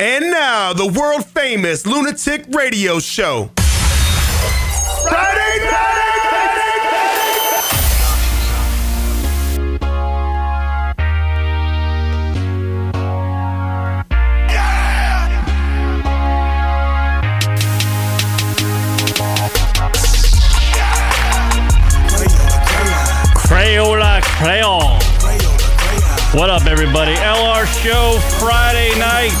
And now, the world famous Lunatic Radio Show. Friday Crayola Crayon. What up, everybody? LR Show Friday night.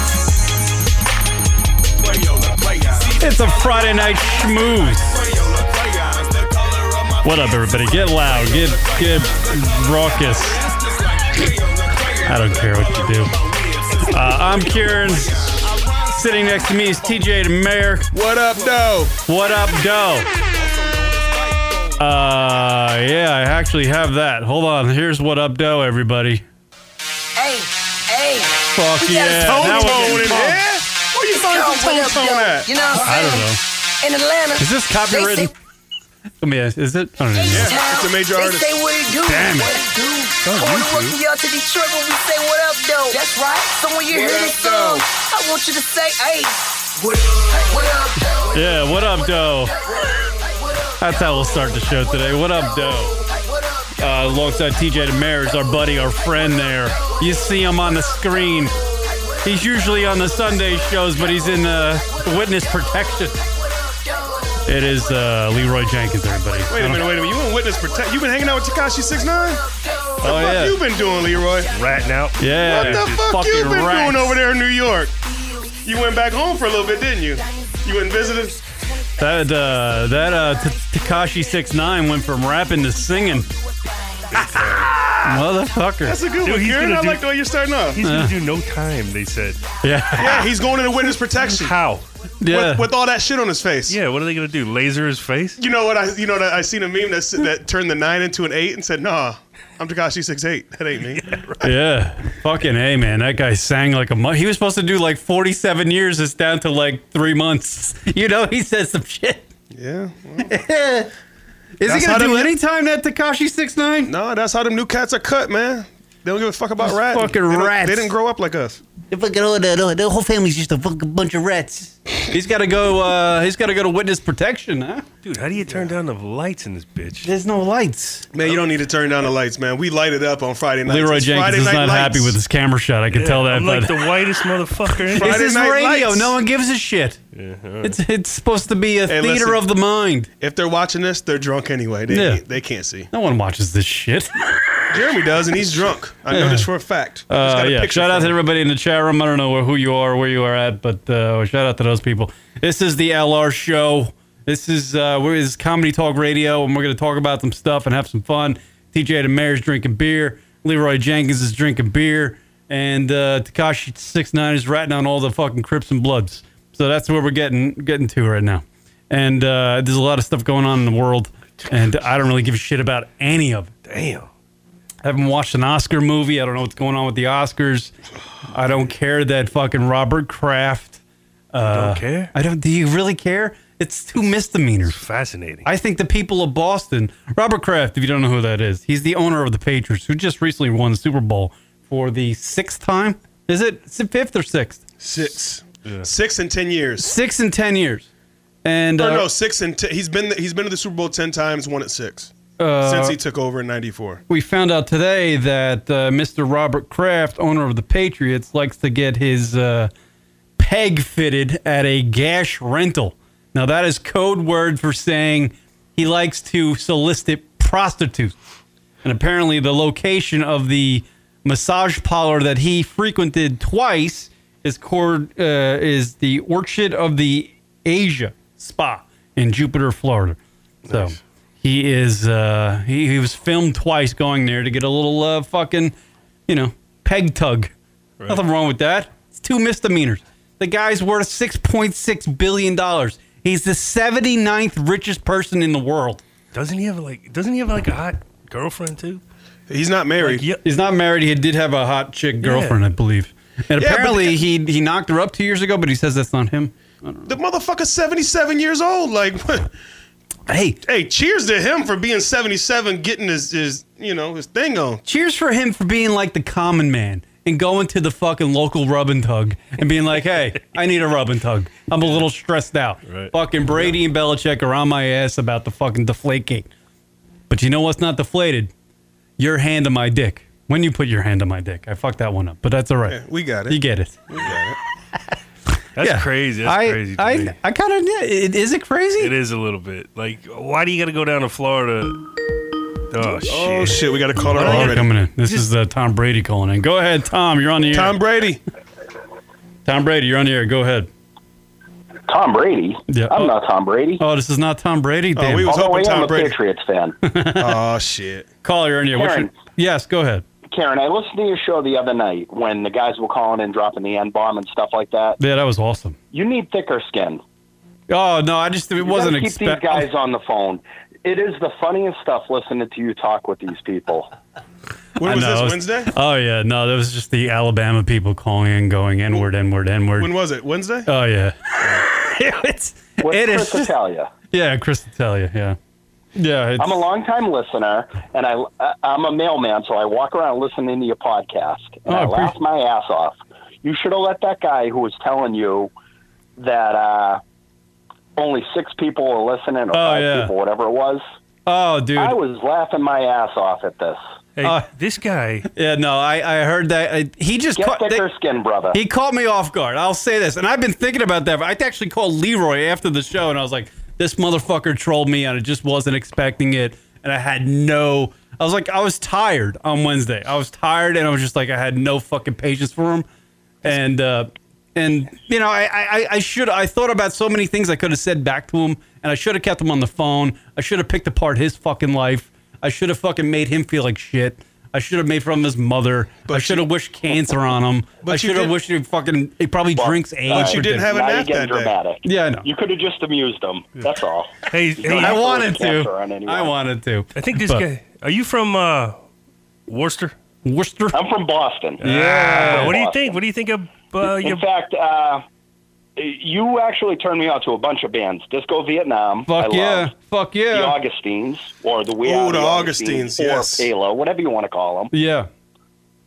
It's a Friday night schmooze. What up, everybody? Get loud. Get get raucous. I don't care what you do. Uh, I'm Kieran. Sitting next to me is TJ the Mayor. What up, though? What up, Doe? Uh, yeah, I actually have that. Hold on. Here's what up, Doe, everybody. Hey, hey. Fuck We got a yeah. tone now Tone we're getting Tone in here? pumped. Where Yo, you find some what Tone up, yo? Tone at? You know what I I'm don't saying? know. In Atlanta. Is this They copywritten? say- I mean, is it? I don't even know. Yeah, it's a major they artist. say what it do. Damn it. What it do. Don't Corner you rookie y'all to Detroit when we say what up, though. That's right. So when you What hear up, this song, though? I want you to say, hey. What up? Hey, what up, though? Yeah, what up, Doe? Hey, what up? That's how we'll start the show today. What up, Doe? Hey, what up? Uh, alongside TJ Demers, our buddy, our friend there. You see him on the screen. He's usually on the Sunday shows, but he's in uh, witness protection. It is uh, Leroy Jenkins, everybody. Wait a minute, wait a minute. You in witness protect? You been hanging out with Takashi 69? Oh, What you yeah. been doing, Leroy? ratting out. Yeah. What the fuck Fucking you been rats. doing over there in New York? You went back home for a little bit, didn't you? You went and visited? That uh, that uh, Takashi six nine went from rapping to singing. That's Motherfucker. a good Dude, one, he's Kieran. gonna I do- like the way you're starting off. He's gonna do no time. They said Yeah. Yeah, he's going into witness protection how? Yeah. with, with all that shit on his face. Yeah, what are they gonna do? Laser his face? You know what? I you know that I seen a meme that s- that turned the nine into an eight and said, "Nah, I'm Takashi 68. That ain't me." yeah. Fucking hey man, that guy sang like a month. He was supposed to do like forty seven years. It's down to like three months. You know, he says some shit. Yeah. well, Is That's he how gonna do them- any time that Takashi six nine? No, that's how them new cats are cut, man. They don't give a fuck about Those rats. fucking they don't- rats. They didn't grow up like us. The fucking whole, the, the, the whole family's just a fucking bunch of rats. He's got to go. Uh, he's got to go to witness protection, huh? Dude, how do you turn down the lights in this bitch? There's no lights. Man, you don't need to turn down the lights, man. We light it up on Friday night. Leroy Jenkins is not happy with his camera shot. I can tell that. I'm but like the whitest motherfucker. in Friday this is Night radio. Lights. No one gives a shit. It's it's supposed to be a Hey, theater listen. of the mind. If they're watching this, they're drunk anyway. They, Yeah. they can't see. No one watches this shit. Jeremy does, and he's drunk. I know this for a fact. I just Uh, got a yeah. picture Shout out from to him. everybody in the chat room. I don't know who you are, where you are at, but uh, shout out to those people. This is the LR show. This is uh, we're, this is Comedy Talk Radio, and we're going to talk about some stuff and have some fun. TJ the Mayor's drinking beer. Leroy Jenkins is drinking beer, and uh, Takashi Six Nine is ratting on all the fucking Crips and Bloods. So that's where we're getting getting to right now. And uh, there's a lot of stuff going on in the world, and I don't really give a shit about any of it. Damn. I haven't watched an Oscar movie. I don't know what's going on with the Oscars. I don't care that fucking Robert Kraft. uh, don't care. I don't. Do you really care? It's two misdemeanors. Fascinating. I think the people of Boston, Robert Kraft, if you don't know who that is, he's the owner of the Patriots, who just recently won the Super Bowl for the sixth time. Is it, is it fifth or sixth? six, six and ten years. Six in ten years. And Or uh, Oh, no, six and ten. He's been he's been to the Super Bowl ten times, won at six Uh, since he took over in '94. we found out today that uh, Mr. Robert Kraft, owner of the Patriots, likes to get his uh, peg fitted at a gash rental. Now, that is code word for saying he likes to solicit prostitutes. And apparently, the location of the massage parlor that he frequented twice is cord, uh, is the Orchard of the Asia Spa in Jupiter, Florida. So he is uh, he, he was filmed twice going there to get a little uh, fucking you know peg tug. Nothing wrong with that. It's two misdemeanors. The guy's worth six point six billion dollars. He's the 79th richest person in the world. doesn't he have like? Doesn't he have like a hot girlfriend too? He's not married. Yeah. He's not married. He did have a hot chick girlfriend, I believe. And Yeah, but apparently the- he he knocked her up two years ago, but he says that's not him. The motherfucker's 77 years old. Like, what? Hey, hey, cheers to him for being 77, getting his, his you know his thing on. cheers for him for being like the common man and going to the fucking local rub and tug and being like, hey, I need a rub and tug. I'm a little stressed out. Right. Fucking Brady and Belichick are on my ass about the fucking deflate gate. But you know what's not deflated? Your hand on my dick. When you put your hand on my dick, I fucked that one up, but that's all right. Yeah, we got it. You get it. We got it. That's crazy. That's I, crazy. To I, me. I kind of it is it crazy? It is a little bit. Like, why do you got to go down to Florida? Oh, shit. Oh shit, we got to call her What Caller already. coming in. This is uh, Tom Brady calling in. Go ahead, Tom. You're on the air. Tom Brady. Tom Brady, you're on the air. Go ahead. Tom Brady. Yeah. I'm Oh. not Tom Brady. Oh, this is not Tom Brady. Damn. we- was Although I hoping am Tom a Brady- Patriots fan. Oh shit. Caller, you're on the air. What's your- Karen. yes, go ahead. Karen, I listened to your show the other night when the guys were calling in, dropping the N bomb and stuff like that. Yeah, that was awesome. You need thicker skin. Oh no, I just it You wasn't oh. gotta keep expected. these guys on the phone. It is the funniest stuff listening to you talk with these people. When was this? Wednesday? Oh yeah, no, that was just the Alabama people calling in, going inward, inward, inward. When was it? Wednesday? oh yeah, it's With it is Chris just- Italia. yeah, Chris Italia, yeah, yeah. It's, uh, I'm a longtime listener, and I, I- I'm a mailman, so I walk around listening to your podcast, Oh, and I I laugh appreciate- my ass off. You should have let that guy who was telling you that uh, only six people were listening, or five Oh, yeah. people, whatever it was. oh dude, I was laughing my ass off at this. Hey, Uh, this guy. yeah, no, I I heard that I, he just Get caught, they- thicker skin, brother. He caught me off guard. I'll say this, and I've been thinking about that. I actually called Leroy after the show, and I was like, "This motherfucker trolled me, and I just wasn't expecting it." And I had no. I was like, I was tired on Wednesday. I was tired, and I was just like, I had no fucking patience for him. And uh, and you know, I I, I should I thought about so many things I could have said back to him, and I should have kept him on the phone. I should have picked apart his fucking life. I should have fucking made him feel like shit. I should have made fun of his mother. I But should have wished cancer on him. But I you should have did- wished he fucking. He probably drinks AIDS. but you or didn't have a now you're nap getting that day. dramatic. Yeah, I know. You could have just amused them. That's all. Hey, You don't hey I have to wanted wish cancer to. on anyone. I wanted to. I think this But- guy. Are you from uh, Worcester? Worcester. I'm from Boston. Yeah. from what do you Boston. think? What do you think of uh, your? In fact, uh, you actually turned me on to a bunch of bands. Disco Vietnam. I Fuck love. yeah. Fuck The yeah. Augustines, or the We Ooh, Are the Augustines, Augustines, yes. or Palo, whatever you want to call them. Yeah.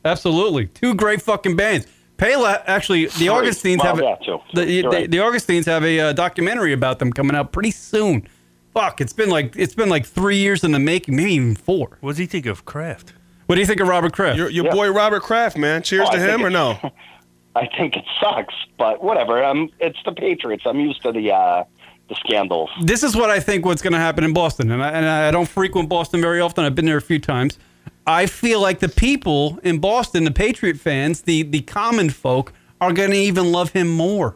Absolutely. Two great fucking bands. Pela actually the Augustines Well, have a, that too. the, the, You're right. the Augustines have a uh, documentary about them coming out pretty soon. Fuck, it's been like it's been like 3 years in the making, maybe even 4. What does he think of Kraft? What do you think of Robert Kraft? Your, your Yeah. boy Robert Kraft, man. Cheers Oh, to I think him or it- no? I think it sucks, but whatever. Um, it's the Patriots. I'm used to the uh, the scandals. this is what I think what's going to happen in Boston, and I, and I don't frequent Boston very often. I've been there a few times. I feel like the people in Boston, the Patriot fans, the the common folk, are going to even love him more.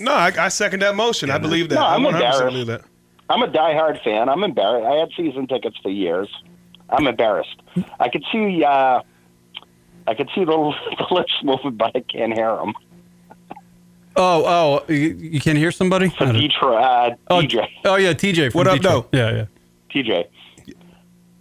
No, I, I second that motion. I believe that. No, I I'm 100% embarrassed. believe that. I'm a diehard fan. I'm embarrassed. I had season tickets for years. I'm embarrassed. I could see uh, I could see the, the lips moving, but I can't hear them. Oh, oh, you, you can hear somebody. For I don't- Detroit, uh, Oh, DJ, oh yeah, TJ. From What up, Detroit. Yeah, yeah. TJ.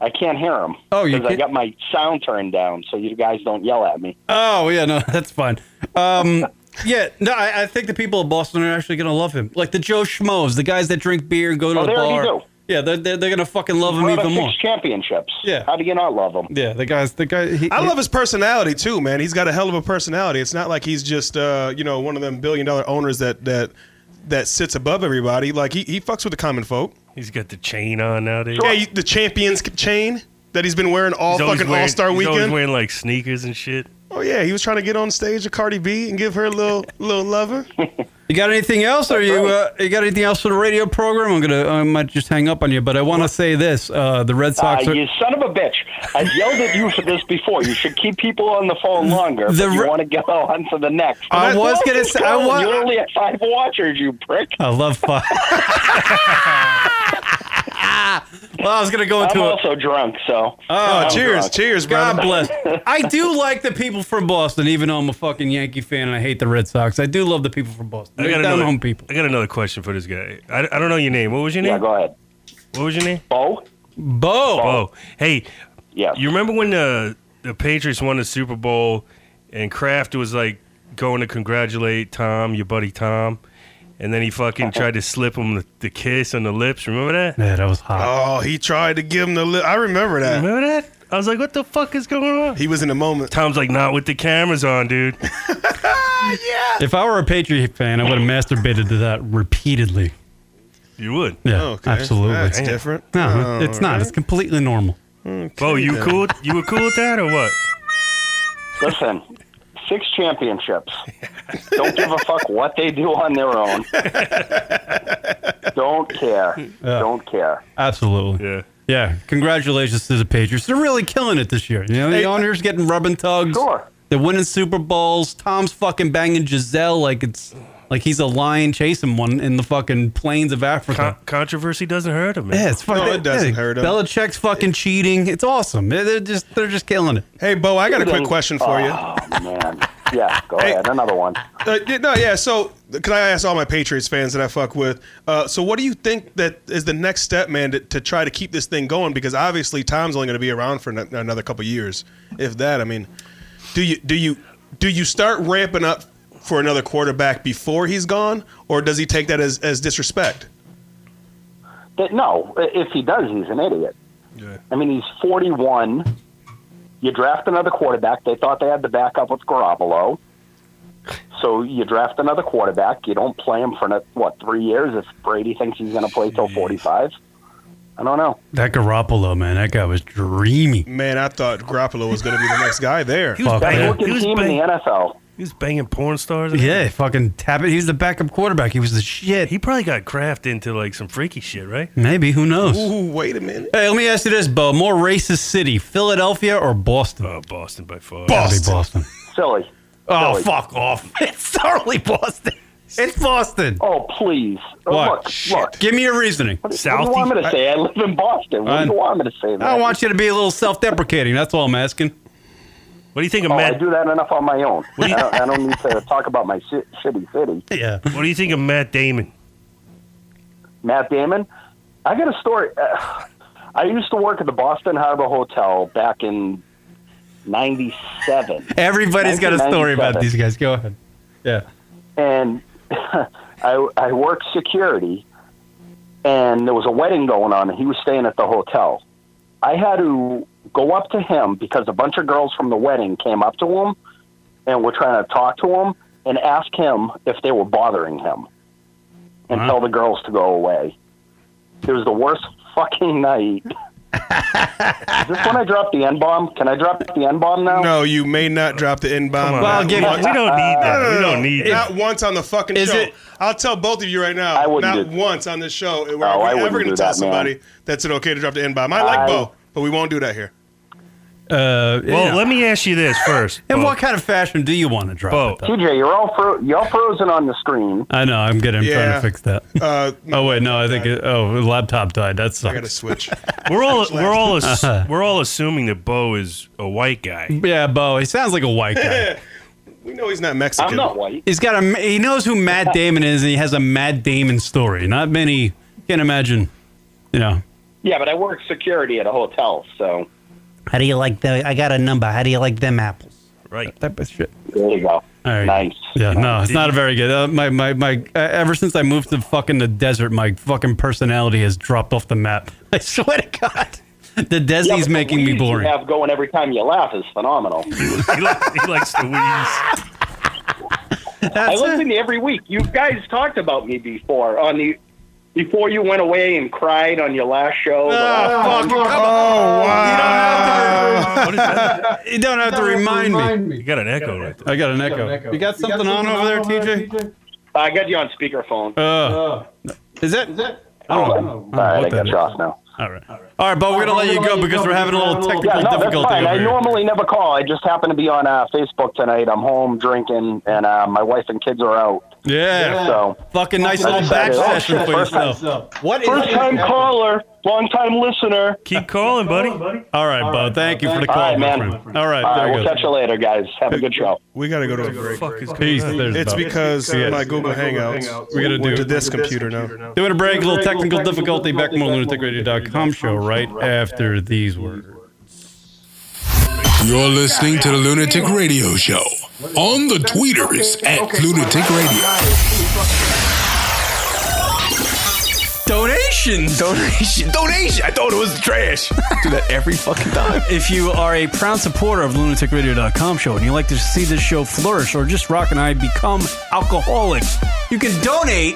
I can't hear him. Oh, you I can't- got my sound turned down, so you guys don't yell at me. Oh yeah, no, that's fine. Um, yeah, no, I, I think the people of Boston are actually going to love him, like the Joe Schmoes, the guys that drink beer and go to Oh, the they bar. already do. Yeah, they're, they're, they're going to fucking love him Brought up even six more. championships. Yeah. How do you not love them? Yeah, the guys, the guy. He, I he- love his personality too, man. He's got a hell of a personality. It's not like he's just uh, you know one of them billion dollar owners that that that sits above everybody. Like he, he fucks with the common folk. He's got the chain on nowadays. Yeah, you, the champions chain that he's been wearing all He's always fucking wearing- All Star He's always weekend. wearing like sneakers and shit. oh yeah, he was trying to get on stage with Cardi B and give her a little little lover. You got anything else? Or you uh, you got anything else for the radio program? I'm gonna I might just hang up on you, but I want to say this: uh, the Red Ah, Sox are you son of a bitch! I yelled at you for this before. You should keep people on the phone longer. The but you re- want to go on to the next. I No, was gonna just say- I go. wa- you only have five watchers, you prick. I love oh, five. well, I was gonna go I'm into it. also drunk, so. Oh, I'm cheers, drunk. cheers, brother. God bless. I do like the people from Boston, even though I'm a fucking Yankee fan and I hate the Red Sox. I do love the people from Boston. I got They're down another. home people. I got another question for this guy. I, I don't know your name. What was your name? Yeah, go ahead. What was your name? Bo? Bo. Oh, hey, Yes. you remember when the the Patriots won the Super Bowl and Kraft was like going to congratulate Tom, your buddy Tom, and then he fucking tried to slip him the, the kiss on the lips. Remember that? Yeah, that was hot. Oh, he tried to give him the. Li- I remember that. Remember that? I was like, what the fuck is going on? He was in the moment. Tom's like, not with the cameras on, dude. If I were a Patriot fan, I would have masturbated to that repeatedly. You would. Yeah, Oh, Okay, absolutely. That's Damn. different. no, Oh, it's not. It's completely normal. Bo, you Yeah. cool? You were cool with that or what? Listen, six championships. Don't give a fuck what they do on their own. Don't care. Don't care. Absolutely. Yeah. Yeah, congratulations to the Patriots. They're really killing it this year. You know, the owner's getting rub and tugs. Sure. They're winning Super Bowls. Tom's fucking banging Giselle like it's like he's a lion chasing one in the fucking plains of Africa. Con- controversy doesn't hurt him. yeah, Man. it's fucking. No, it doesn't yeah, hurt him. Belichick's fucking cheating. It's awesome. They're, they're just they're just killing it. Hey, Bo, I got a quick question for you. Oh man. Yeah. Go ahead. Another one. Uh, yeah, no, yeah. So, can I ask all my Patriots fans that I fuck with? Uh, so, what do you think that is the next step, man, to, to try to keep this thing going? Because obviously, Tom's only going to be around for n- another couple years, if that. I mean, do you do you do you start ramping up for another quarterback before he's gone, or does he take that as, as disrespect? But no, i- if he does, he's an idiot. I mean, he's 41. You draft another quarterback. They thought they had the backup with Garoppolo. So you draft another quarterback. You don't play him for, ano- what, three years if Brady thinks he's going to play till 45? I don't know. That Garoppolo man, that guy was dreamy. Man, I thought Garoppolo was going to be the next guy there. He was Fuck, banging. yeah. He Good was team in banging. the NFL. He was banging porn stars. Yeah, fucking tap it. He was the backup quarterback. He was the shit. He probably got craft into like some freaky shit, right? Maybe who knows? Ooh, wait a minute. Hey, let me ask you this, Bo: more racist city, Philadelphia or Boston? Oh, Boston by far. Gotta be Boston. Boston. Silly. Oh, Silly. fuck off. It's totally Boston. It's Boston. Oh, please. Oh, What? Look, look. Give me your reasoning. What do you want me Southie. to say? I live in Boston. What I- do you want me to say? Man? I want you to be a little self deprecating. That's all I'm asking. What do you think of Oh, I Matt? do that enough on my own. do you- I, don't, I don't need to talk about my shi shitty city. Yeah. What do you think of Matt Damon? Matt Damon. I got a story. Uh, I used to work at the Boston Harbor Hotel back in '97, Everybody's got a story about 1997. these guys. Go ahead. Yeah. and I, I worked security, and there was a wedding going on, and he was staying at the hotel. I had to go up to him because a bunch of girls from the wedding came up to him and were trying to talk to him and ask him if they were bothering him and Wow. tell the girls to go away. It was the worst fucking night. Is this when I dropped the N bomb? Can I drop the N bomb now? No, you may not drop the N bomb. Come on, Well, man. give- we, we don't need that. No, no, we no, don't need not that. once on the fucking Is show. it- I'll tell both of you right now. I wouldn't not do- once on this show. We're I ever, wouldn't going to do tell that, man. somebody that's it okay to drop the N bomb. I like I- Bo, but we won't do that here. Uh, Well, yeah. let me ask you this first. In Bo. what kind of fashion do you want to drop Bo. it? Though? TJ, you're all fro- you're all frozen on the screen. I know. I'm good. I'm trying Yeah. to fix that. Uh, oh, wait. No, I think. It, oh, the laptop died. That I got to sucks. switch. We're all we're all ass- Uh-huh. we're all assuming that Bo is a white guy. Yeah, Bo. He sounds like a white guy. we know he's not Mexican. I'm not white. He's got a. He knows who Matt Damon is, and he has a Matt Damon story. Not many can imagine. You know, Yeah, but I work security at a hotel, so How do you like the? I got a number. How do you like them apples? Right. type of shit. there you go. All right. Nice. Yeah, no, it's not a very good. Uh, my, my, my. Uh, ever since I moved to fucking the desert, my fucking personality has dropped off the map. I swear to God, the Yeah, Desi's but the making me wheeze boring. You have going every time you laugh is phenomenal. He, li- he likes the wheeze. I That's listen it. to you every week. You guys talked about me before on the before you went away and cried on your last show. Ah, fuck, come on. Oh What You wow! is that? You don't have to remind me. You got an echo right there. I got an echo. You got something on over there, TJ? I got you on speakerphone. Uh, is that? I All don't right, know. all right, I what that got is. you off now. All right. All right, but we're going to let you go because we're having a little Yeah, technical no, that's difficulty. fine. over I here. normally never call. I just happen to be on uh, Facebook tonight. I'm home drinking, and uh, my wife and kids are out. Yeah. So Fucking nice little That's back it. session for Perfect. yourself. What is first time caller, long time listener. Keep calling, buddy. All right, Bo. Thank you for the All call, right, my man. friend. All right, All right, there we'll you catch you later, guys. Have a good show. We got to go to a break. Fuck is go. Peace. There's It's Bo. because Yes. my Google Hangouts. We gotta went do- to this computer now. Doing a break, a little technical difficulty. Back more lunaticradio.com show right after these words. You're listening to the Lunatic Radio Show on the tweeters at Lunatic Radio. Donations. Donation. Donation. I thought it was trash. Do that every fucking time. If you are a proud supporter of the lunaticradio.com show and you like to see this show flourish or just Rock and I become alcoholics, you can donate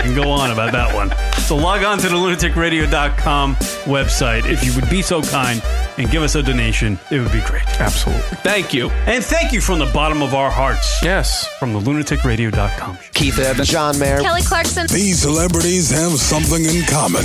can go on about that one. So log on to the lunaticradio.com website if you would be so kind and give us a donation. It would be great. absolutely. Thank you. And thank you from the bottom of our hearts Yes. from the lunaticradio.com. Keith Evans, John Mayer. Kelly Clarkson. These celebrities have something in common.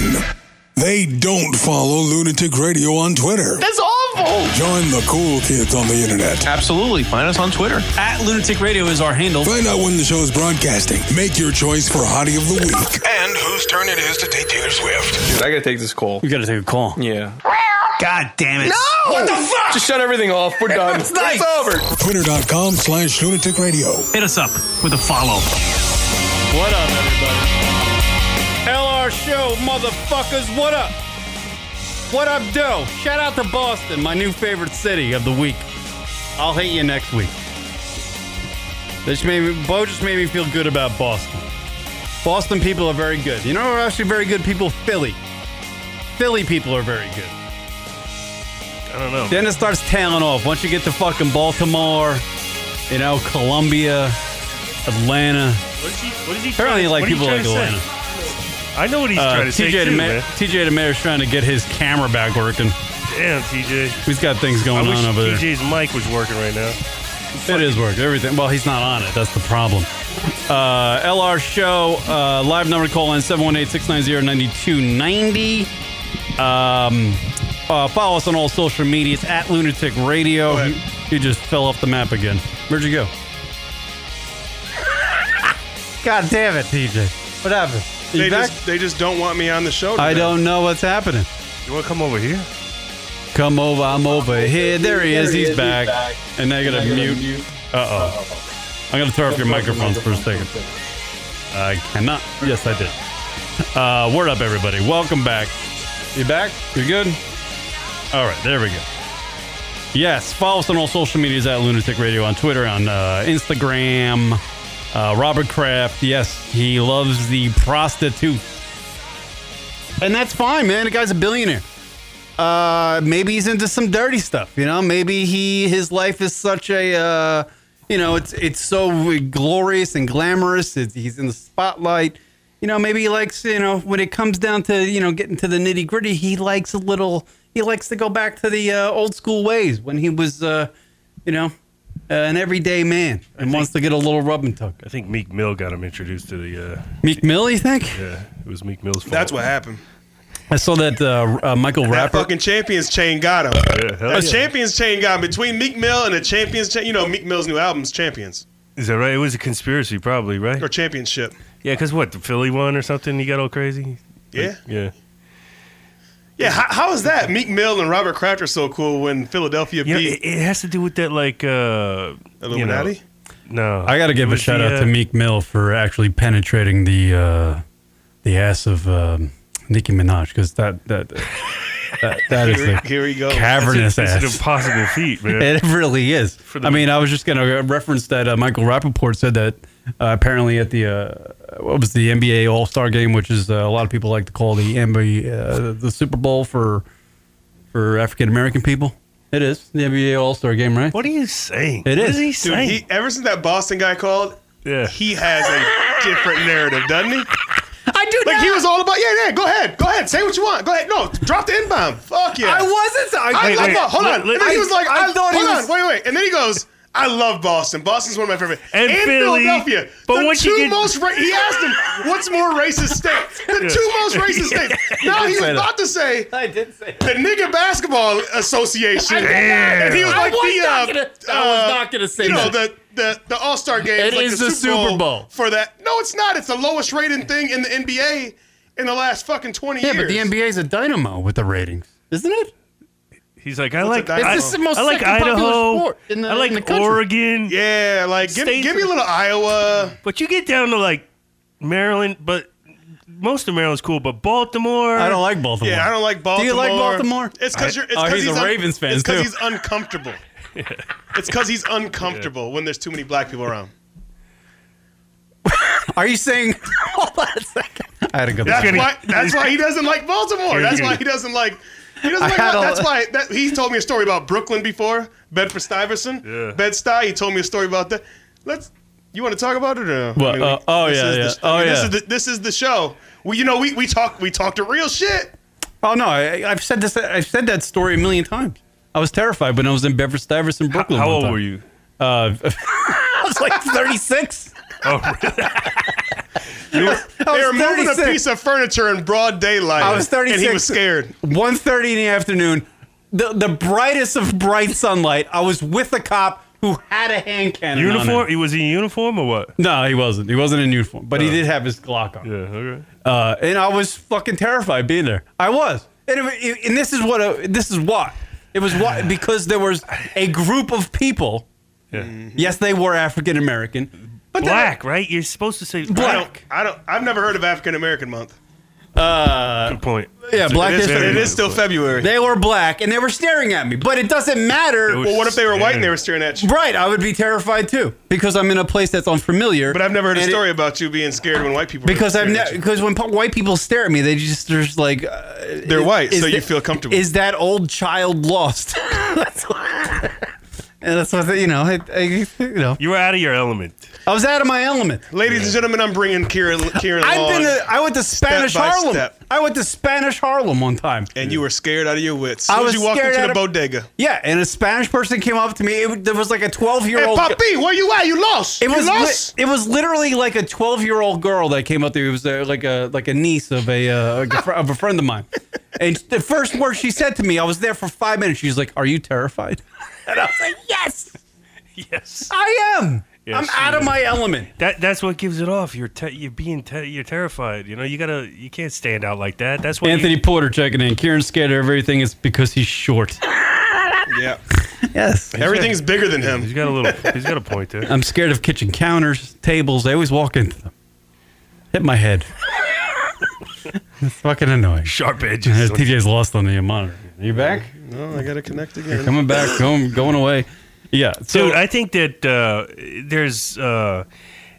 They don't follow Lunatic Radio on Twitter. That's awful. Join the cool kids on the internet. Absolutely. Find us on Twitter. At Lunatic Radio is our handle. Find out when the show's broadcasting. Make your choice for Hottie of the Week. And whose turn it is to date Taylor Swift. I gotta take this call. We got to take a call. Yeah. God damn it. No! What the fuck? Just shut everything off. We're done. It's, nice. over. Twitter.com slash lunatic radio. Hit us up with a follow. What up, everybody? Tell our show, motherfuckers, what up? What up, Doe? Shout out to Boston, my new favorite city of the week. I'll hate you next week. This made me, Bo just made me feel good about Boston. Boston people are very good. You know who are actually very good people? Philly. Philly people are very good. I don't know. Then it starts tailing off. Once you get to fucking Baltimore, you know, Columbia, Atlanta. What is he? What is he? Apparently, trying, like what are you people like trying to Atlanta. say? I know what he's Uh, trying to say TJ too, man. DeMare, TJ DeMare's trying to get his camera back working. Damn, TJ. He's got things I going wish on over there. TJ's mic was working right now. It is work. Everything. Well, he's not on it. That's the problem. Uh, LR show uh, live number to call in 718-690-9290. Um, uh, follow us on all social media. It's at Lunatic Radio. You, you just fell off the map again. Where'd you go? God damn it, TJ. What happened? You They back? just, they just don't want me on the show. I today. don't know what's happening. You want to come over here? Come over, I'm over here. There he is, he's back. And now you're gonna mute. Uh oh. I'm gonna turn off your microphones for a second. I cannot. Yes, I did. Uh, word up, everybody. Welcome back. You back? You good? All right, there we go. Yes, follow us on all social medias at Lunatic Radio on Twitter, on uh, Instagram. Uh, Robert Kraft, yes, he loves the prostitute. And that's fine, man. The guy's a billionaire uh, maybe he's into some dirty stuff. You know, maybe he his life is such a uh, you know it's it's so glorious and glamorous. It's, he's in the spotlight. You know, maybe he likes you know when it comes down to you know getting to the nitty gritty. He likes a little. He likes to go back to the uh, old school ways when he was uh, you know uh, an everyday man and wants to get a little rub and tuck. I think Meek Mill got him introduced to the. Uh, Meek Mill, you think? yeah, it was Meek Mill's fault. That's what happened. I saw that uh, uh, Michael That Rapper. fucking champions chain got him. Yeah, hell A yeah. champions chain got him between Meek Mill and a champions chain. You know, Meek Mill's new album's Champions Is that right? It was a conspiracy, probably, right? or Championship. Yeah, because what the Philly one or something? He got all crazy. Yeah. Yeah. Yeah, how, how is that? Meek Mill and Robert Kraft are so cool when Philadelphia You know, beat it, it has to do with that, like uh, you know, Illuminati? no, I got to give It a was shout the, out uh, to Meek Mill for actually penetrating the uh, the ass of um, Nicki Minaj because that that that, that is Here, the here we go. cavernous It's an ass. impossible feat, man. It really is. the- I mean, I was just going to reference that uh, Michael Rappaport said that uh, apparently at the uh, what was the NBA All Star Game, which is uh, a lot of people like to call the NBA uh, the Super Bowl for for African American people. It is the NBA All Star Game, right? What are you saying? It What is is. he Dude, saying? he, ever since that Boston guy called, yeah. he has a different narrative, doesn't he? I do. Like he was all about, yeah, yeah. Go ahead, go ahead, say what you want. Go ahead, no, drop the n bomb. Fuck yeah. wasn't. I Wait, love wait. Boston. Hold Let- on. let- and then he was like, I I, thought he hold was- on, wait, wait. And then he goes, I love Boston. Boston's one of my favorite. And Philly. Philadelphia. But the once you two get- most ra- he asked him, what's more racist state? The two most racist states. Now he was say that. about to say I did say. the nigga basketball association. And he was like the uh, uh, gonna say you know the the, the All Star game. It like is the the Super Bowl, Super Bowl. for that. No, it's not. It's the lowest rated thing in the NBA. in the last fucking 20 Yeah, but years. the NBA's a dynamo with the ratings, isn't it? He's like, I What's like, a dynamo? I, It's the most I like second popular Idaho. sport in the- I like in the country. Oregon. Yeah, like give, States give me a are- little Iowa. But you get down to like Maryland, but most of Maryland's cool, but Baltimore. I don't like Baltimore. Yeah, I don't like Baltimore. you like Baltimore? It's because you're. It's Oh, 'cause he's a un- Ravens fan, It's too. he's uncomfortable. It's because he's uncomfortable when there's too many black people around. Are you saying? Hold on a second. I had a good. That's laugh. kidding. why. That's why he doesn't like Baltimore. You're That's kidding. why he doesn't like. He doesn't I like. had Bal- a- That's why that, he told me a story about Brooklyn before Bedford Stuyvesant. Yeah. Bed Stuy. He told me a story about that. Let's. You want to talk about it or no? What, we- uh, oh, this yeah, is yeah. The, sh- Oh, I mean, This yeah. is the, this is the show. We, you know, we we talked we talked the real shit. Oh no, I, I've said this. I've said that story a million times. I was terrified when I was in Bedford Stuyvesant, Brooklyn. How one old time. were you? Uh, I was like 36. Oh, They were I was moving 36. a piece of furniture in broad daylight. I was And he 36. was scared. 1.30 in the afternoon, the, the brightest of bright sunlight. I was with a cop who had a hand cannon. on him. Uniform? He was in uniform or what? No, he wasn't. He wasn't in uniform, but Uh. he did have his Glock on. Yeah. Okay. Uh, and I was fucking terrified being there. I was, and, it- it- and this is what uh, this is why it was why because there was a group of people. Mm-hmm. Yeah. Yes, they were African American, but they- Black, right? You're supposed to say I black. don't. I don't. I've never heard of African American Month. Uh, Good point. yeah, Black It is, History. it is still February. They were black and they were staring at me, but it doesn't matter. It was- well, what if they were white and they were staring at you? right, I would be terrified too because I'm in a place that's unfamiliar. But I've never heard a and it- story about you being scared when white people. were because I've staring at never you. because when po- white people stare at me, they just there's like uh, They're white, is so you the- feel comfortable. Is that old child lost? that's what, and that's what you know. I, I- you know, You were out of your element. I was out of my element. Ladies and gentlemen, I'm bringing Kieran. Kieran I've been. along, To, I went to Spanish by Harlem. step. I went to Spanish Harlem one time. and you were scared out of your wits. I Soon as was you walked scared into the out of- bodega. Yeah, and a Spanish person came up to me. It, there was like a twelve year Hey, old. Papi, where you at? You lost. It was you li- lost. it was literally like a 12 year old girl that came up to me. It was uh, like a like a niece of a, uh, like a fr- of a friend of mine. And the first word she said to me, I was there for five minutes. She's like, "Are you terrified?" And I was like, "Yes, Yes. I am. Yeah, I'm she out of is. my element." That that's what gives it off. You're te- you're being te- you're terrified. You know you gotta you can't stand out like that. That's what Anthony You, Porter checking in. Kieran's scared of everything. It's because he's short. yeah, Yes. everything's bigger than he's him. got a little. he's got a point there. I'm scared of kitchen counters, tables. I always walk into them. Hit my head. it's fucking annoying. Sharp edges. TJ's lost on the monitor. Are you back? No, I gotta connect again. coming back, going going away. Yeah, so Dude, I think that uh, there's uh,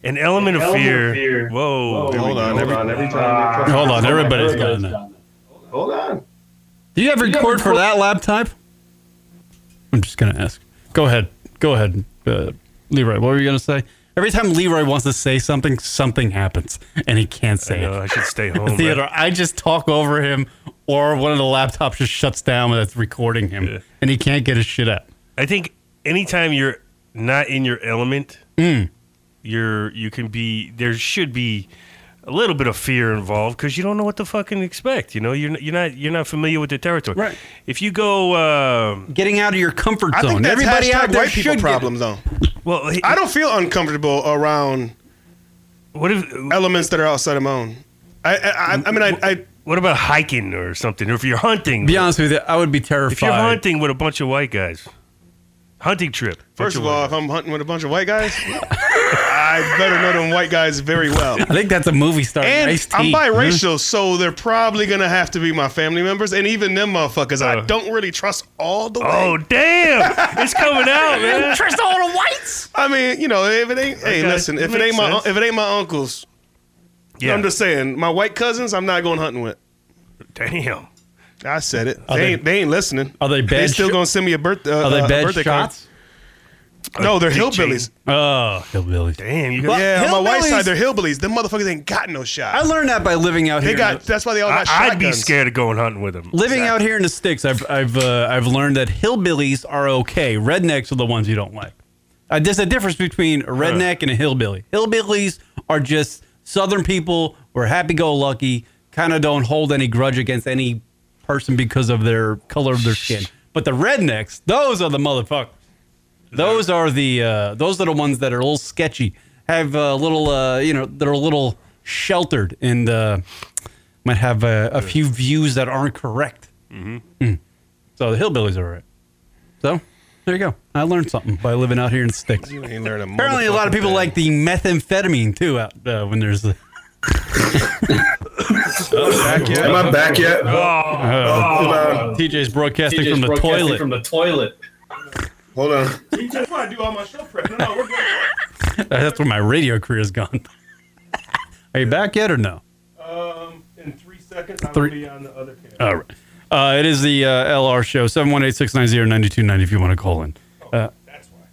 an element, of, fear. Whoa. Hold on, every, Ah. hold on, everybody's got it. Hold on. Do you have record for that laptop? I'm just gonna ask. Go ahead, go ahead, uh, Leroy. What were you gonna say? Every time Leroy wants to say something, something happens, and he can't I, say know, it. I should stay home. right? Theodore, I just talk over him, or one of the laptops just shuts down when it's recording him, Yeah. and he can't get his shit out. I think anytime you're not in your element, Mm. you're you can be there should be a little bit of fear involved because you don't know what to fucking expect. You know, you're n- you're not you're not familiar with the territory. Right. If you go, um Getting out of your comfort I zone. think that's Everybody out hashtag there white people should problems though. well, he- I don't feel uncomfortable around what if elements that are outside of my own. I I, I, I mean I, I what about hiking or something? Or if you're hunting, Get, be honest with you, I would be terrified. if you're hunting with a bunch of white guys, hunting trip. bunch First of white all, guys. if I'm hunting with a bunch of white guys, I better know them white guys very well. I think that's a movie star. And Ice-T. I'm biracial, so they're probably gonna have to be my family members, and even them motherfuckers, I don't really trust all the way. Uh. Oh damn! It's coming out, man. Trust all the whites. I mean, you know, if it ain't, hey, Okay, listen, if it makes ain't my, sense. if it ain't my uncles, Yeah. I'm just saying, my white cousins, I'm not going hunting with. damn. I said it. They, Are they- ain't, they ain't listening. Are they They bad still sho- gonna send me a birthday. Uh, Are they a bad birthday card. shots? No, they're Dick chain. hillbillies. Oh, hillbillies. Damn, you got Yeah, on my white hillbillies- side, they're hillbillies. Them motherfuckers ain't got no I shot. learned that by living out They here. got. That's why they all got I, I'd be shotguns. scared of going hunting with him. living out here in the sticks. I've I've uh, I've learned that hillbillies are okay. Rednecks are the ones you don't like. Uh, there's a difference between a redneck and a hillbilly. Hillbillies are just southern people. We're happy-go-lucky. Kind of don't hold any grudge against any person because of their color of their skin. But the rednecks, those are the motherfuckers. Those are the uh, those are the ones that are a little sketchy. Have a little uh, you know that are a little sheltered and uh, might have a, a few views that aren't correct. Mm-hmm. Mm. So the hillbillies are right. So there you go. I learned something by living out here in the sticks. You ain't learning Apparently, a lot of motherfucking people thing. like the methamphetamine too. Out uh, when there's the Back yet? Am I back yet? Oh. Hold on. TJ's Oh. broadcasting from the toilet. From the toilet. Hold on. That's why I do all my show prep. No, no, we're good. That's where my radio career's gone. Are you back yet or no? Um, in three seconds, I'll Three- be on the other camera. All right. Uh, it is the uh, LR show, 718 690 9290 if you want to call in. Oh, Uh,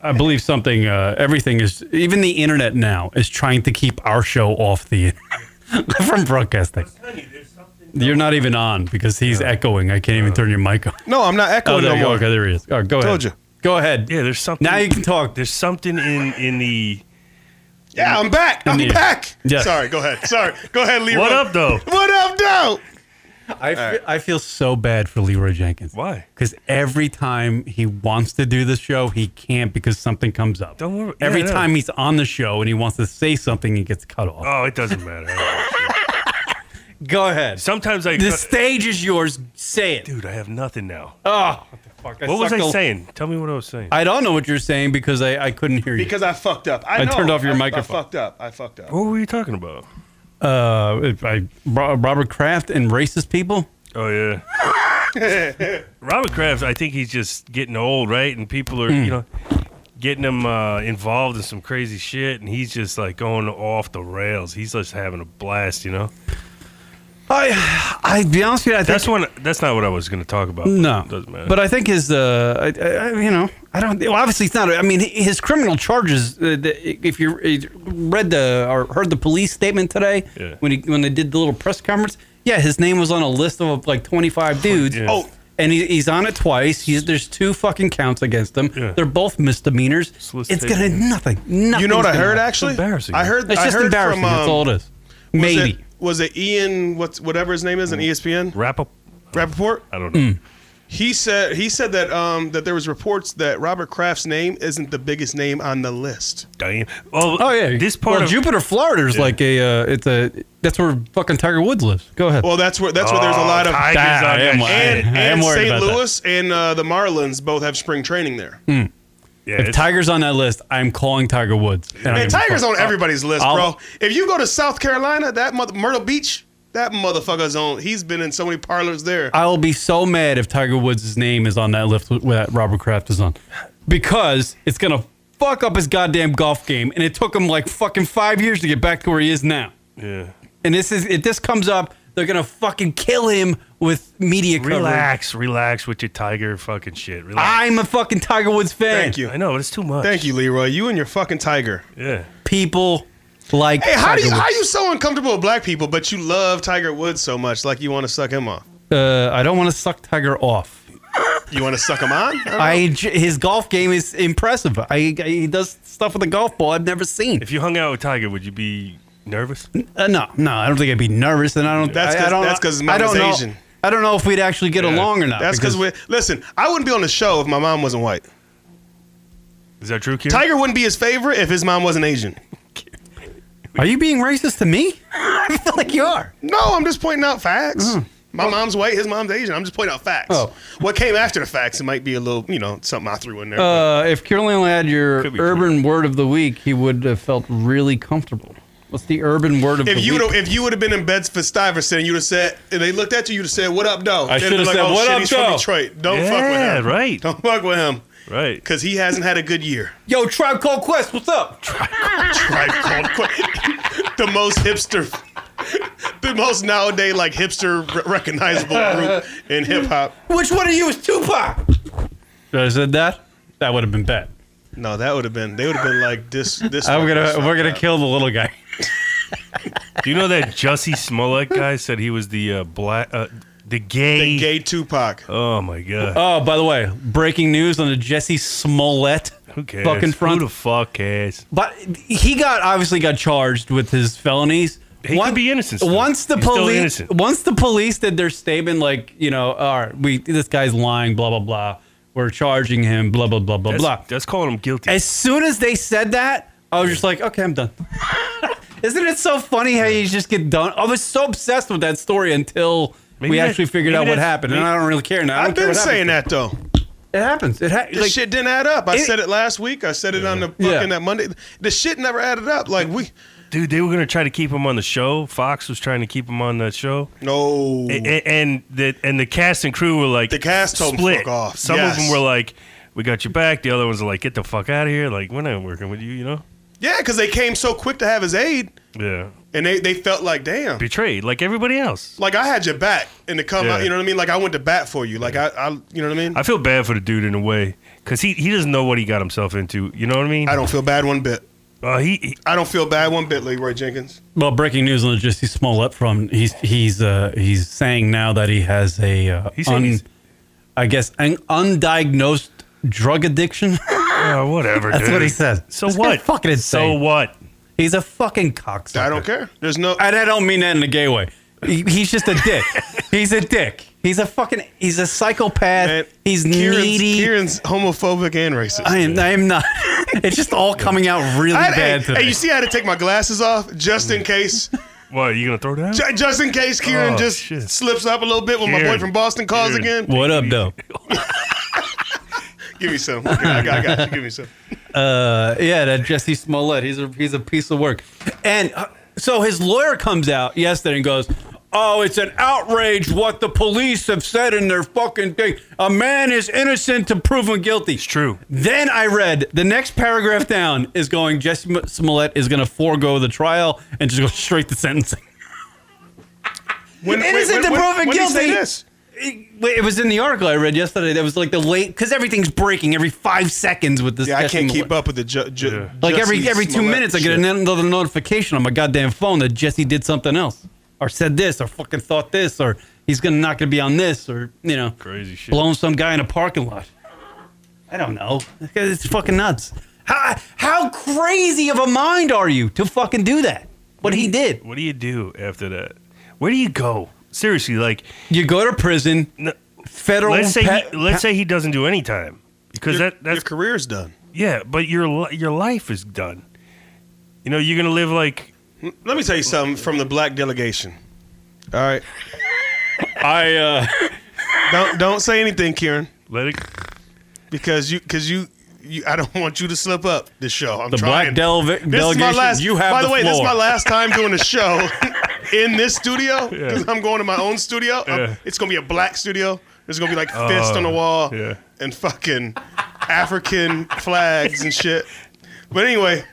I believe something, uh, everything is, even the internet now is trying to keep our show off the from broadcasting. You're not even on because he's echoing. I can't even Uh, turn your mic on. No, I'm not Oh, echoing there no you go. more. Okay, there he is. All right, go ahead. Told you. Go ahead. Yeah, there's something. Now you can talk. There's something in in the. Yeah, I'm back. I'm Indeed. back. Yes. Sorry, go ahead. Sorry. Go ahead, Leroy. What up, though? What up, though? I fe- I feel so bad for Leroy Jenkins. Why? Because every time he wants to do the show, he can't because something comes up. Don't worry. Every Yeah, I know. time he's on the show and he wants to say something, he gets cut off. Oh, it doesn't matter. Go ahead. Sometimes I. the stage is yours. Say it. Dude, I have nothing now. Oh, what the fuck? what was suck I a- saying? Tell me what I was saying. I don't know what you're saying because I, I couldn't hear you. Because I fucked up. I, I know. turned off your I, microphone. I fucked up. I fucked up. what were you talking about? uh, if I, Ro- Robert Kraft and racist people. Oh yeah. Robert Kraft, I think he's just getting old, right? And people are, Hmm. you know, getting him uh, involved in some crazy shit, and he's just like going off the rails. He's just having a blast, you know. I I be honest with you, I think That's one. That's not what I was going to talk about. No, doesn't matter. But I think his, uh, I, I, I- you know, I don't. Well, obviously, it's not. I mean, his criminal charges. Uh, the, if you uh, read the or heard the police statement today, Yeah. when he when they did the little press conference, yeah, his name was on a list of like twenty five dudes. Yeah. Oh. And he, he's on it twice. He's, there's two fucking counts against him. Yeah. They're both misdemeanors. It's Solicitation. gonna nothing. Nothing. You know what I heard actually? embarrassing. I heard. It's I just heard embarrassing. From, um, That's all it is. was Maybe. it- Was it Ian? What's whatever his name is in E ESPN? wrap up. Rappaport. Mm. I don't know. Mm. He said he said that um that there was reports that Robert Kraft's name isn't the biggest name on the list. Damn. Well, Oh yeah, This part Well, of Jupiter, Florida is like a. Uh, it's a. That's where fucking Tiger Woods lives. Go ahead. Well, that's where that's where there's a lot of Oh, Tigers Ah, on I am that lying. shit. and, I am and worried St. about that. Louis and uh, the Marlins both have spring training there. Yeah, If it's- Tiger's on that list, I'm calling Tiger Woods. And I don't give Man, a Tiger's fuck. Oh. on everybody's list, I'll- bro. If you go to South Carolina, that mother Myrtle Beach, that motherfucker's on. He's been in so many parlors there. I will be so mad if Tiger Woods' name is on that list with- that Robert Kraft is on, because it's gonna fuck up his goddamn golf game. And it took him like fucking five years to get back to where he is now. yeah. And this is if this comes up, they're gonna fucking kill him with media coverage. Relax, relax with your tiger fucking shit. Relax. I'm a fucking Tiger Woods fan. Thank you. I know, but it's too much. Thank you, Leroy. You and your fucking tiger. Ah. Yeah. People like. Hey, how Tiger do you, Woods. how are you so uncomfortable with black people, but you love Tiger Woods so much, like you want to suck him off? uh, I don't want to suck Tiger off. You want to suck him on? I j- his golf game is impressive. I, I- he does stuff with a golf ball I've never seen. If you hung out with Tiger, would you be nervous? Uh, no, no, I don't think I'd be nervous, and I don't. That's I- 'cause- I, don't. that's 'cause his I don't mama's know- Asian. I don't know if we'd actually get along or not. That's because we listen. I wouldn't be on the show if my mom wasn't white. Is that true, Kieran? Tiger wouldn't be his favorite if his mom wasn't Asian. Are you being racist to me? I feel like you are. No, I'm just pointing out facts. My mom's white, his mom's Asian. I'm just pointing out facts. Mm. Oh. What came after the facts? It might be a little, you know, something I threw in there. but- Uh, if Carolina had your Could be urban word of the week, he would have felt really comfortable. What's the urban word of if the you week? would've- if you would have been in Bedford Stuyvesant, you'd have said, and they looked at you, you'd have said, "What up, though?" I They'd should have be "Oh, said, "What shit, up, he's though?" from Detroit. Don't fuck with Yeah, him. right. Don't fuck with him Right. because he hasn't had a good year. Yo, Tribe Called Quest, what's up? Tribe Called Quest. the most hipster, the most nowadays like hipster re- recognizable group in hip hop. Which one of you is Tupac? Should I said that? That would have been bad. No, that would have been. They would have been like this. This. I'm one, gonna. this We're one, gonna that. kill the little guy. Do you know that Jussie Smollett guy said he was the uh, black, uh, the gay? The gay Tupac. Oh my god! Oh, by the way, breaking news on the Jesse Smollett Who cares? fucking front. Who the fuck cares? but he got obviously got charged with his felonies. He could be innocent still. Once the He's still police, innocent. once the police did their statement, like you know, all right, we this guy's lying, blah blah blah. We're charging him, blah blah blah blah That's, blah. that's calling him guilty. As soon as they said that, I was just like, okay, I'm done. Isn't it so funny how you just get done? I was so obsessed with that story until Maybe we that- actually figured maybe out what that's- happened, and maybe- I don't really care now. I I've don't care been what saying that happened. though. It happens. It ha- This like- shit didn't add up. I It- said it last week. I said it on the fucking that Monday. The shit never added up. Like we, dude, they were gonna try to keep him on the show. Fox was trying to keep him on the show. No, and, the and the cast and crew were like, the cast told 'em split. fuck off. Some Yes. of them were like, "We got your back." The other ones are like, "Get the fuck out of here!" Like we're not working with you, you know? Yeah, because they came so quick to have his aid, Yeah, and they, they felt like damn betrayed, like everybody else. Like I had your back, and to come Yeah. out, you know what I mean. Like I went to bat for you. Like I, I you know what I mean. I feel bad for the dude in a way because he he doesn't know what he got himself into. You know what I mean? I don't feel bad one bit. Uh, he, he I don't feel bad one bit, Leroy Jenkins. Well, breaking news on Jesse Smollett from he's he's uh, he's saying now that he has a uh, He's saying un, he's- I guess an undiagnosed drug addiction. Oh, whatever. That's dude. what he says. So This guy's what? Fucking insane. So what? He's a fucking cocksucker. I don't care. There's no. And I don't mean that in a gay way. He- he's just a dick. he's a dick. He's a fucking. He's a psychopath. he's Kieran's, needy. Kieran's homophobic and racist. I am. I am not. it's just all coming out really I- bad. Mm. Hey, today. hey, you see, I had to take my glasses off just in case. What are you gonna throw down? Ju- just in case Kieran Oh, just shit. slips up a little bit when my boy Kieran, from Boston calls Kieran. again. What up, though? Give me some. Okay, I, got, I got you. Give me some. Uh, yeah, that Jesse Smollett. He's a he's a piece of work. And uh, so his lawyer comes out yesterday and goes, "Oh, it's an outrage what the police have said in their fucking thing. A man is innocent to proven guilty." It's true. Then I read the next paragraph down is going Jesse M- Smollett is going to forego the trial and just go straight to sentencing. When, Innocent when- to when- proven when did he say guilty. this? Wait, it was in the article I read yesterday. That was like the late because everything's breaking every five seconds with this. Yeah, I Jesse can't Smollett. keep up with the ju- ju- Like every Jesse every two Smollett minutes, I get shit. another notification on my goddamn phone that Jesse did something else, or said this, or fucking thought this, or he's gonna not gonna be on this, or you know, crazy shit. blowing some guy in a parking lot. I don't know. It's fucking nuts. How how crazy of a mind are you to fucking do that? What he did. What do you do after that? Where do you go? Seriously, like you go to prison. federal. Let's say pe- he, let's say he doesn't do any time because Your- that that's, your career's done. Yeah, but your li- your life is done. You know, you're gonna live like. Let me tell you something from the black delegation. All right. I uh don't don't say anything, Kieran. Let it because you because you. You, I don't want you to slip up this show. I'm The black trying. dele- This is my delegation, last- you have By the, the way, this is floor. my last time doing a show in this studio because I'm going to my own studio. I'm- Yeah. It's gonna be a black studio. There's gonna be like Oh, fist on the wall yeah. and fucking African flags and shit. But anyway,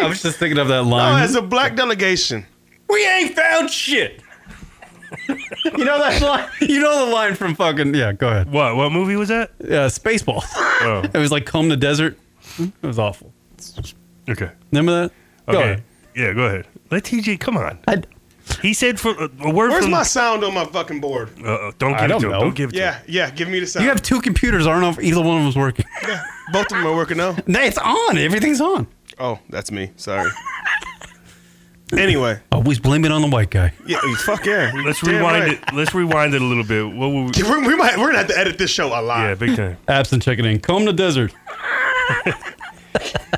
I was just thinking of that no, line. as a black delegation, we ain't found shit. you know that line. You know the line from fucking yeah. Go ahead. What what movie was that? Yeah, Spaceball. Oh. it was like comb the desert. It was awful. Okay. Remember that? Go okay. ahead. Yeah, go ahead. Let TJ. Come on. he said for a, a word where's from. my sound on my fucking board? Uh, don't I give it don't to him. know. Don't give it to him. Yeah, yeah. Give me the sound. You have two computers. I don't know if either one of them's working. Both of them are working now. No, it's on. Everything's on. Oh, that's me. Sorry. anyway, always blame it on the white guy. Yeah, you- fuck yeah. Let's Damn rewind right. it. Let's rewind it a little bit. What were we? Yeah, We're, we might, we're gonna have to edit this show a lot. Yeah, big time. Absent checking in. Comb the desert.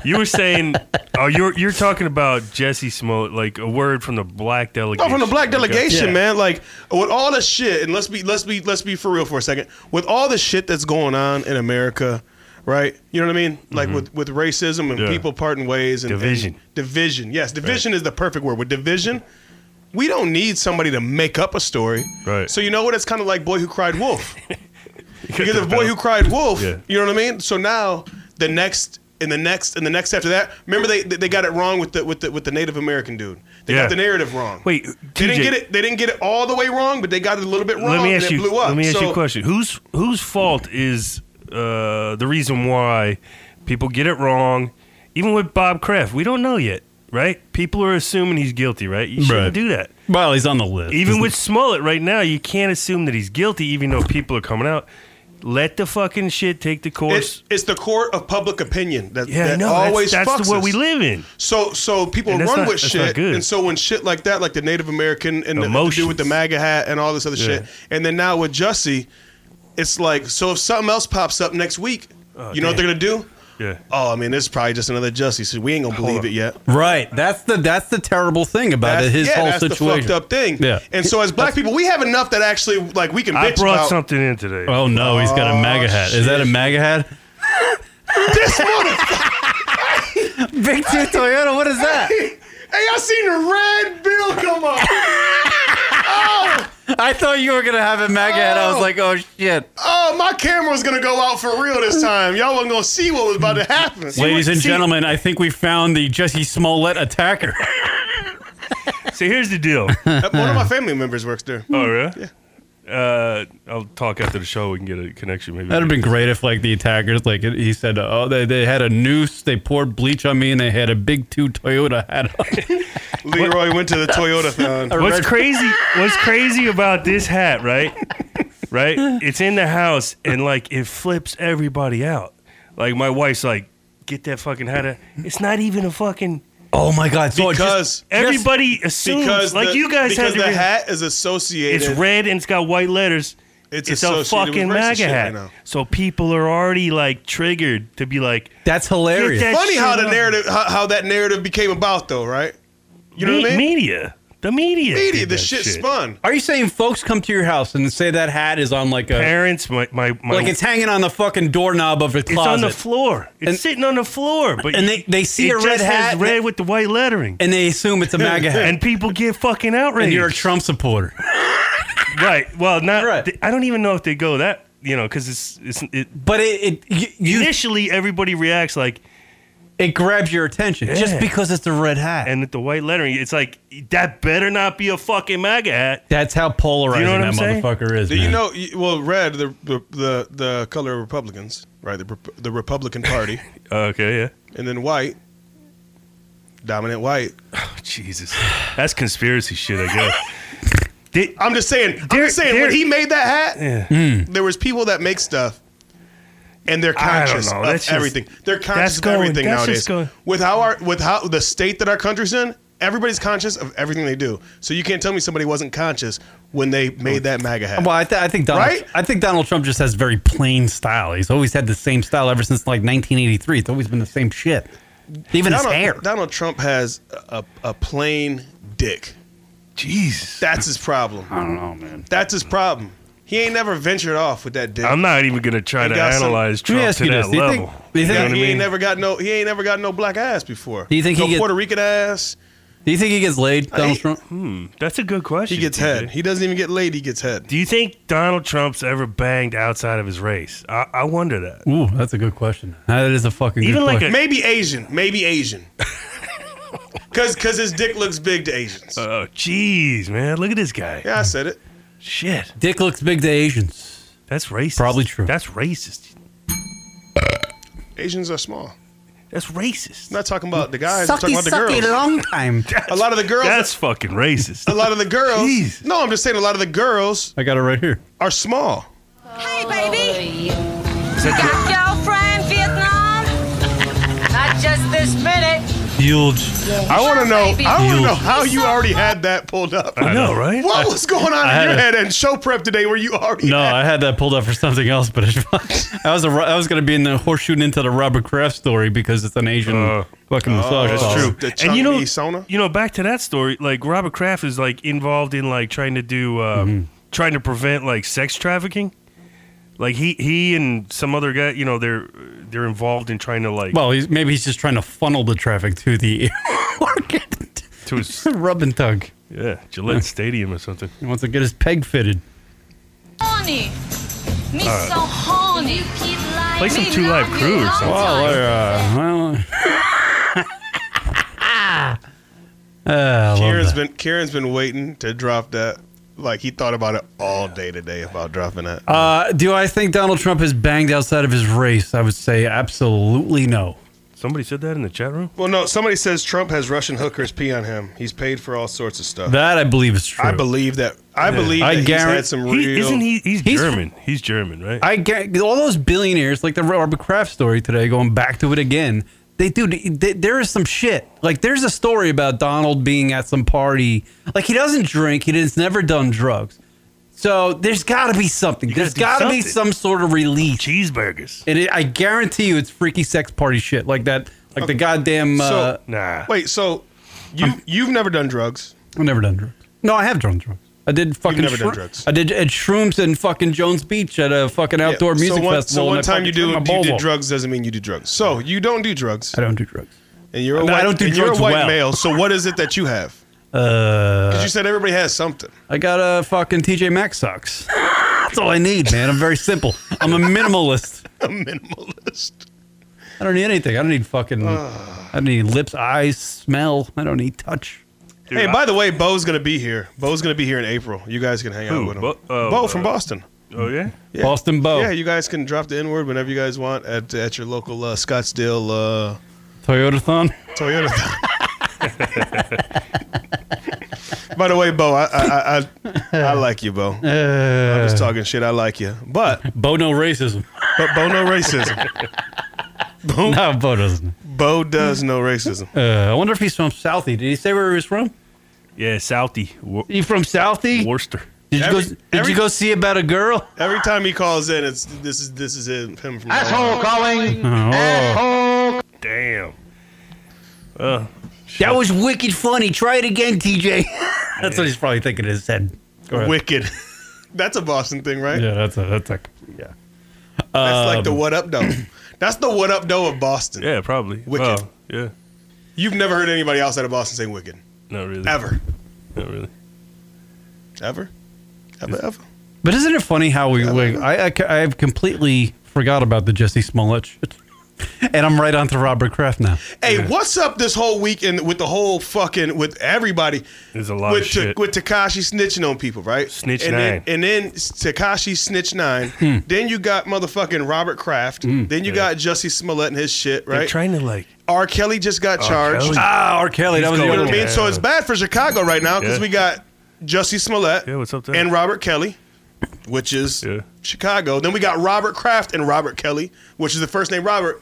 You were saying, oh, you're you're talking about Jesse Smollett, like a word from the black delegation. No, from the black delegation, Okay. man. Like with all the shit, and let's be let's be let's be for real for a second. With all the shit that's going on in America, right? You know what I mean? Like with with racism and Mm-hmm. Yeah. people parting ways and and Division. division. Yes, division is the perfect word. With division, we don't need somebody to make up a story. Right. So you know what? It's kind of like Boy Who Cried Wolf. because the of Boy bell. Who Cried Wolf, Yeah. you know what I mean. So now the next and the next and the next after that, remember they they got it wrong with the with the with the Native American dude. They Yeah. got the narrative wrong. Wait, They didn't TJ. get it. They didn't get it all the way wrong, but they got it a little bit wrong. Let me ask and you. it blew up. Let me ask you So- a question. Whose whose fault is uh, the reason why people get it wrong? Even with Bob Kraft, we don't know yet, right? People are assuming he's guilty, right? You shouldn't Right. do that. Well, he's on the list. Even with Smollett right now, you can't assume that he's guilty, even though people are coming out. Let the fucking shit take the course. It's, it's the court of public opinion that, Yeah, I that know. That's- always that's the fucks world us. we live in. So so people And that's run not- with that's not shit, good. and so when shit like that, like the Native American and the, the dude Emotions. with the MAGA hat and all this other Yeah. shit, and then now with Jussie, it's like so if something else pops up next week, you know what damn. they're gonna do? Oh, Yeah. Oh, I mean, this is probably just another Jussie. So we ain't gonna believe it yet. Right. That's the that's the terrible thing about That's- it, his yeah, whole that's situation. the fucked up thing. Yeah. And so as black people, we have enough that actually like we can. I bitch brought about. something in today. Oh no, he's got a MAGA hat. Is that a MAGA hat? This one. Big Two Toyota, what is that? Hey, I seen the red bill come up. oh, I thought you were gonna have a MAGA hat. I was like, oh shit. oh, my camera was gonna go out for real this time. Y'all wasn't gonna see what was about to happen. Ladies and gentlemen, I think we found the Jesse Smollett attacker. See, here's the deal. One of my family members works there. Oh, really? Uh, I'll talk after the show. We can get a connection, maybe. That'd have been great if, like, the attackers, like, he said, oh, they, they had a noose, they poured bleach on me, and they had a big two Toyota hat on. Leroy went to the Toyota thon. What's crazy? What's crazy about this hat, right? Right? It's in the house and like it flips everybody out. Like my wife's like, get that fucking hat. Out. It's not even a fucking. Oh my God! So Because Everybody assumes because like the, you guys because had the to. hat is associated. it's red and it's got white letters. It's It's a associated fucking with racist MAGA shit right hat. now. so people are already like triggered to be like, That's hilarious. Get that Funny how shit the off. narrative how, how that narrative became about though, right? You know me- what I mean? media. The media. Media, did the that shit, spun. Are you saying folks come to your house and say that hat is on like a Parents, my my, my like it's hanging on the fucking doorknob of a It's closet? on the floor. It's And- sitting on the floor. But and they, they see it a red just hat Has red with the white lettering. and they assume it's a MAGA hat. And people get fucking outraged. and you're a Trump supporter. right. Well, not. Right. th- I don't even know if they go that. You know, because it's it's it, But it, it you, you initially everybody reacts like, it grabs your attention just Yeah. because it's a red hat. and with the white lettering, it's like that better not be a fucking MAGA hat. that's how polarizing You know what that I'm saying? motherfucker is. Do you man. know? you- Well, red the the the, the color of Republicans, right? The Rep- the Republican Party, Okay, yeah. and then white, dominant white. Oh, Jesus, that's conspiracy shit. I guess. Did, I'm just saying. I'm There- just saying there- when he made that hat, Yeah. there was people that make stuff. And they're Mm. I don't conscious know. of That's just- everything. They're conscious that's of going- everything that's nowadays. just going- With how our with how the state that our country's in, everybody's conscious of everything they do. So you can't tell me somebody wasn't conscious when they made that MAGA hat. Well, I, th- I think Donald, Right? I think Donald Trump just has very plain style. He's always had the same style ever since like 1983. It's always been the same shit. Even Donald, his hair. Donald Trump has a, a plain dick. jeez, That's his problem. I don't know, man. That's his problem. He ain't never ventured off with that dick. I'm not even gonna try You to got some- analyze Let me Trump ask to you this. that Do you level. think- do you he think- know what I ain't mean? never got no. He ain't never got no black ass before. Do you think no he get- Puerto Rican ass? Do you think he gets laid, Donald Trump? That's a good question. He gets TJ. head. He doesn't even get laid. He gets head. Do you think Donald Trump's ever banged outside of his race? I, I wonder that. Ooh, that's a good question. That is a fucking Even good like question. a- Maybe Asian. Maybe Asian. Cause, cause his dick looks big to Asians. Oh, jeez, man, look at this guy. yeah, I said it. Shit, Dick looks big to Asians. that's racist. Probably true. That's racist. Asians are small. That's racist. I'm not talking about the guys. I'm Sucky, talking about the sucky, girls. long time. A lot of the girls. That's fucking racist. a lot of the girls. Jeez. No, I'm just saying a lot of the girls I got it right here. are small. Hey, baby. Got girlfriend Vietnam? Not just this minute. Huge. I want to know. I want to You- know how you already had that pulled up. I know, right? What was going on I in had your a- head and show prep today? Where you already? No, had- I had that pulled up for something else, but it, I was a, I was gonna be in the horseshoe into the Robert Kraft story because it's an Asian Uh, fucking massage. that's parlor. true. True. The and you know, Changi sauna? you know, back to that story. Like Robert Kraft is like involved in like trying to do, um, Mm-hmm. trying to prevent like sex trafficking. Like he, he and some other guy, you know, they're they're involved in trying to like Well, he's, maybe he's just trying to funnel the traffic to the market. to his Rub and tug. yeah Gillette Stadium or something. He wants to get his peg fitted. Horny. Me so horny. Play some Two Live Crew or something. Well, uh, Ah, well. Kieran's been Kieran's been waiting to drop that. Like he thought about it all day today about dropping that. Uh, do I think Donald Trump is banged outside of his race? I would say absolutely no. Somebody said that in the chat room. well, no. Somebody says Trump has Russian hookers pee on him. He's paid for all sorts of stuff. That I believe is true. I believe that. I believe I that he's guarant- had some real. He, isn't he? He's, He's- German. He's German, right? I get all those billionaires, like the Robert Kraft story today, going back to it again. They do. They, there is some shit. Like there's a story about Donald being at some party. Like he doesn't drink. He has never done drugs. So there's got to be something. there's do got to be something. some sort of relief. Cheeseburgers. And it, I guarantee you, it's freaky sex party shit like that, like the goddamn. So- uh, Wait, so you you've never done drugs? I've never done drugs. No, I have done drugs. I did fucking. never done shroom- drugs. I did at shrooms in fucking Jones Beach at a fucking outdoor Yeah, music so one, festival. So and I one time fucking you do turned my you Volvo. did drugs doesn't mean you do drugs. So you don't do drugs. I don't do drugs. And you're a No, I white, don't do and you're drugs a white well. male. So what is it that you have? Uh, Because you said everybody has something. I got a fucking TJ Maxx socks. That's all I need, man. I'm very simple. I'm a minimalist. A minimalist. I don't need anything. I don't need fucking. I don't need lips, eyes, smell. I don't need touch. hey, by the way, Bo's gonna be here. Bo's gonna be here in April. You guys can hang out Who? with him. Bo- oh, Bo from uh, Boston. Oh yeah, Yeah. Boston Bo. Yeah, you guys can drop the N word whenever you guys want at at your local uh, Scottsdale uh, Toyota thon. Toyota. By the way, Bo, I I, I, I, I like you, Bo. Uh. I'm just talking shit. I like you, but Bo no racism. But Bo no racism. Bo, no, Bo doesn't. Bo does no racism. Uh, I wonder if he's from Southie. Did he say where he was from? Yeah, Southie. you from Southie? Worcester. Did you Every- go? Did every- you go see about a girl? Every time he calls in, it's this is this is him, him from Asshole calling. Oh. Damn. Uh, that was wicked funny. Try it again, TJ. That's what he's probably thinking in his head. Go ahead. Wicked. That's a Boston thing, right? Yeah, that's a that's a yeah. That's like the Um, what up dough. That's the what up dough of Boston. Yeah, probably. Wicked. Well, yeah. You've never heard anybody outside of Boston saying wicked. Not really. Ever. Not really. Ever? Ever? Ever? But isn't it funny how we, we I, I I have completely forgot about the Jesse Smollett, shit. and I'm right on to Robert Kraft now. Hey, what's up this whole weekend with the whole fucking with everybody? There's a lot with of shit. Ta- with Takashi snitching on people, right? Snitch and nine. Then, and then Takashi snitch nine. Hmm. Then you got motherfucking Robert Kraft. Then you got Jussie Smollett and his shit, They're right? trying to like. R. Kelly just got R. charged. Kelly. Ah, R. Kelly, that He's was the you know other what I mean. one. So it's bad for Chicago right now because Yeah. we got Jussie Smollett. Yeah, what's up there? And Robert Kelly, which is Chicago. Then we got Robert Kraft and Robert Kelly, which is the first name Robert.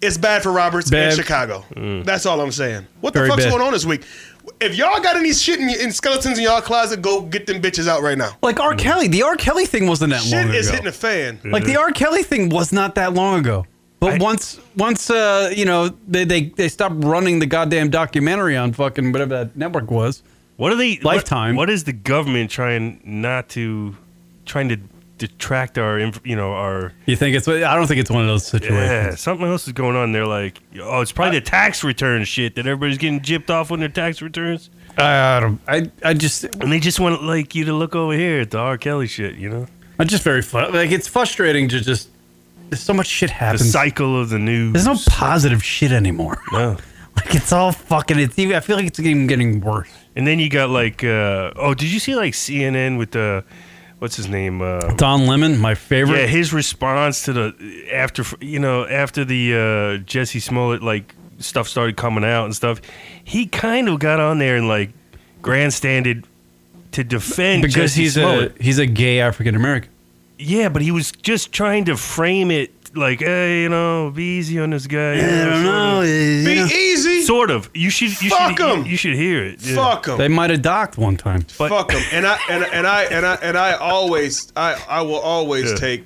It's bad for Roberts Bad. and Chicago. Mm. That's all I'm saying. What the Very fuck's bad. going on this week? If y'all got any shit in, in skeletons in y'all closet, go get them bitches out right now. Like Mm. R. Kelly, the R. Kelly thing wasn't that long Shit ago. is hitting the fan. Like the R. Kelly thing was not that long ago. But once once uh, you know they, they they stopped running the goddamn documentary on fucking whatever that network was. What are they? Lifetime. what is the government trying not to, trying to detract our, inf- you know, our. You think it's? I don't think it's one of those Yeah, situations. something else is going on. They're like, oh, it's probably the tax return shit that everybody's getting gypped off on their tax returns. I don't. I I just and they just want like you to look over here at the R. Kelly shit. You know, I'm just very fl- like it's frustrating to just. There's so much shit the happens. cycle of the news. There's no positive shit anymore. No. like it's all fucking. It's even. I feel like it's even getting worse. And then you got like, uh, oh, did you see like CNN with the, what's his name? Uh, Don Lemon, my favorite. Yeah, his response to the after you know after the uh, Jesse Smollett like stuff started coming out and stuff, he kind of got on there and like grandstanded to defend because Jesse he's Smollett. a he's a gay African American. yeah, but he was just trying to frame it like, hey, you know, be easy on this guy. I don't know. Be easy. Sort of. You should. You Fuck should, 'em. You, you should hear it. Yeah. Fuck 'em. They might have docked one time. Fuck them. And I and, and I and I and I always I I will always Yeah. take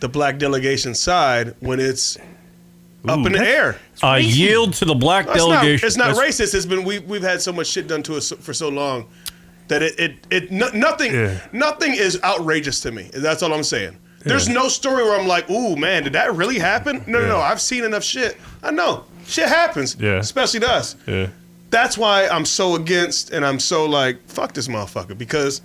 the black delegation side when it's up Ooh, in the that's- air. I yield to the black No, it's not- delegation. It's not, That's- racist. It's been we we've had so much shit done to us for so long that it it, it no, nothing Yeah. nothing is outrageous to me. That's all I'm saying. There's no story where I'm like, "Ooh, man, did that really happen?" No, no, no. I've seen enough shit. I know shit happens, Yeah. especially to us. Yeah. That's why I'm so against and I'm so like, "Fuck this motherfucker," because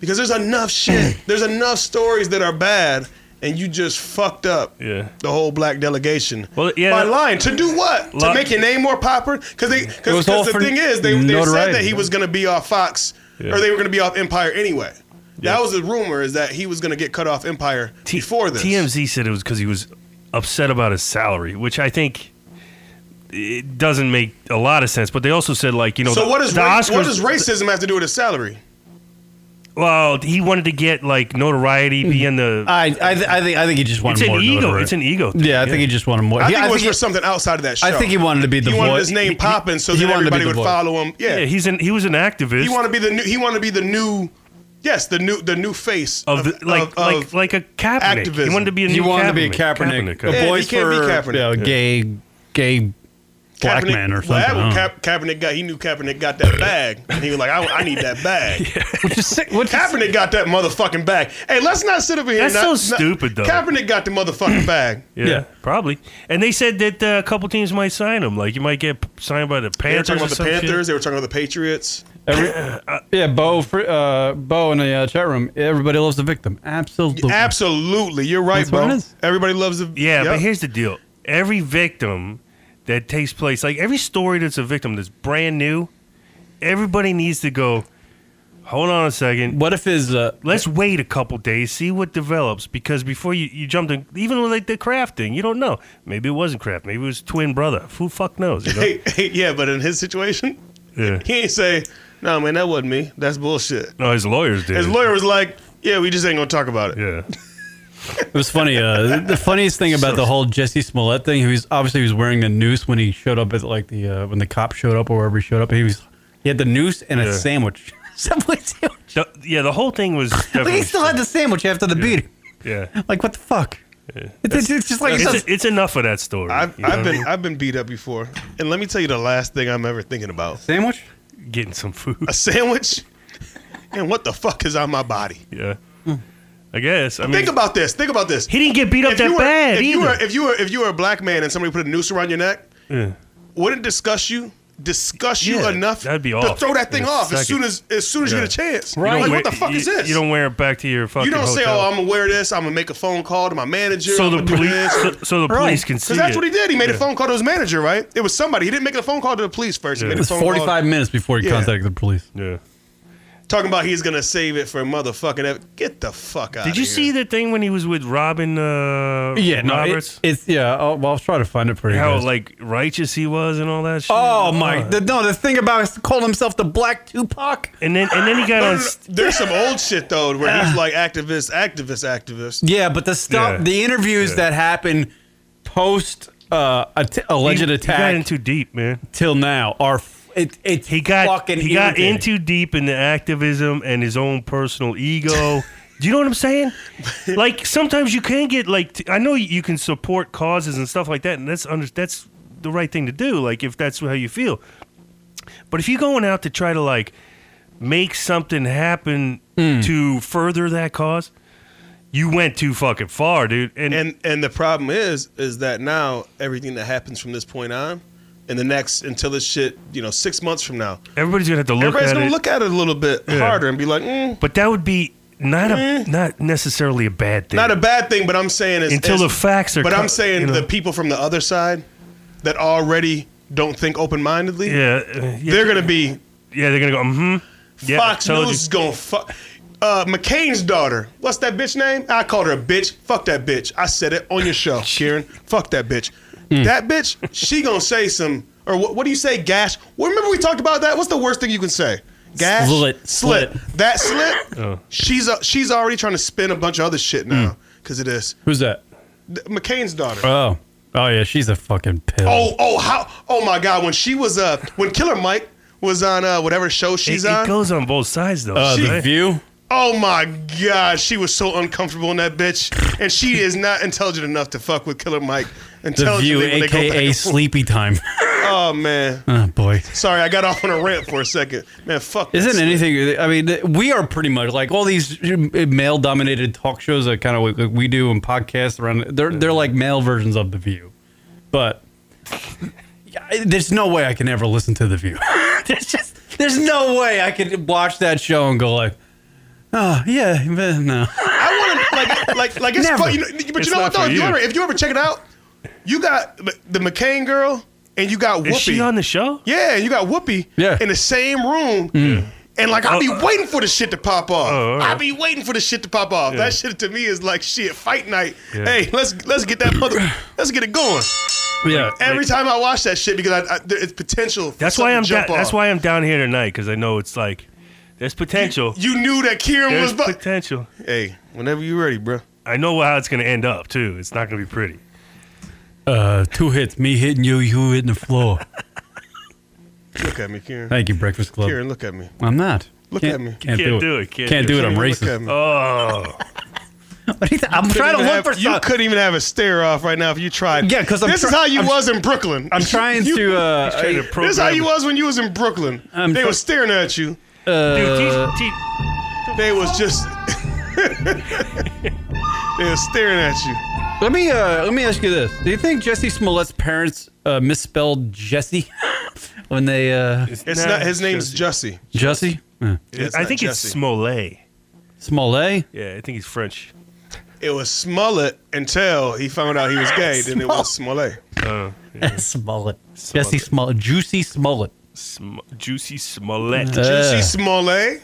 because there's enough shit. there's enough stories that are bad, and you just fucked up Yeah. the whole black delegation Well, yeah. by lying to do what? Lot- to make your name more popular? Because they It was because all the for thing is they, they said that notoriety. he was going to be off Fox Yeah. or they were going to be off Empire anyway. That was the rumor is that he was going to get cut off Empire before this. TMZ said it was because he was upset about his salary, which I think it doesn't make a lot of sense. But they also said like you know, so the, what does the ra- Oscars, what does racism have to do with his salary? Well, he wanted to get like notoriety, be in the. I I, th- I think I think he just wanted It's an more ego. notoriety. It's an ego. Thing. Yeah, I think he just wanted more. I Yeah, think it was he- for something outside of that show. I think he wanted to be the He wanted voice- his name he- popping so he that wanted to be everybody the would voice. follow him. Yeah. he's an he was an activist. he wanted to be the new he wanted to be the new Yes, the new the new face Of the- like- like- like a Kaepernick. He Activism. wanted to be a He wanted to be a Kaepernick. The Yeah, boys he can't for be Kaepernick. yeah, gay, gay black Kaepernick- man or Well, something. that I don't was know. Kaep- Kaepernick got. He knew Kaepernick got that bag, and he was like, "I, I need that bag." Which is sick. Which Kaepernick got that motherfucking bag. Hey, let's not sit up here. That's and so not- not- stupid, though. Kaepernick got the motherfucking bag. Yeah, probably. And they said that uh, a couple teams might sign him. Like you might get p- signed by the They were Panthers. talking about or the some shit. Panthers. They were talking about the Patriots. Every- yeah, Bo, fr- uh, Bo in the uh, chat room. Everybody loves the victim. Absolutely. Absolutely, you're right, That's what it bro. is. Everybody loves the. Yeah, Yep. but here's the deal: every victim that takes place, like every story that's a victim that's brand new, everybody needs to go. Hold on a second. What if his? Uh, Let's wait a couple days, see what develops, because before you you jumped in, even with like the craft thing, you don't know. Maybe it wasn't craft. Maybe it was twin brother. Who fuck knows? You know? Hey, hey, yeah, but in his situation, Yeah. he ain't say, "No, man, that wasn't me. That's bullshit." No, his lawyers did. His it. lawyer was like, "Yeah, we just ain't gonna talk about it." Yeah, It was funny. Uh, the funniest thing about the whole Jesse Smollett thing, he was obviously he was wearing the noose when he showed up at like the uh, when the cop showed up or wherever he showed up. He was he had the noose and a Yeah. sandwich. Subway sandwich. The- yeah, the whole thing was. Like, definitely he still had the sandwich after the beating. Yeah. Like, what the fuck? It's, it's, it's just like it's, it's, it's enough of that story. I've, you know I've what I been mean? I've been beat up before, and let me tell you the last thing I'm ever thinking about: Sandwich? getting some food. a sandwich, and what the fuck is on my body. Yeah. I guess. I mean, Think about this. Think about this. Hmm. he didn't get beat up If that you were, bad if either. you were if you were if you were a black man and somebody put a noose around your neck, Yeah. wouldn't disgust you disgust you Yeah, enough that'd be to off throw that in thing a off as second. soon as as soon as you Yeah. get a chance. You don't wear- Like, what the fuck you- is this? You don't wear it back to your fucking. You don't say, hotel. "Oh, I'm gonna wear this. I'm gonna make a phone call to my manager." So I'm the gonna do police, this." so, so the police can see Because that's it. what he did. He made Yeah. a phone call to his manager, right? It was somebody. He didn't make a phone call to the police first. Yeah. He made It a was phone forty call, five minutes before he Yeah. contacted the police. Yeah. talking about he's gonna save it for motherfucking. ev- Get the fuck out. Did you here. see the thing when he was with Robin? Uh, Yeah, no, Roberts. it, it's yeah. I'll, well, I'll try to find it for you. how guys. like righteous he was and all that. shit. oh my! The, no, the thing about calling himself the black Tupac. And then and then he got No, on. no, no. There's some old shit though, where he's like activist, activist, activist. yeah, but the stuff, Yeah. the interviews Yeah. that happen post uh, att- alleged he, He got attack in too deep, man. till now are f- it, it's He got fucking he got irritating. in too deep in the activism and his own personal ego. Do you know what I'm saying? Like sometimes you can get like t- I know you can support causes and stuff like that, and that's under that's the right thing to do. Like if that's how you feel, but if you're going out to try to like make something happen Hmm. to further that cause, you went too fucking far, dude. And, And and the problem is, is that now everything that happens from this point on, and the next until this shit, you know, six months from now, everybody's gonna have to look everybody's at gonna it. look at it a little bit Yeah. harder and be like, mm, but that would be not a not necessarily a bad thing. Eh. not a bad thing. But I'm saying is until is- the facts are. But co- I'm saying you know. the people from the other side that already don't think open mindedly, Yeah, uh, yeah, they're gonna be yeah, they're gonna go. Mm-hmm. Yeah, Fox told News is gonna fuck. Uh, McCain's daughter. What's that bitch name? I called her a bitch. Fuck that bitch. I said it on your show, Kieran. Fuck that bitch. That bitch. She gonna say some. Or what, what do you say? Gash. Well, remember we talked about that. What's the worst thing you can say? Gash. Slit. Slit. Slit. That slit. Oh. She's uh, she's already trying to spin a bunch of other shit now because of this. Who's that? Th- McCain's daughter. Oh, oh yeah, she's a fucking pill. Oh, oh, how? Oh my God! When she was uh, when Killer Mike was on uh, whatever show It, she's it on. goes on both sides though. uh, the right? View. Oh my God, she was so uncomfortable in that bitch, and she is not intelligent enough to fuck with Killer Mike. The Intelligently, View, when they go back aka and forth. Sleepy Time. Oh man, oh boy. sorry, I got off on a rant for a second. Man, fuck. that Isn't shit. anything? I mean, we are pretty much like all these uh, male-dominated talk shows that kind of like we do and podcasts around. They're they're like male versions of The View, but I- there's no way I can ever listen to The View. there's just there's no way I could watch that show and go like, oh yeah, but no. I want to like like like it's Never. fun, you know, but It's you know not what though? for If you. you. ever if you ever check it out, you got the the McCain girl and you got Whoopi. Is she on the show? Yeah, you got Whoopi Yeah. in the same room. And like I'll be waiting for the shit to pop off. uh, Oh, all right. I'll be waiting for the shit to pop off. That shit to me is like shit, fight night. Yeah. Hey, let's let's get that mother let's get it going. Yeah, Every time I watch that shit because I, I there, it's potential. for That's something why to I'm da- jump that's off. why I'm down here tonight because I know it's like there's potential. you knew that Kieran there's was bu- potential. Hey, whenever you ready, bro. I know how it's gonna end up too. It's not gonna be pretty. uh, two hits, me hitting you, you hitting the floor. Look at me, Kieran. Thank you, Breakfast Club. Kieran, look at me. I'm not. Look Can't- at me. can't do it. Can't do it, I'm Look racist. at me. Oh. I'm trying to look have, for You couldn't even have a stare off right now if you tried. Yeah, 'cause I'm this is try- how you I'm- was in Brooklyn. I'm trying You- to, uh, He's trying to this is how program- you was when you was in Brooklyn. I'm they try- were staring at you. Um, Uh, they was just. they were staring at you. Let me uh, let me ask you this: Do you think Jesse Smollett's parents uh, misspelled Jesse when they? Uh, It's not, his name's Jussie. Jesse. Yeah. It's I not think Jesse. it's Smollett. Smollett. Yeah, I think he's French. It was Smollett until he found out he was gay. then it was Smollett. Uh, Smollett. Jesse Smollett. Juicy Smollett. Sm- Juicy Smollett. Uh. Juicy Smollett.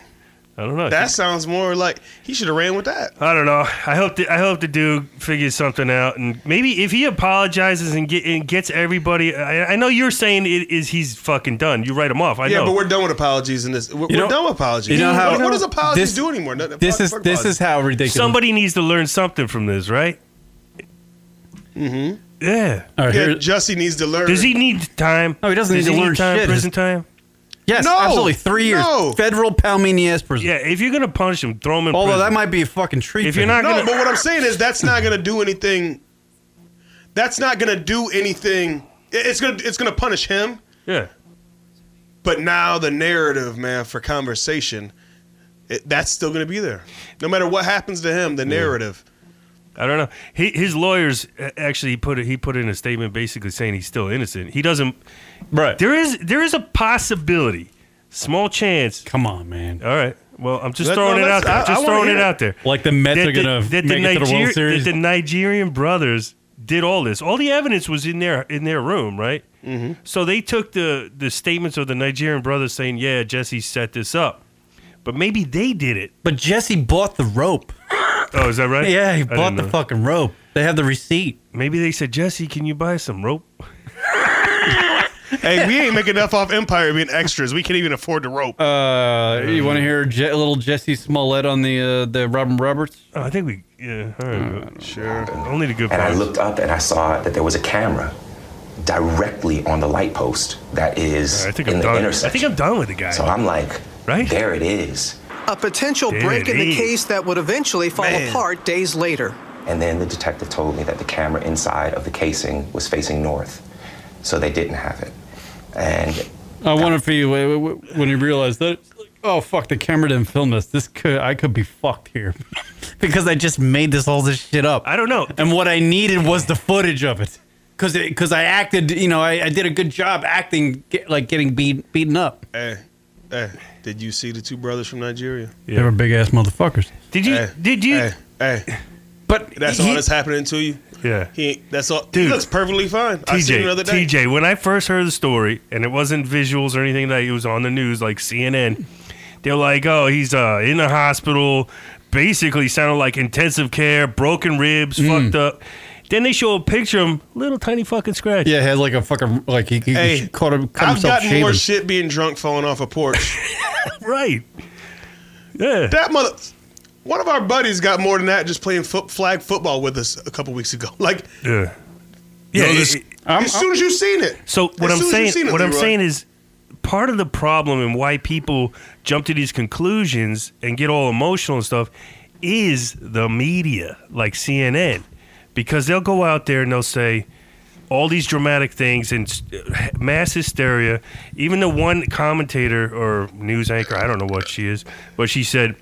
I don't know. I That think- sounds more like he should have ran with that. I don't know. I hope the, I hope the dude figures something out, and maybe if he apologizes and, get, and gets everybody. I, I know you're saying it is he's fucking done. You write him off. I yeah, know. but we're done with apologies in this. We're, You we're know- done with apologies. you know how- what, what does This- apologies do anymore? No, fuck- fuck apologies. Somebody needs to learn something from this, right? Mm-hmm. Yeah. yeah, Jussie needs to learn. Does he need time? No, he doesn't Does need to learn time, shit. Prison time. Yes, No! absolutely. Three years. No! Federal palmini ass prison. Yeah, if you're gonna punish him, throw him in. Although prison. that might be a fucking treat. If for you're him. not No, gonna- but what I'm saying is that's not going to do anything. That's not going to do anything. it- It's going to it's going to punish him. Yeah. But now the narrative, man, for conversation, it, that's still going to be there. No matter what happens to him, the narrative. I don't know. He, his lawyers uh, actually put it, he put in a statement basically saying he's still innocent. He doesn't. Right. There is there is a possibility, small chance. Come on, man. All right. Well, I'm just Let- throwing no, it out let's- there. I- I'm just I wanna throwing hear it it. out there. Like the Mets are the- gonna make it to the World Niger- Series? That the Nigerian brothers did all this. All the evidence was in their in their room, right? Mm-hmm. So they took the the statements of the Nigerian brothers saying, "Yeah, Jesse set this up," but maybe they did it. But Jesse bought the rope. Oh, is that right? Yeah, he I bought didn't the know. fucking rope. They have the receipt. Maybe they said, Jesse, can you buy some rope? hey, we ain't making enough off Empire being extras. We can't even afford the rope. Uh, you want to hear Je- little Jesse Smollett on the uh, the Robin Roberts? Oh, I think we. Yeah, all right. sure. Only the good And I parts. looked up and I saw that there was a camera directly on the light post that is I think in I'm the done. I intersection. think I'm done with the guy. so I'm like, right? there it is. A potential There break it in the is. case that would eventually fall Man. apart days later. And then the detective told me that the camera inside of the casing was facing north, so they didn't have it. And I wonder if he w- w- when he realized that. it's like, Oh fuck! The camera didn't film this. This could I could be fucked here because I just made this all this shit up. I don't know. And what I needed was the footage of it because because I acted. You know, I, I did a good job acting get, like getting beat beaten up. Hey, hey, did you see the two brothers from Nigeria? They were big ass motherfuckers. Did you? did you? Hey, hey. But that's he- all that's happening to you. Yeah. He ain't, that's all. Dude, Dude. he looks perfectly fine. I seen him TJ, the other day. TJ, when I first heard the story, and it wasn't visuals or anything like it was on the news, like CNN, they're like, "Oh, he's uh, in the hospital." Basically, sounded like intensive care, broken ribs, Mm. fucked up. Then they show a picture of him, little tiny fucking scratch. Yeah, he had like a fucking like he, he Hey, caught him. Cut I've himself gotten shaving. more shit being drunk falling off a porch. right. Yeah. That mother. One of our buddies got more than that just playing foot, flag football with us a couple weeks ago. Like, Yeah. Yeah. No, this- it- it- as soon as you seen it. So what As I'm soon as you saying, seen it, what I'm Leroy. saying is, part of the problem and why people jump to these conclusions and get all emotional and stuff is the media, like CNN, because they'll go out there and they'll say all these dramatic things and s- mass hysteria. Even the one commentator or news anchor, I don't know what she is, but she said,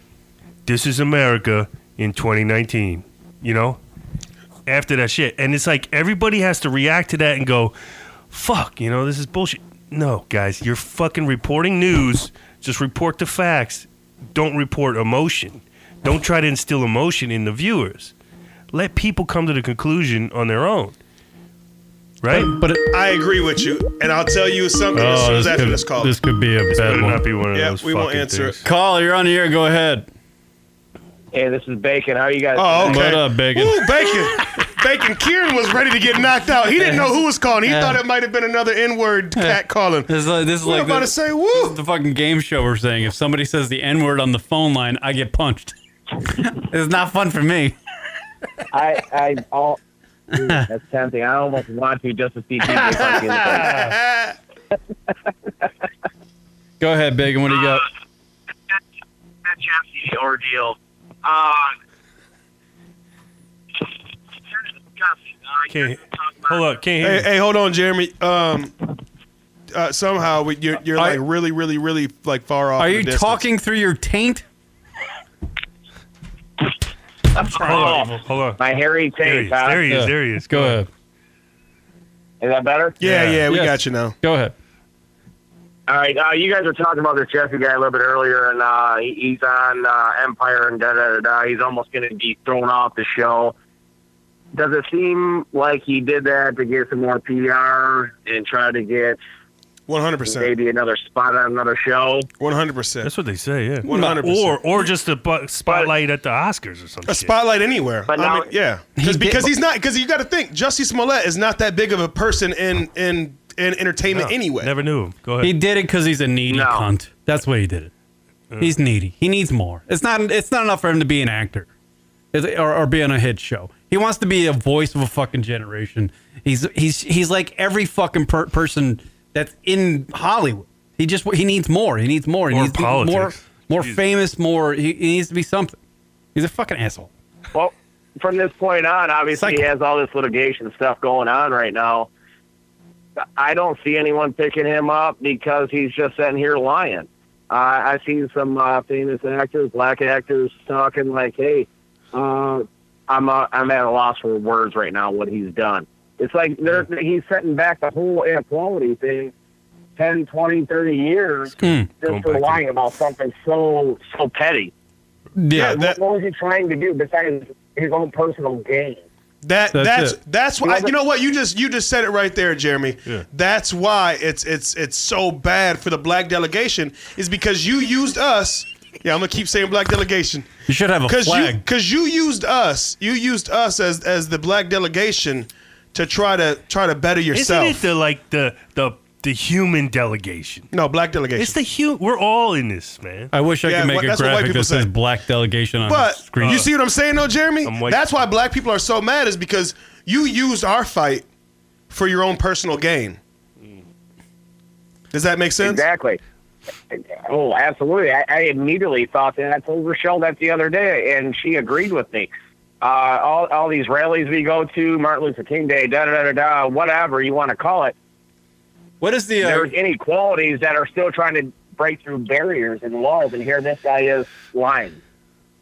"This is America in 2019." You know, after that shit. And it's like everybody has to react to that and go, fuck, you know, this is bullshit. No, guys, you're fucking reporting news. Just report the facts. Don't report emotion. Don't try to instill emotion in the viewers. Let people come to the conclusion on their own. Right? But it, I agree with you, and I'll tell you something Oh, as soon as after could, Oh, this call. This could be a bad better one. not be one of Yeah, those we won't fucking answer things. Call, you're on the air. Go ahead. Hey, this is Bacon. How you guys? Oh, okay. What up, Bacon? Ooh, bacon. bacon. Kieran was ready to get knocked out. He didn't know who was calling. He Yeah. thought it might have been another N-word cat calling. This is like, this is We like were about the, to say, This is the fucking game show we're saying. If somebody says the N word on the phone line, I get punched. it's not fun for me. I, I, all. Dude, that's tempting. I almost want to just to see DJ fuck you in the face. Go ahead, Bacon. What do you got? Chassis ordeal. Ah, Uh, Okay, hold on. Can't hey, hey, hold on, Jeremy. Um, uh, somehow we, you're you're like really, really, really like far off. Are in the you distance. talking through your taint? Hold on. Hold on. oh, My hairy taint. huh? There he is. There he is. Go ahead. Is that better? Yeah, yeah, we got you now. Go ahead. All right, uh, you guys were talking about this Jesse guy a little bit earlier, and uh, he, he's on uh, Empire and da da da. da. He's almost going to be thrown off the show. Does it seem like he did that to get some more PR and try to get one hundred percent maybe another spot on another show? One hundred percent. That's what they say. Yeah. 100%. Or or just a bu- spotlight at the Oscars or something. A spotlight anywhere. But I now- mean, yeah, 'Cause- because he's not. Because you got to think, Jussie Smollett is not that big of a person in in in entertainment anyway. Never knew him. Go ahead. He did it because he's a needy cunt. That's why he did it. Uh. He's needy. He needs more. It's not. It's not enough for him to be an actor, It's- or, or be on a hit show. He wants to be a voice of a fucking generation. He's he's he's like every fucking per- person that's in Hollywood. He just he needs more. He needs more. He More needs to be politics. more more Jesus. famous. More. He, he needs to be something. He's a fucking asshole. Well, from this point on, obviously he has all this litigation stuff going on right now. I don't see anyone picking him up because he's just sitting here lying. Uh, I've seen some uh, famous actors, black actors, talking like, "Hey, uh, I'm uh, I'm at a loss for words right now. What he's done. It's like they're, he's setting back the whole inequality thing, 10, 20, 30 years just for lying about something so so petty. Yeah, What- what was he trying to do besides his own personal gain? That That's that's it. that's why you know what you just you just said it right there, Jeremy. That's why it's it's it's so bad for the black delegation is because you used us. Yeah, I'm gonna keep saying black delegation. You should have a you flag. because you used us. You used us as as the black delegation to try to try to better yourself. Isn't it the like the the the human delegation? No, black delegation. It's the human. We're all in this, man. I wish I Yeah, could make what- a that's what white graphic people that says say. "Black Delegation" on the But screen. you see what I'm saying, though, Jeremy? white. That's why black people are so mad is because you used our fight for your own personal gain. Does that make sense? Exactly. Oh, absolutely. I, I immediately thought that. I told Rochelle that the other day, and she agreed with me. Uh, all, all these rallies we go to, Martin Luther King Day, da da da da, whatever you want to call it. What is the. uh, There's inequalities that are still trying to break through barriers and walls, and here this guy is lying.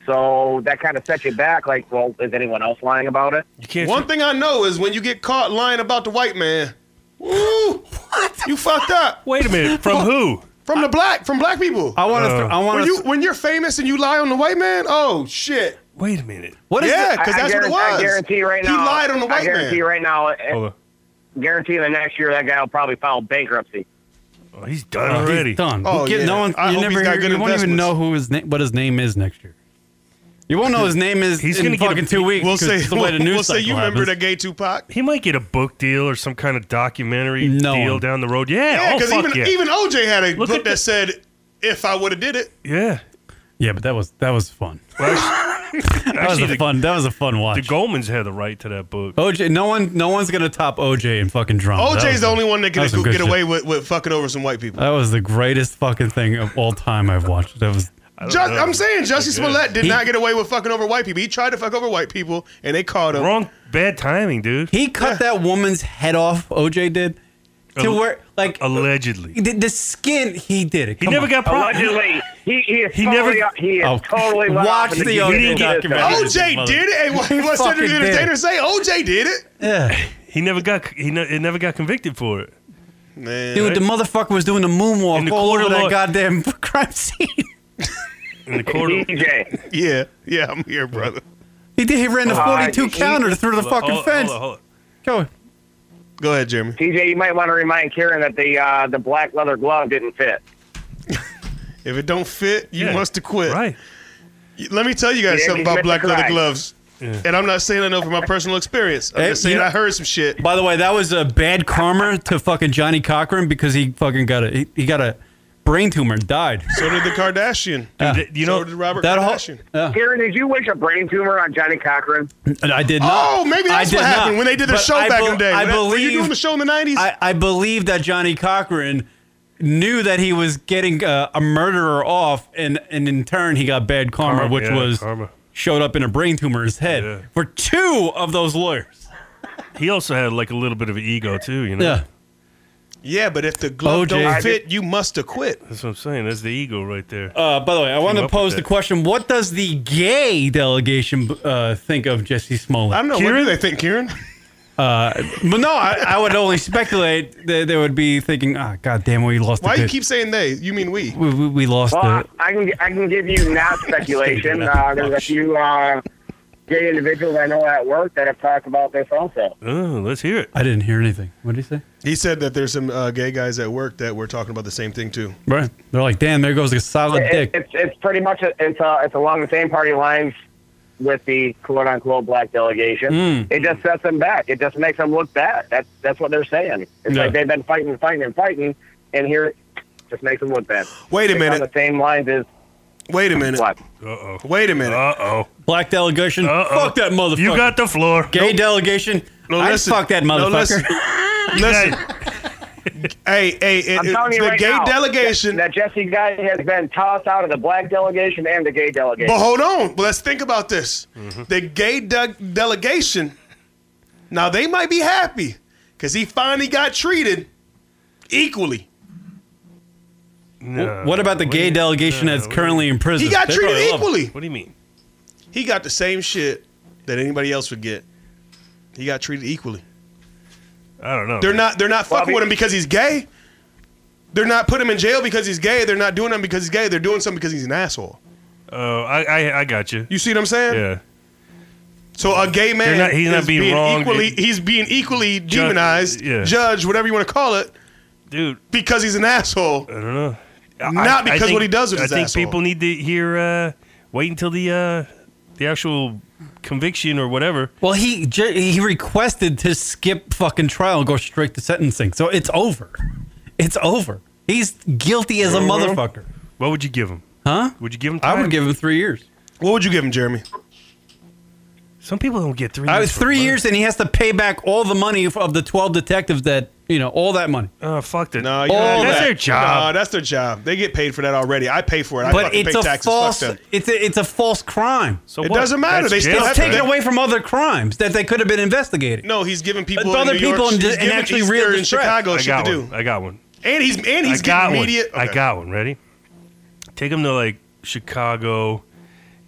So that kind of sets you back like, well, is anyone else lying about it? You One thing I know is when you get caught lying about the white man, woo, what? You fucked up. Wait a minute. From who? From the black, from black people. I wanna throw- I wanna When, you, when you're famous and you lie on the white man, oh shit. Wait a minute. What is yeah, I- because I that's what it guarantee- was. I guarantee right now. He lied on the I white guarantee man. right now. eh, Hold Guarantee the next year that guy will probably file bankruptcy. Oh, he's done Oh, he's already. done. Who get- No one, you never hear, you won't even know who his na- what his name is next year. You won't know his name is He's in gonna get a- fucking two weeks. We'll 'cause say- it's the way the we'll- news we'll say cycle you remember happens. The gay Tupac. He might get a book deal or some kind of documentary No. deal down the road. Yeah. Yeah, oh, because fuck even yeah. even OJ had a Look book at that the- said, "If I would have did it." yeah. Yeah, but that was that was fun. that was actually, a the- fun. That was a fun The watch. Goldmans had the right to that book. OJ, no one, no one's gonna top OJ in fucking drama. That OJ's was Oh, the only one that that can was some get good shit. away with, with fucking over some white people. That was the greatest fucking thing of all time I've watched. That was. Ju- I'm saying Jussie Smollett did He- not get away with fucking over white people. He tried to fuck over white people, and they caught him. Wrong, bad timing, dude. He cut that woman's head off. OJ did. To Al- where, like, allegedly, the, the skin. He did it. He never got pro- Allegedly, he, he is He totally, never- he is Oh. totally Watch laughing the at OJ you. documentary. OJ did it. Hey, what, He what's fucking Cedric the did. Entertainer say? OJ did it. Yeah. He never got he ne- it never got convicted for it. Man. Dude, the motherfucker was doing the moonwalk In the all over corduroy- that goddamn crime scene. in the corridor. DJ. Yeah, yeah, I'm here, brother. He did. He ran the 42 counter through the fucking fence. Go on. Go ahead, Jeremy. TJ, you might want to remind Karen that the uh, the black leather glove didn't fit. If it don't fit, you Yeah, must have quit. Right. Let me tell you guys Yeah, something you about meant black to leather cry. gloves. And I'm not saying I know from my personal experience. I'm Hey, just saying you know- I heard some shit. By the way, that was a bad karma to fucking Johnny Cochran because he fucking got a he, he got a brain tumor and died. So did the Kardashian. Yeah. so did Robert that whole- Kardashian. Karen, did you wish a brain tumor on Johnny Cochran? And I did not. Oh, maybe that's I did what happened not. when they did the But show I back bel- in the day. I When that- were you believe doing the show in the nineties. I, I believe that Johnny Cochran knew that he was getting uh, a murderer off, and and in turn he got bad karma, Karma, which yeah, was karma. showed up in a brain tumor in his head for two of those lawyers. He also had like a little bit of ego too, you know. Yeah. Yeah, but if the glove OJ. I don't fit, did- you must have quit. That's what I'm saying. That's the ego right there. Uh, by the way, I want Came to up pose with the that. question: What does the gay delegation uh, think of Jesse Smollett? I don't know. What do they think, Kieran? Uh, but no, I, I would only speculate that they would be thinking, "Ah, God damn, we lost." Why the you bid. keep saying they? You mean we? We, we, we lost Well, the. I can I can give you not speculation. Uh, there's a few uh, gay individuals I know at work that have talked about this also. Oh, let's hear it. I didn't hear anything. What did he say? He said that there's some uh, gay guys at work that were talking about the same thing too. Right? They're like, "Damn, there goes a solid It- dick." it's it's pretty much a, it's uh, it's along the same party lines with the quote unquote black delegation. Mm. It just sets them back. It just makes them look bad. That's that's what they're saying. It's Yeah. like they've been fighting, and fighting, and fighting, and here it just makes them look bad. Wait a It's minute. On the same lines as Wait a minute. What? Uh-oh. Wait a minute. Uh-oh. Black delegation. Fuck that motherfucker. You got the floor. Gay delegation. No, I listen. fuck that No, motherfucker. listen. Listen. hey, hey, it, I'm telling it- you the right gay now, delegation. That Jesse guy has been tossed out of the black delegation and the gay delegation. But hold on. Well, Let's think about this. Mm-hmm. The gay de- delegation. Now they might be happy because he finally got treated equally. W- What about the gay delegation that's currently in prison? He got They treated probably love him. equally. What do you mean? He got the same shit that anybody else would get. He got treated equally. I don't know. They're not. They're not fucking Bobby- with him because he's gay. They're not putting him in jail because he's gay. They're not doing him because he's gay. They're doing something because he's an asshole. Oh, I, I I got you. You see what I'm saying? Yeah. So a gay man, They're not- he's not is being wronged. Equally, It- he's being equally demonized, yeah. judged, whatever you want to call it, dude, because he's an asshole. I don't know. Not because think- what he does with I his think asshole. people need to hear. Uh, wait until the uh, the actual conviction or whatever. Well, he ju- he requested to skip fucking trial and go straight to sentencing, so it's over. It's over. He's guilty as a Mm-hmm. motherfucker, What would you give him? huh? Would you give him? I time? would give him three years. What would you give him, Jeremy? Some people don't get three. I years was for three murder. years, and he has to pay back all the money of- of the twelve detectives that you know, all that money. Oh fuck that! No, you All that. don't have that. That's their job. No, that's their job. They get paid for that already. I pay for it. I but fucking it's pay a taxes. false. Fuck them. It's a, it's a false crime. So It what? doesn't matter. That's They still jail it's have to taken pay. away from other crimes that they could have been investigating. No, he's giving people But in other New York- people in- he's in giving- actually he's- real they're in distress. Chicago I shit got to one. do. I got one. And he's and he's I got getting one. media. I okay. got one. Ready? Take him to like Chicago,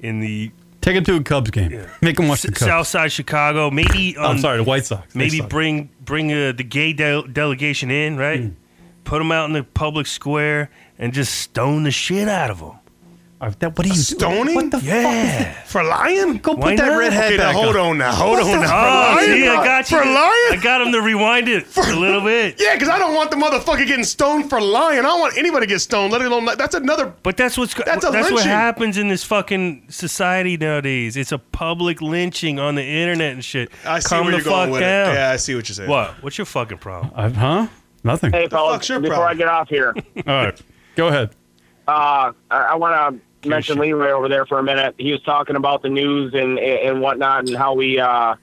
in the Take him to a Cubs game. Make him watch the Cubs. South Side Chicago. Maybe Oh, on, I'm sorry, the White Sox. Hmm. They Maybe suck. bring bring uh, the gay de- delegation in, right? Put them out in the public square and just stone the shit out of them. Uh, that- what are you Stoning? What the yeah. For lying? Go put that redhead okay, back Now, hold up. on now. Hold What on the now. Oh, see, I got you. For lying? I got him to rewind it a little bit. Yeah, because I don't want the motherfucker getting stoned for lying. I don't want anybody to get stoned, let alone that's another. But that's what's That's a that's what lynching. happens in this fucking society nowadays. It's a public lynching on the internet and shit. I see Calm where the you're going fuck with down. it. Yeah, I see what you're saying. What? What's your fucking problem? Uh, huh? Nothing. Hey, fellas, fuck's your before problem? I get off here, All right. Go ahead. uh, I, I want to mention Leroy over there for a minute. He was talking about the news and and whatnot, and how we uh,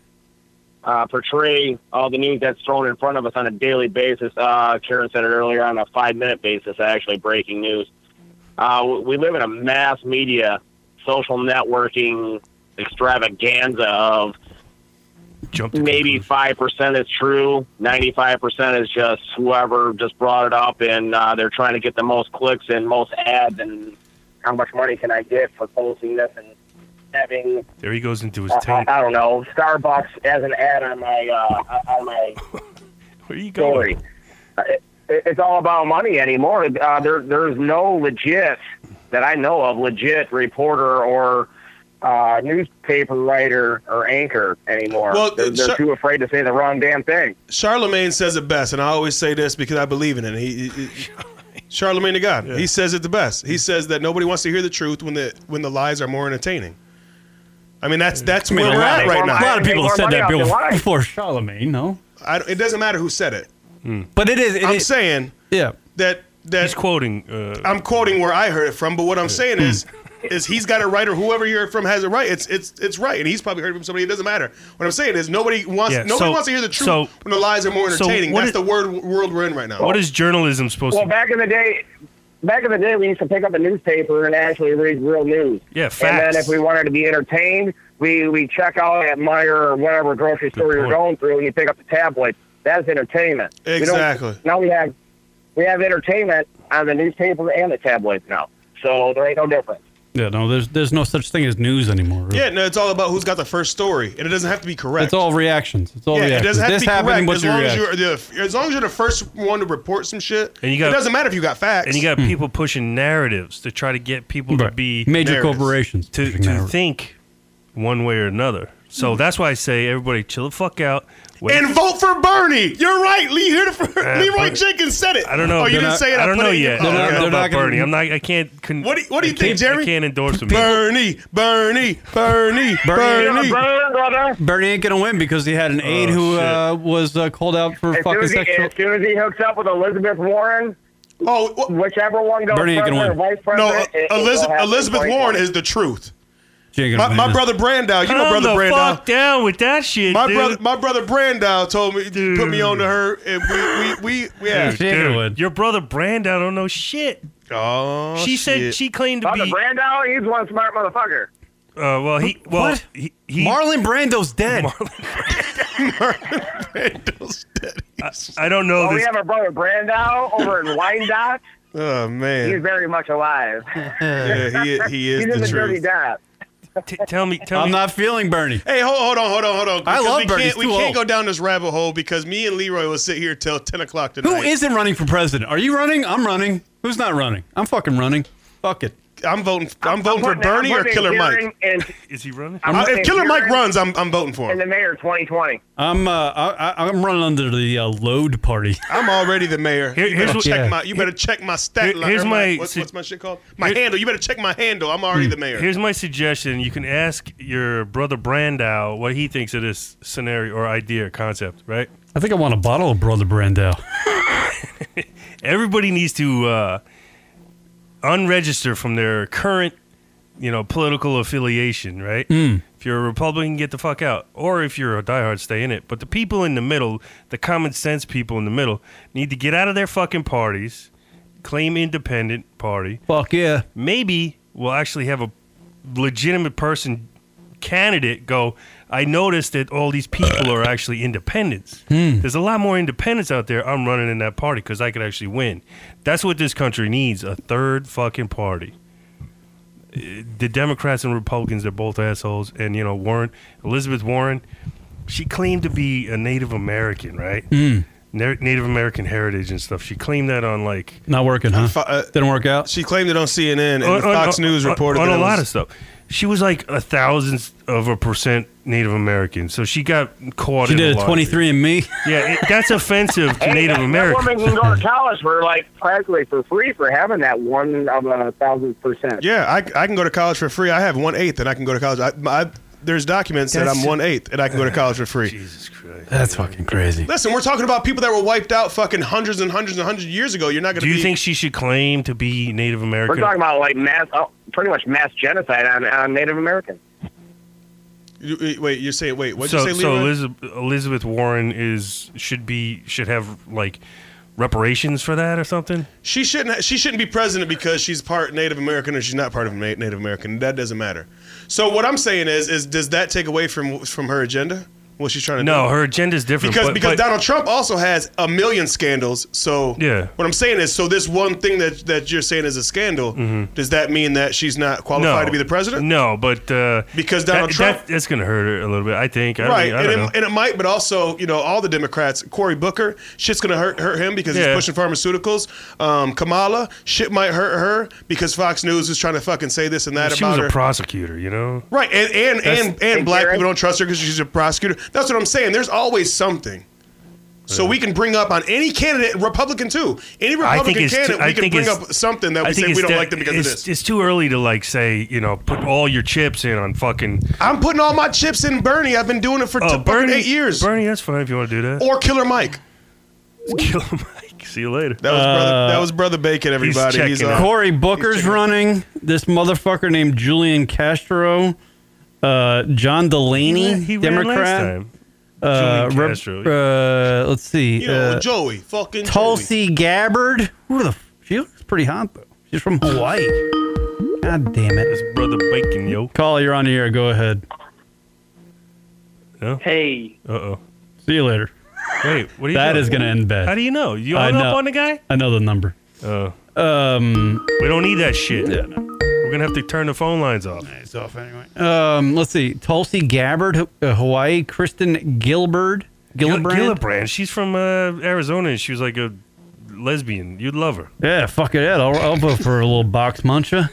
uh, portray all the news that's thrown in front of us on a daily basis. Uh, Karen said it earlier on a five minute basis, actually breaking news. Uh, w- we live in a mass media, social networking extravaganza of Jump to maybe five percent is true, ninety-five percent is just whoever just brought it up, and uh, they're trying to get the most clicks and most ads, and how much money can I get for posting this and having There he goes into his uh, I, tank. I don't know Starbucks as an ad on my uh, on my Where you story. going? Uh, it- It's all about money anymore. Uh, there, there's no legit that I know of legit reporter or uh, newspaper writer or anchor anymore. Well, they're, they're so- too afraid to say the wrong damn thing. Charlemagne says it best, and I always say this because I believe in it. He, he- he- Charlemagne the God, he says it the best. He says that nobody wants to hear the truth when the when the lies are more entertaining. I mean, that's that's I mean, where a we're lot at of- right now. A lot of people have said that Bill. before, before Charlemagne, no? I don't- it doesn't matter who said it. Hmm. But it is. It I'm is- saying Yeah. that that He's quoting. Uh, I'm quoting where I heard it from, but what I'm saying is Hmm. is he's got it right or whoever you're from has it right. It's it's it's right, and he's probably heard it from somebody. It doesn't matter. What I'm saying is nobody wants Yeah, nobody so- wants to hear the truth so- when the lies are more so entertaining. what That's is- the word world we're in right now. What is journalism supposed Well, to? back in the day, back in the day, we used to pick up a newspaper and actually read real news. Yeah, And facts. then if we wanted to be entertained, we we check out at Meyer or whatever grocery store you're going through, and you pick up the tabloid. That's entertainment. We don't- Exactly. now we have we have entertainment on the newspaper and the tabloids now, so there ain't no difference. Yeah, no, there's there's no such thing as news anymore. Really. Yeah, no, it's all about who's got the first story, and it doesn't have to be correct. It's all reactions. It's all yeah, reactions. it doesn't have this to be happened. correct what's as your long as reaction? you're the, as long as you're the first one to report some shit. And you got- it doesn't matter if you got facts. And you got people pushing narratives to try to get people to Hmm. Right. be Major Narratives. corporations to, pushing to narratives. think one way or another. So that's why I say everybody chill the fuck out. Wait. Hmm. and vote for Bernie. You're right. Lee heard it for, Uh, Leroy but- Jenkins said it. I don't know. Oh, you They're didn't not- say it. I don't put know it in your- yet. I Oh, don't okay. know about Bernie. I'm not. I can't. Con- What do you- what do you I think, can't- I Jerry? can't endorse him. Bernie, Bernie, Bernie, Bernie. Bernie ain't gonna win because he had an aide who uh, was uh, called out for As soon fucking as, he, sexual. as soon as he hooks up with Elizabeth Warren, oh, whichever one goes Bernie ain't gonna president or win. vice No, uh, president, it- it will Elizabeth, happen Elizabeth right Warren now. is the truth. She ain't My, gonna my win. brother Brandow, you know Calm brother the Brandow. fuck down with that shit. My dude. brother, my brother Brandow told me put me on to her, and we we we yeah. Dude, dude, your brother Brandow don't know shit. Oh, she said shit. she claimed to Dr. be. Brandow, he's one smart motherfucker. Uh, well, he well What? He, he Marlon Brando's dead. I, I don't know Well, oh, we this. have our brother Brandow over in Wyandotte. Oh He's man, very much alive. Yeah, he- he He's is in the the dirty truth. dot. T- tell me, tell I'm me. not feeling Bernie. Hey, hold, hold on, hold on, hold on. I because love we Bernie. Can't, He's we too oh. can't old. go down this rabbit hole because me and Leroy will sit here till ten o'clock tonight. Who isn't running for president? Are you running? I'm running. Who's not running? I'm fucking running. Fuck it. I'm voting. I'm, voting for I'm putting- I'm Bernie or putting Killer Deering Mike. And, Is he running? I'm I- putting if Killer Mike Deering runs, I'm I'm voting for And him. the mayor 2020. I'm uh, I, I- I'm running under the uh, load party. I'm already the mayor. Here- you here's better what- check Yeah. my. You better check my stat Here- line. here's or my- what's, see- what's my shit called? My handle. You better check my handle. I'm already the mayor. Here's my suggestion. You can ask your brother Brandow what he thinks of this scenario or idea or concept, right? I think I want a bottle of Brother Brandow. Everybody needs to uh, unregister from their current, you know, political affiliation, right? Mm. If you're a Republican, get the fuck out. Or if you're a diehard, stay in it. But the people in the middle, the common sense people in the middle, need to get out of their fucking parties, claim independent party. Fuck yeah. Maybe we'll actually have a legitimate person candidate go, I noticed that all these people are actually independents. Hmm. There's a lot more independents out there. I'm running in that party because I could actually win. That's what this country needs a third fucking party. Uh, The Democrats and Republicans, they're both assholes. And, you know, Warren, Elizabeth Warren, she claimed to be a Native American, right? Mm. Na- Native American heritage and stuff. She claimed that on like Not working, huh? Didn't work out. uh, She claimed it on CNN, and on- on- Fox News on- reported on a that it lot was- of stuff. She was like a thousandth of a percent Native American, so she got caught. She in did a a lot 23 and me. Of, yeah, it, that's offensive to Hey, Native that, Americans. That woman can go to college for like practically for free for having that one of a thousand percent. Yeah, I, I can go to college for free. I have one eighth, and I can go to college. I, I, there's documents that That's- I'm one eighth, and I can go to college for free. That's fucking crazy. Listen, we're talking about people that were wiped out fucking hundreds and hundreds and hundreds of years ago. You're not going Do to you be. think she should claim to be Native We're American? talking about like mass, oh, pretty much mass genocide on, on Native Americans. you- uh, wait, you're saying wait? What so, you say, so Leroy? Elizabeth, Elizabeth Warren is should be should have like reparations for that or something. She shouldn't. She shouldn't be president because she's part Native American or she's not part of Na- Native American. That doesn't matter. So what I'm saying is, is does that take away from from her agenda? What she's trying to do? No, her agenda is different Because but- because but- Donald Trump also has a million scandals. So Yeah. what I'm saying is, so this one thing that that you're saying is a scandal. Does that mean that she's not qualified Mm-hmm. No. to be the president? No, but uh, Because Donald that- Trump- that- that's going to hurt her a little bit. I think. I right, mean, I and, don't it, know. and it might, but also you know all the Democrats. Cory Booker, shit's gonna hurt hurt him because Yeah. he's pushing pharmaceuticals. Um, Kamala, shit might hurt her because Fox News is trying to fucking say this and that she about was a her. prosecutor, you know. right, and and That's- and, and black people don't trust her because she's a prosecutor. That's what I'm saying. There's always something. So we can bring up on any candidate, Republican too, any I think Republican it's too- candidate, I we can think bring it's- up something that we say it's we don't de- like them because of it's, this. It's too early to like say, you know, put all your chips in on fucking I'm putting all my chips in Bernie. I've been doing it for t- oh, fucking Bernie. eight years. Bernie, that's fine if you want to do that. Or Killer Mike. Killer Mike. week. See you later. That was brother. That was brother Bacon. Everybody. He's, uh, on. Uh, Corey Booker's running. This motherfucker named Julian Castro, uh, John Delaney, ran- he ran Democrat. last time. Uh, Julian rep- Castro, uh, let's see. You know, uh, Joey, fucking Tulsi Gabbard. Who the? F- she looks pretty hot though. She's from Hawaii. God damn it. It's brother Bacon, yo. Call. You're on the air. Go ahead. Hey. Uh oh. See you later. Wait. What are you That doing? is gonna end bad. How do you know? You I hung up know- on the guy? I know the number. Oh. Um. We don't need that shit. Yeah. We're gonna have to turn the phone lines off. It's off anyway. Um, let's see. Tulsi Gabbard, H- uh, Hawaii. Kristen Gilbert. Gillibrand. Gillibrand. She's from uh, Arizona, and she was like a lesbian. You'd love her. yeah, fuck it. Yeah, I'll, I'll vote for a little box muncher.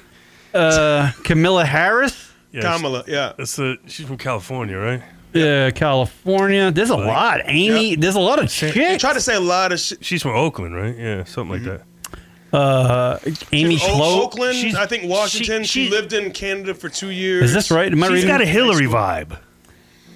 Uh, Camilla Harris. Kamala. Yeah. That's uh, she's from California, right? Yeah, California. There's a lot. Amy. There's a lot of shit. They try to say a lot of shit. Mm-hmm. She's from Oakland, right? Yeah, something like that. Uh, Amy Schlo. Oakland, She's- I think Washington. She, lived in Canada for two years. Is this right? Am I She's reading got a this? Hillary vibe.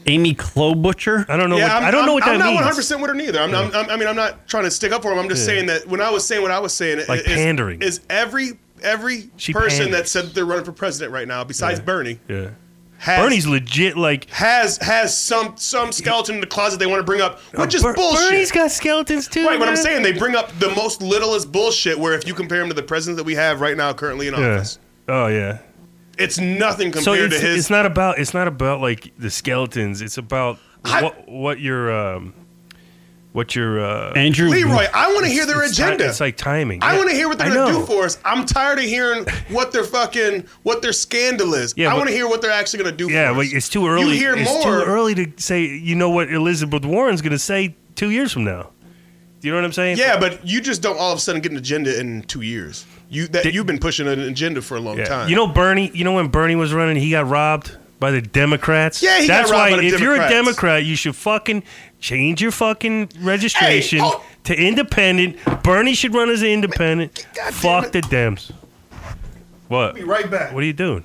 Amy Klobuchar. I don't know. Yeah, what, I'm, I don't know what I'm, that I'm means. not 100 percent with her neither. I'm, I'm, I'm, I mean, I'm not trying to stick up for him. I'm just Yeah. saying that when I was saying what I was saying, Like is- pandering. is every every She person panders. that said they're running for president right now, besides Bernie, Yeah. Has- Bernie's legit. Like has has some some skeleton in the closet they want to bring up, which is Uh, Ber- bullshit. Bernie's got skeletons too. Right, but I'm man. saying they bring up the most littlest bullshit. Where if you compare him to the president that we have right now, currently in Yeah. office, Oh yeah. it's nothing so compared it's, to his. it's not about it's not about like the skeletons. It's about what what your um what your uh, Andrew Leroy, I want to hear It's- their it's ti- agenda. it's like timing. I Yeah. want to hear what they're I going to know. do for us. I'm tired of hearing what their fucking what their scandal is. Yeah, I but- want to hear what they're actually going to do. Yeah, for like us. it's too early. You hear it's more. too early to say. You know what Elizabeth Warren's going to say two years from now. Do you know what I'm saying? Yeah, but you just don't all of a sudden get an agenda in two years. You that you've been pushing an agenda for a long time. You know Bernie. You know when Bernie was running, he got robbed by the Democrats. Yeah, he got That's robbed why by the if you're a Democrats. Democrat, you should fucking change your fucking registration oh. to independent. Bernie should run as an independent. Fuck the Dems. What? Be right back. What are you doing?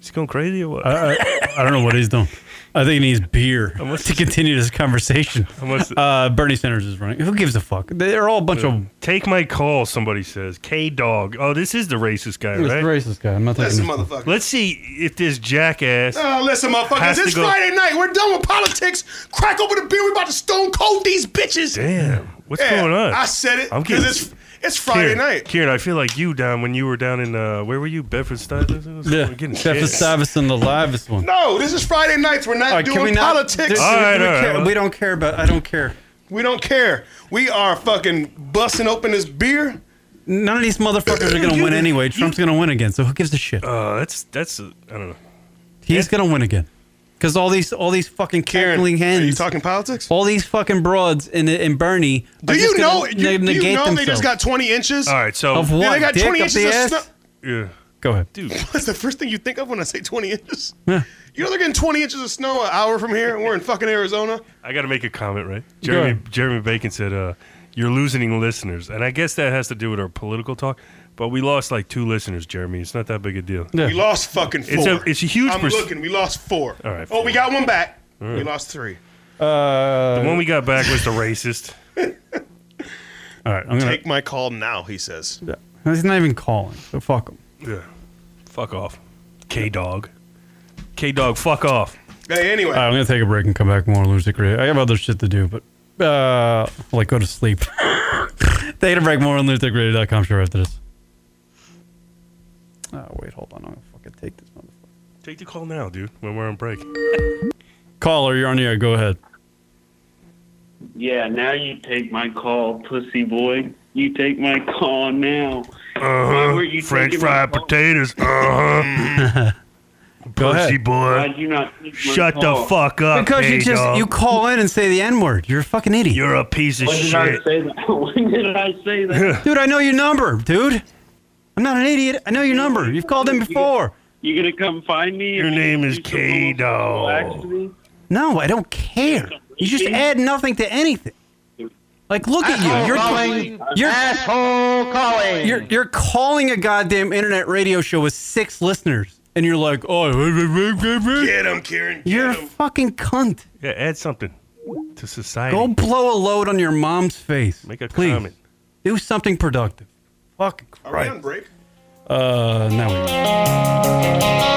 Is he going crazy or what? I, I, I don't know what he's doing. I think he needs beer to continue this conversation. Uh, Bernie Sanders is running. Who gives a fuck? They're all a bunch of. Take my call, somebody says. K Dog. Oh, this is the racist guy, It's the right? racist guy. I'm not taking Listen, this. motherfucker. Let's see if this jackass. Oh, listen, motherfuckers, has to it's go- Friday night. We're done with politics. Crack open the beer. We about to stone cold these bitches. Damn, what's Yeah, going on? I said it I'm because getting- it's it's Friday Kieran, night. Kieran, I feel like you down when you were down in uh, where were you? Bedford Stuyvesant. Yeah, We're getting Jeff shit. Stuyvesant, the livest one. No, this is Friday nights. We're not All right, doing can we not- politics. Dude, All right, we all right. care- we don't care about. I don't care. We don't care. We are fucking busting open this beer. None of these motherfuckers are going to win anyway. Trump's going to win again. So who gives a shit? Uh, that's that's uh, I don't know. He's going to win again. Because all these all these fucking cackling hens. Are you talking politics? All these fucking broads and and Bernie. are Do just you gonna know? ne- You, do you negate know they themselves. just got 20 inches? All right, so Of Yeah, what? they got Dick 20 up inches the of ass? snow. Yeah. Go ahead. Dude, That's the first thing you think of when I say 20 inches. Yeah. You know they're getting 20 inches of snow an hour from here, and we're in fucking Arizona. I got to make a comment, right? Go Jeremy ahead. Jeremy Bacon said, uh, "You're losing listeners," and I guess that has to do with our political talk. But we lost like two listeners, Jeremy. It's not that big a deal. We lost fucking four. It's a it's a huge. I'm perc- looking. We lost four. All right, Oh, we got one back. All right. We lost three. Uh, the one we got back was the racist. All right, I'm gonna- Take my call now, he says. He's not even calling. So fuck him. Yeah. Fuck off, K Dog. K Dog, fuck off. Hey, anyway. All right, I'm gonna take a break and come back more lunatic radio. I have other shit to do, but uh, like go to sleep. take a break more on lunaticradio.com. Sure, after this. Oh wait, hold on. I'll fucking take this motherfucker. Take the call now, dude. When we're on break. Caller, you're on the air. Go ahead. Yeah, now you take my call, pussy boy. You take my call now. Why were you Uh-huh. French taking my fried call? potatoes. Uh-huh. Go Pussy ahead. boy. Why'd you not take my Shut the call? fuck up. Because you just K-Dog. you call in and say the n word. You're a fucking idiot. You're a piece of When did I shit. say that? When did I say that? dude. I know your number, dude. I'm not an idiot. I know your number. You've called in before. You gonna come find me? Your name is K Dog. No, I don't care. You just add nothing to anything. Like, look at you. You're calling. You're asshole calling. You're you're calling a goddamn internet radio show with six listeners, and you're like, oh, Get him, Kieran. You're a fucking cunt. Yeah, add something to society. Go blow a load on your mom's face. Make a please. comment. Do something productive. Fucking Christ. Are we on break? Uh, no. we're not. Ah.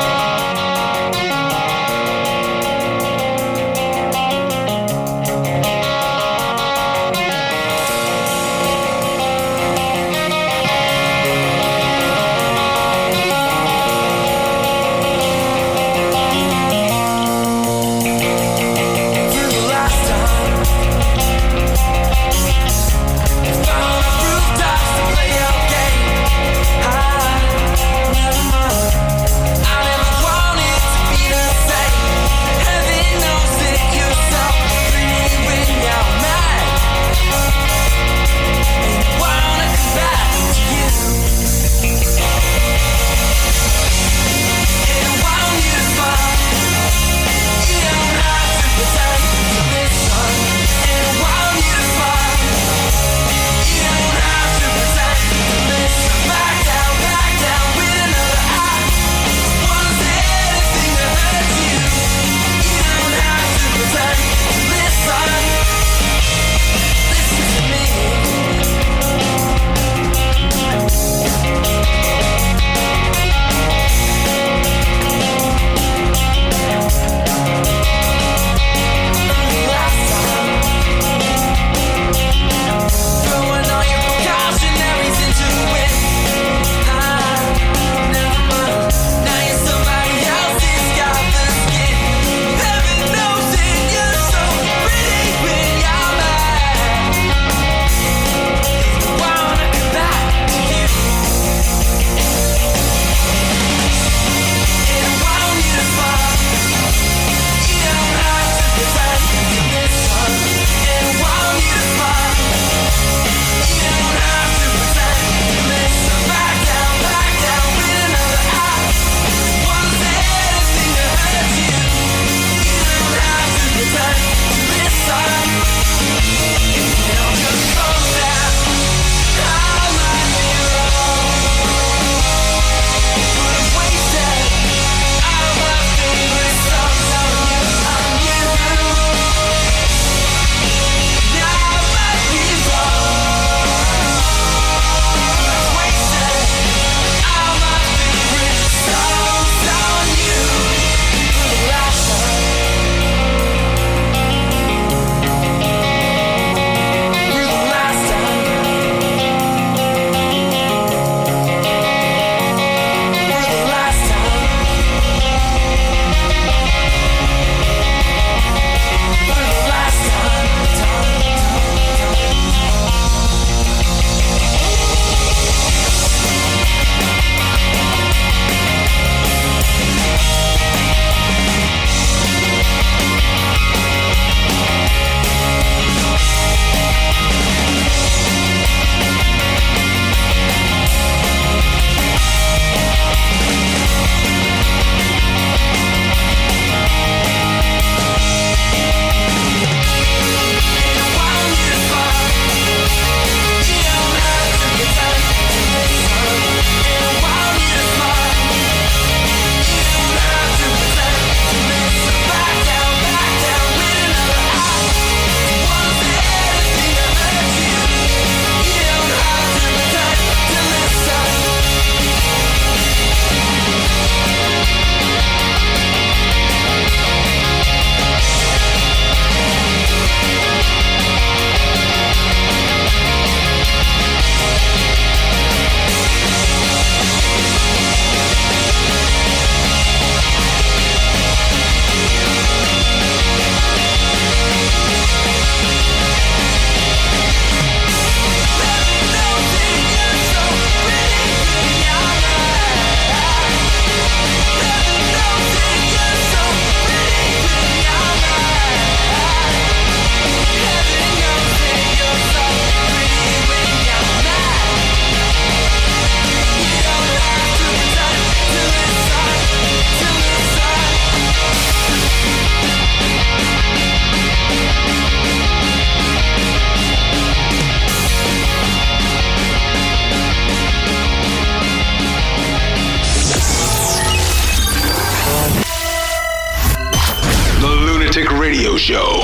The Lunatic Radio Show.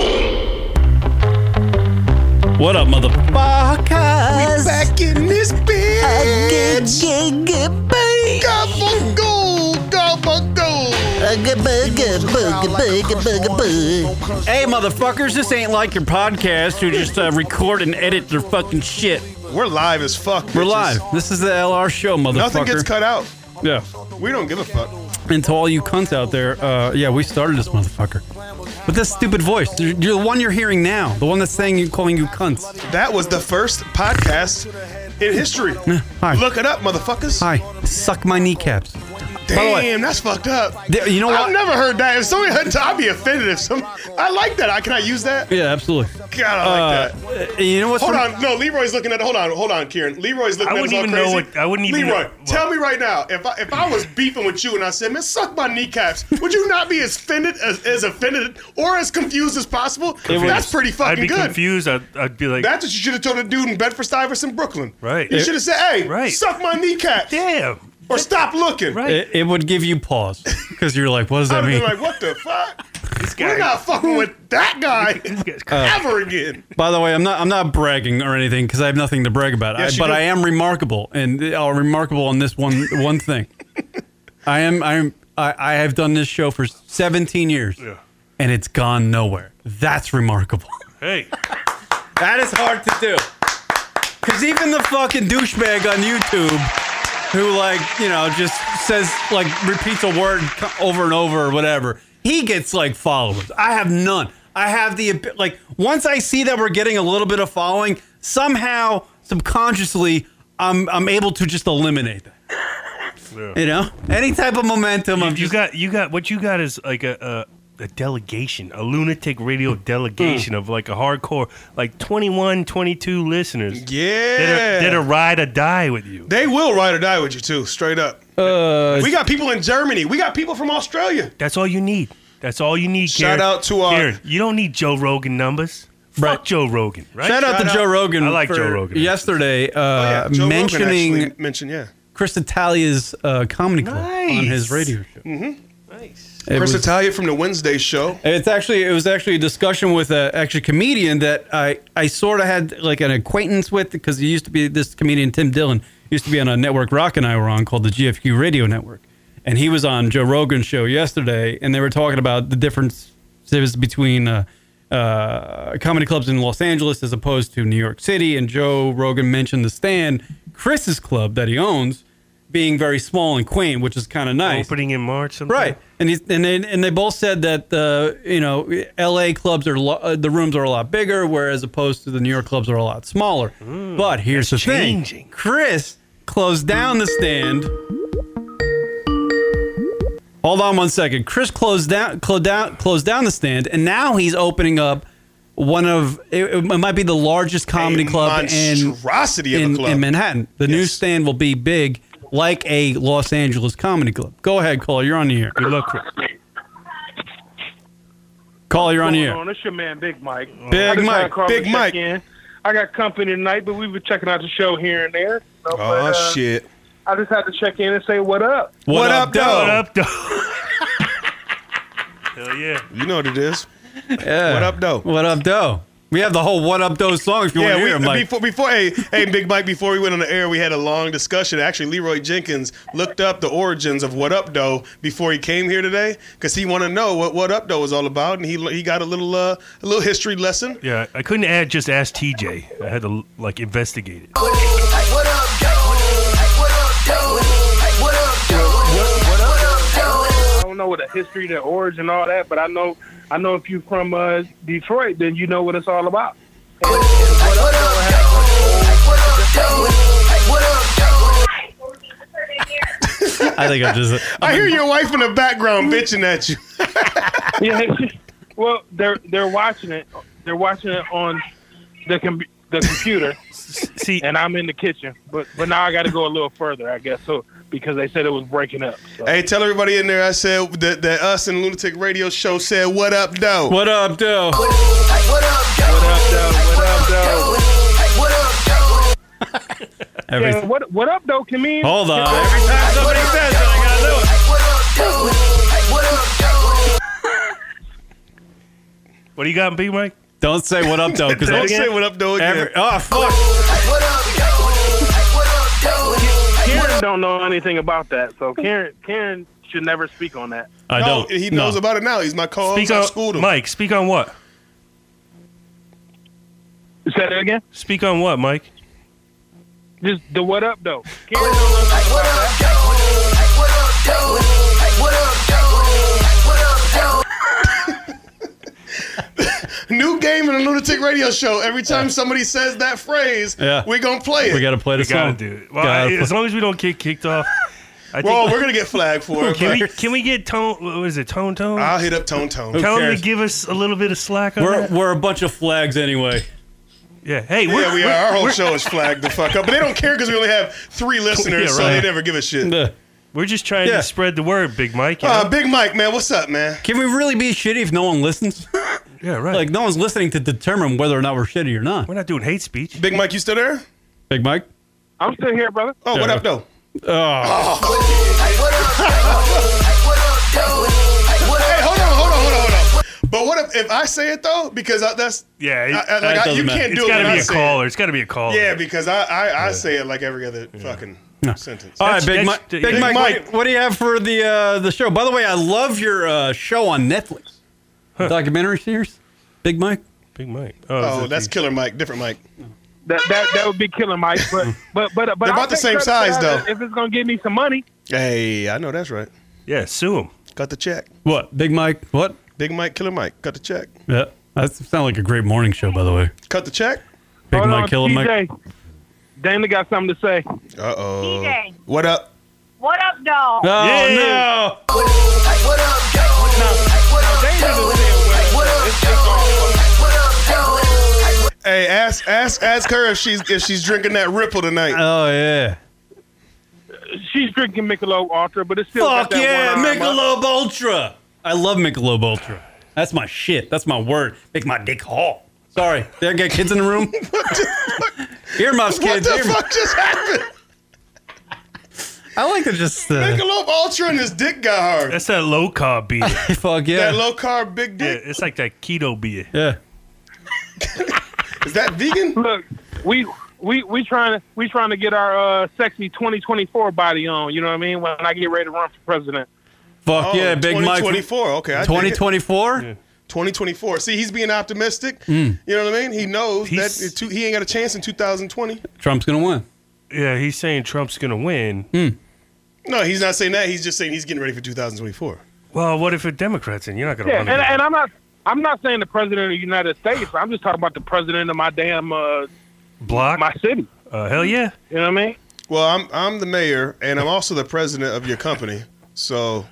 What up, mother? Because we back in this bitch. Gobble goo, gobble goo. Booga booga booga booga booga boo. Hey, motherfuckers, this ain't like your podcast who just uh, record and edit their fucking shit. We're live as fuck. We're live. This is the LR show, motherfucker. Nothing gets cut out. Yeah. We don't give a fuck. And to all you cunts out there, uh, yeah, we started this motherfucker. With this stupid voice. You're, you're the one you're hearing now. The one that's saying you calling you cunts. That was the first podcast in history. hi. Look it up, motherfuckers. Hi. Suck my kneecaps. By the way- Damn, that's fucked up. Th- you know what? I've never heard that. If somebody heard I'd be offended if some. I like that. I can I use that? Yeah, absolutely. God, I like Uh, You know what's hold the- on, no. Leroy's looking at. Hold on, hold on, Kieran. Leroy's looking I at wouldn't us all even know crazy. what- I wouldn't even Leroy, know- what? tell me right now. If I if I was beefing with you and I said, "Man, suck my kneecaps," would you not be as offended as, as offended or as confused as possible? That's pretty I'd fucking be good. confused. I'd, I'd be like, That's what you should have told the dude in Bedford Stuyvesant, Brooklyn. Right. You should have said, "Hey, Right. suck my kneecaps." Damn. Or stop looking. It, it would give you pause because you're like, what does I'd that have been mean? like, "What the fuck? We're not fucking with that guy Uh, ever again." By the way, I'm not I'm not bragging or anything because I have nothing to brag about. Yes, I, you but do. I am remarkable, and uh, remarkable on this one one thing. I am I'm I, I have done this show for 17 years, Yeah. and it's gone nowhere. That's remarkable. hey. That is hard to do. Because even the fucking douchebag on YouTube who, like, you know, just says, like, repeats a word co- over and over or whatever, he gets, like, followers. I have none. I have the, abi- like, once I see that we're getting a little bit of following, somehow, subconsciously, I'm, I'm able to just eliminate that. You know? Any type of momentum. You, you got you got what you got is like a. a a delegation, a lunatic radio Mm. delegation of like a hardcore, like 21, 22 listeners. Yeah. That are, that are ride or die with you. They will ride or die with you too, straight up. Uh, we got people in Germany. We got people from Australia. That's all you need. That's all you need. Shout Karen. out to our- Karen, you don't need Joe Rogan numbers. Fuck Joe Rogan. Right? Shout out to Joe Rogan. I like for Joe Rogan. Yesterday, uh, Oh, Joe mentioning Rogan actually mentioned, yeah. Chris Italia's uh, comedy club on his radio show. Mm-hmm. It Chris was- Italia from the Wednesday show. It's actually it was actually a discussion with a actually comedian that I I sort of had like an acquaintance with because he used to be this comedian Tim Dillon used to be on a network Rock and I were on called the GFQ Radio Network, and he was on Joe Rogan's show yesterday, and they were talking about the difference differences between uh, uh, comedy clubs in Los Angeles as opposed to New York City. And Joe Rogan mentioned the Stand, Chris's club that he owns, being very small and quaint, which is kind of nice. Opening in March, sometime. Right, and he's, and they, and they both said that the you know L.A. clubs are lo- uh, the rooms are a lot bigger, whereas opposed to the New York clubs are a lot smaller. Hmm, but here's the thing: Chris closed down the stand. Hold on one second. Chris closed down, closed down, closed down the stand, and now he's opening up one of it, it might be the largest comedy club in monstrosity of a in, club. in Manhattan. The new stand will be big, like a Los Angeles comedy club. Go ahead, caller. You're on the air. Good luck, Chris. Caller, you're on the going air. on? It's your man, Big Mike. Big I just Mike, gotta call Big and check Mike. in. I got company tonight, but we were checking out the show here and there. you know, but, uh, shit. I just had to check in and say what up. What, up, though? What up, though? Hell yeah. You know what it is. Yeah. What up, though? What up, though? We have the whole "What Up, Doe" song. If you want to we, hear, it, Mike. before before hey hey Big Mike before we went on the air we had a long discussion. Actually, Leroy Jenkins looked up the origins of What Up Doe before he came here today because he wanted to know what What Up Doe was all about, and he he got a little uh, a little history lesson. Yeah, I couldn't add just ask TJ. I had to like investigate it. What up, though? What up, I don't know what the history, the origin, all that, but I know, I know if you from uh, Detroit, then you know what it's all about. I think I'm just. I hear your wife in the background bitching at you. yeah. Well, they're they're watching it. They're watching it on the com- the computer. See, and I'm in the kitchen, but but now I got to go a little further, I guess. So because they said it was breaking up. Hey, tell everybody in there I said that, that us and Lunatic Radio Show said What Up Doe. What up, Doe? Yeah, what what up though, Camille? Hold on. Every time somebody says that, I gotta do it. What do you got, Big Mike? Don't say what up, though. Oh, 'cause Don't I- say what up, though, again. Every, oh, fuck. What up, yo? What up, yo? Karen don't know anything about that, so Karen Karen should never speak on that. I no, don't. He No. knows about it now. He's my co-host. Speak I on schooled him. Mike. Speak on what? Say that again. Speak on what, Mike? Just the what up though. New game in a lunatic radio show. Every time somebody says that phrase, Yeah. we're gonna play it. We gotta play We the gotta song. do it. Well, Gotta I- play- as long as we don't get kicked off. I think Well, we're gonna get flagged for it, Can we, but- can we get Tone? What was it? Tone Tone? I'll hit up Tone Tone. Who Tell him cares? to give us a little bit of slack on We're- that. We're a bunch of flags anyway. Yeah. Hey, yeah, we are. Our whole show is flagged the fuck up, but they don't care because we only have three listeners, Yeah, so right. they never give a shit. We're just trying Yeah. to spread the word, Big Mike. you Uh, know? Big Mike, man, what's up, man? Can we really be shitty if no one listens? yeah, right. Like, no one's listening to determine whether or not we're shitty or not. We're not doing hate speech. Big Mike, you still there? Big Mike? I'm still here, brother. Oh, what up, though? Ah. Oh. Hey, hold on, hold on, hold on, hold on. But what if, if I say it though? Because I, that's Yeah, I, it- I- like, I- you can't do It's it. gotta when be I a say caller. It's gotta be a It. Oh. caller. Yeah, because I I, I say it like every other fucking sentence. All right, Big, Mike. Big, Mike, What, what do you have for the uh, the show? By the way, I love your uh, show on Netflix. Documentary series? Big Mike? Big Mike. Oh, that's Killer Mike, different Mike. That that, that would be killing Mike, but but but but They're I'll about the take credit same for size, that though. If it's gonna give me some money, Hey, I know that's right. Yeah, sue him. Got the check. What? Big Mike? What? Big Mike, Killer Mike, cut the check. Yeah. That sounds like a great morning show, by the way. Cut the check. Big Hold Mike on, Killer Mike. TJ. Dana got something to say. Uh oh. TJ. What up? What up, dog? no. Hey, ask ask ask her if she's if she's drinking that Ripple tonight. Oh yeah. She's drinking Michelob Ultra, but it's still got Fuck that yeah, one arm Michelob up. Ultra. I love Michelob Ultra. That's my shit. That's my word. Make my dick hall. Sorry, there got kids in the room. Earmuffs, What kids. the earmuffs. fuck just happened? I like to just. Uh, Michelob Ultra and his dick got hard. That's that low carb beer. fuck yeah. That low carb big yeah, dick. it's like that keto beer. Yeah. Is that vegan? Look, we we we trying to we trying to get our uh, sexy 2024 body on. You know what I mean? When I get ready to run for president. Fuck yeah, Big Mike. 2024. Oh, Okay. I dig it. 2024. 2024. See, he's being optimistic. Mm. You know what I mean? He knows He's- that it too, he ain't got a chance in 2020. Trump's gonna win. Hmm. Yeah, he's saying Trump's gonna win. No, he's not saying that. He's just saying he's getting ready for 2024. Well, what if a Democrat's in? You're not gonna Yeah, run and, again. and I'm not I'm not saying the president of the United States. I'm just talking about the president of my damn uh, block, my city. Uh, hell yeah. You know what I mean? Well, I'm I'm the mayor and I'm also the president of your company. So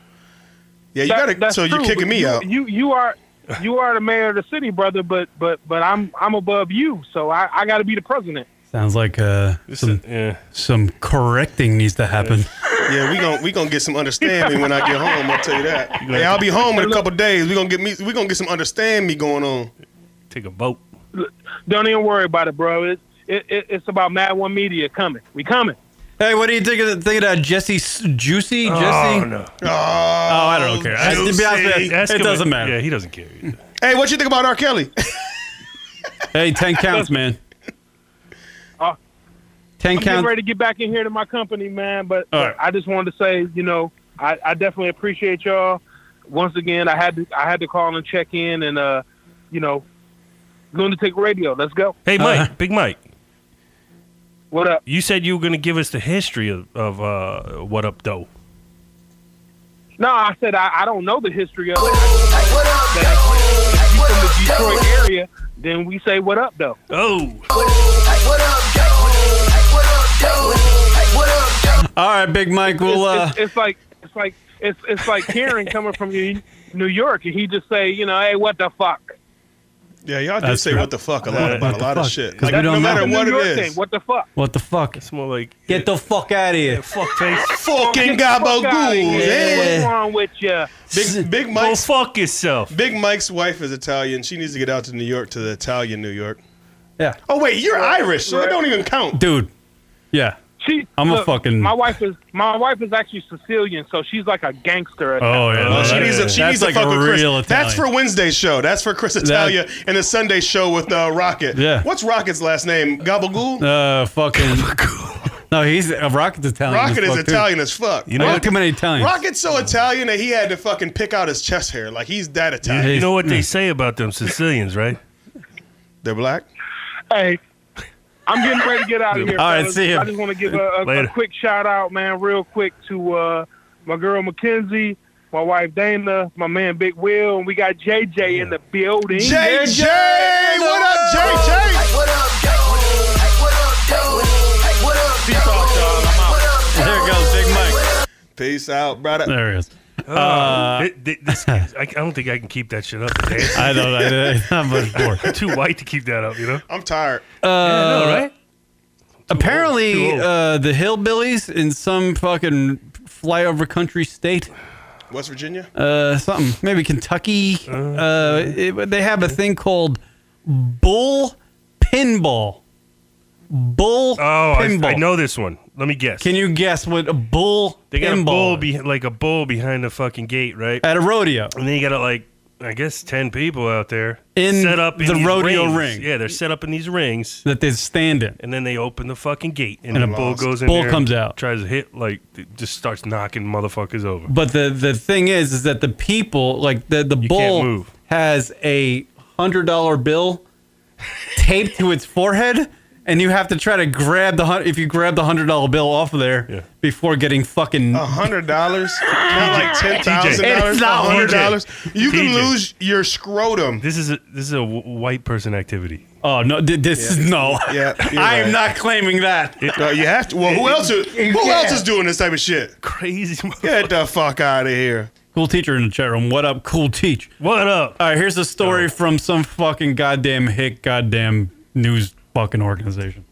yeah, you That- got to. that's So you're true, kicking but me you, out. You you are you are the mayor of the city, brother. But but but I'm I'm above you, so I I got to be the president. Sounds like uh, some yeah. some correcting needs to happen. Yeah, we gon' we gonna get some understanding when I get home. I'll tell you that. Hey, I'll be home in a couple days. We gonna get me. We gonna get some understand me going on. Take a boat. Don't even worry about it, bro. It's it, it, it's about Mad One Media coming. We coming. Hey, what do you think of, think of that Uh, Jesse S- Juicy? Jesse? no. Oh, I don't care. I- to be honest with you, Ask it him doesn't if- matter. Yeah, he doesn't care. Hey, what you think about R. Kelly? Hey, ten counts, man. Uh, ten I'm getting counts. ready to get back in here to my company, man. But, All but right. I just wanted to say, you know, I, I definitely appreciate y'all. Once again, I had to I had to call and check in, and uh, you know, Lunatic Radio. Let's go. Uh-huh. Hey, Mike, Big Mike. What up? You said you were going to give us the history of, of uh, what up, though. No, I said I, I don't know the history of it. If you from the Detroit area, then we say what up though. Oh, All right, Big Mike. We'll. it's, Uh, it's, it's like it's like it's it's like Karen coming from New New York, and he just say, you know, hey, what the fuck? Yeah, y'all do That's say true. what the fuck a lot Uh, about what a the lot of fuck? shit. 'Cause Like, we don't no matter know. what New it York is. thing, what the fuck? what the fuck? It's more like get the fuck out of here. fuck face. Get the Fucking fuck gabo outta ghouls, here. eh? What's wrong with you? Big, big Mike's fuck yourself. Big Mike's wife is Italian. She needs to get out to New York to the Italian New York. Yeah. Oh wait, you're Irish, so it don't even count. Dude. Yeah. She, I'm a look, fucking- My wife is my wife is actually Sicilian, so she's like a gangster. At Oh, yeah, that. no, she that needs a, is- she that's needs to like fuck a with Chris. real Italian. That's for Wednesday's show. That's for Chris Italia and the Sunday show with uh, Rocket. Yeah. What's Rocket's last name? Gabagool? Uh, fucking. no, he's uh, Rocket's Italian. as Rocket is fuck, too. Italian as fuck. You know Rocket- too many Italians. Rocket's so Italian that he had to fucking pick out his chest hair. Like he's that Italian. You know what Mm. they say about them Sicilians, right? They're black. Hey, I'm getting ready to get out of here. All right, fellas. see ya. I just want to give a, a, Later. a quick shout out, man, real quick to uh, my girl Mackenzie, my wife Dana, my man Big Will, and we got JJ in the building. JJ, what up, JJ? What up, There goes Big Mike. Peace out, brother. There he is. Uh, thi- thi- this, I, I don't think I can keep that shit up. today. I don't know. It's not much more. Too white to keep that up, you know. I'm tired. Uh, know, right? Apparently, Too old. uh, the hillbillies in some fucking flyover country state, West Virginia. uh, something maybe Kentucky, uh, it, they have a thing called bull pinball. Bull Uh. Oh, I, pinball. I know this one. Let me guess. Can you guess what a bull They got a pinball bull, is? be, like a bull behind the fucking gate, right? At a rodeo. And then you got like, I guess, ten people out there In set up in the these rodeo rings. ring. Yeah, they're set up in these rings, that they stand in? and then they open the fucking gate, and, And the a bull lost. goes in. Bull there comes and out. tries to hit, like, th- just starts knocking motherfuckers over. But the the thing is, is that the people like the the bull move. has a hundred dollar bill taped to its forehead, and you have to try to grab the hun- if you grab the hundred dollar bill off of there before getting fucking. A hundred dollars, not like ten thousand It's dollars. A not hundred TJ. dollars. You can TJ. lose your scrotum. This is a this is a w- white person activity. Oh no! th- This is no. Yeah, you're I am right. not claiming that. No, you have to. Well, who else? Is, who Yeah. else is doing this type of shit? Crazy. Get the fuck out of here. Cool teacher in the chat room. What up, cool teach? What up? All right, here's a story from some fucking goddamn hick, goddamn news fucking organization.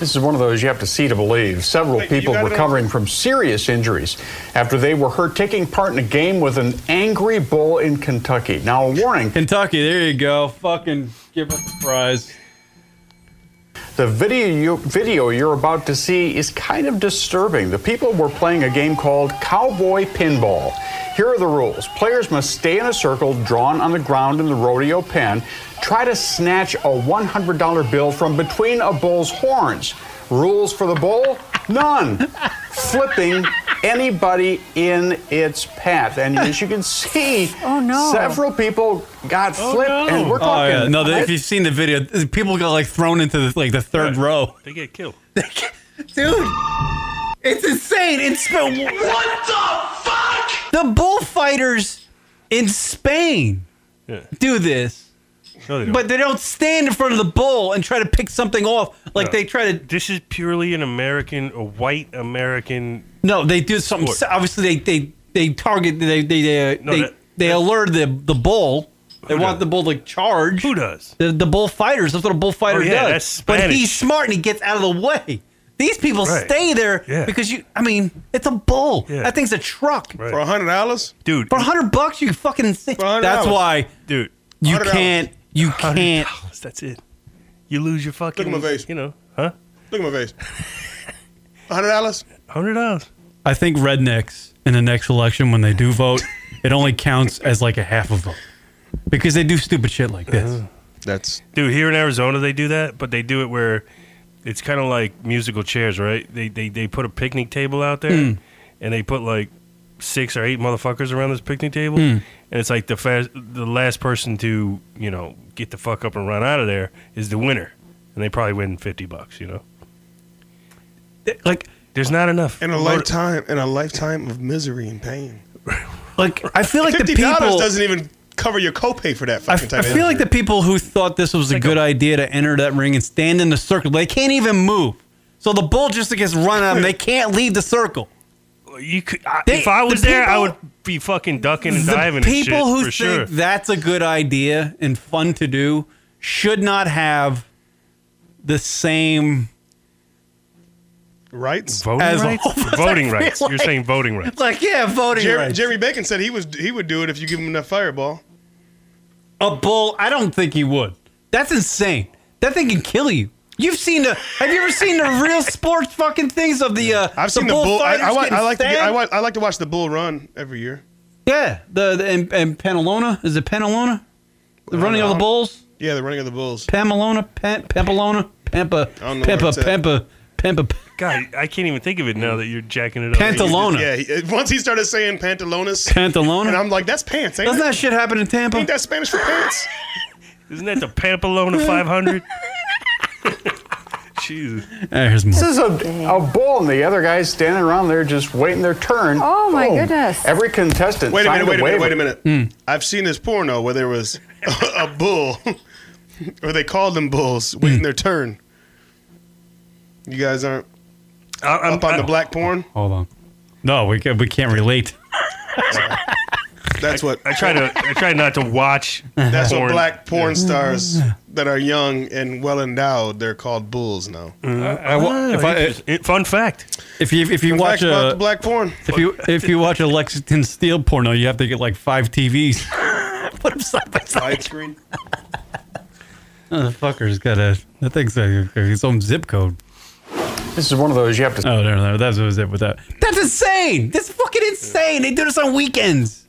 This is one of those you have to see to believe. Several Wait, you people got it recovering from serious injuries after they were hurt taking part in a game with an angry bull in Kentucky. Now, a warning Kentucky, there you go. Fucking give us the prize. The video, you, video you're about to see is kind of disturbing. The people were playing a game called Cowboy Pinball. Here are the rules players must stay in a circle drawn on the ground in the rodeo pen, try to snatch a $100 bill from between a bull's horns. Rules for the bull? None. Flipping anybody in its path. And as you can see, Oh, no. several people got Oh, flipped, and we're Oh, talking. yeah. No, the, I- if you've seen the video, th- people got like thrown into the, like the third row. They get killed. Dude, it's insane. In Spain, what the fuck? The bullfighters in Spain do this, but they don't stand in front of the bull and try to pick something off. Like No. they try to. This is purely an American, a white American. No, they do something. Sport. Obviously, they they they target. They they they No, they, that- they alert the the bull. They want the bull to charge. Who does? The, the bullfighters. That's what a bullfighter Oh, yeah, does. that's but Spanish. he's smart and he gets out of the way. These people Right. stay there Yeah. because you. I mean, it's a bull. Yeah. That thing's a truck. For a hundred dollars, dude. For a hundred bucks, you fucking. Think. That's $100. why, dude. You $100. can't. You can't. $100, That's it. You lose your fucking. Look at my face. You know, huh? Look at my face. Hundred dollars. Hundred dollars. I think rednecks in the next election, when they do vote, it only counts as like a half a vote because they do stupid shit like this. Uh-huh. That's dude. Here in Arizona, they do that, but they do it where it's kind of like musical chairs, right? They they they put a picnic table out there, Mm. and they put like six or eight motherfuckers around this picnic table, Mm. and it's like the fast the last person to you know get the fuck up and run out of there is the winner, and they probably win fifty bucks, you know. Like there's not enough in a Motor- lifetime. In a lifetime of misery and pain. Like I feel like the fifty dollars people- doesn't even cover your copay for that I, fucking I type. of feel like the people who thought this was a good idea to enter that ring and stand in the circle, they can't even move. So the bull just gets run at them. They can't leave the circle. You could, I, They- if I was the there, I people- would be fucking ducking and the diving. people and shit, who for think sure. that's a good idea and fun to do should not have the same rights as a whole- I voting feel rights. You're like- saying voting rights. Like yeah, voting Jerry, rights. Jerry Bacon said he was he would do it if you give him enough fireball. A bull? I don't think he would. That's insane. That thing can kill you. You've seen the. Have you ever seen the real sports fucking things of the? Uh, I've seen the bull. I, I, bullfighters want, getting I like to get, I, stabbed? want, I like to watch the bull run every year. Yeah, the, the and, and Penelona is it Penelona? The running of the bulls. Yeah, the running of the bulls. Pamelona, Pam, Pampelona, Pampa, don't know where Pampa, it's at. Pampa, Pampa. God, I can't even think of it now that you're jacking it up. Pantalona. Yeah, he, once he started saying pantalones, Pantalona? and I'm like, that's pants. Ain't Doesn't it? that shit happen in Tampa? Ain't that Spanish for pants? Isn't that the Pampalona 500? Jesus. There's This is a, a bull, and the other guy's standing around there just waiting their turn. Oh, my Boom. goodness. Every contestant. Wait a signed minute, wait a minute, waiver. wait a minute. Hmm. I've seen this porno where there was a, bull, or they called them Hmm. bulls, waiting their turn. You guys aren't up on the black porn. Hold on. No, we can, we can't relate. That's what I try to. I try not to watch. That's porn. what black porn stars that are young and well endowed. They're called bulls now. Uh, I wa- if I- interesting. fun fact. If you if you Fun watch fact about a the black porn, if you if you watch a Lexington Steel porno, you have to get like five TVs. Put them side by side. screen. Oh, the fucker's got a that thing's got his own zip code. This is one of those you have to. Oh no, no, that's what was it with that. That's insane. That's fucking insane. They do this on weekends.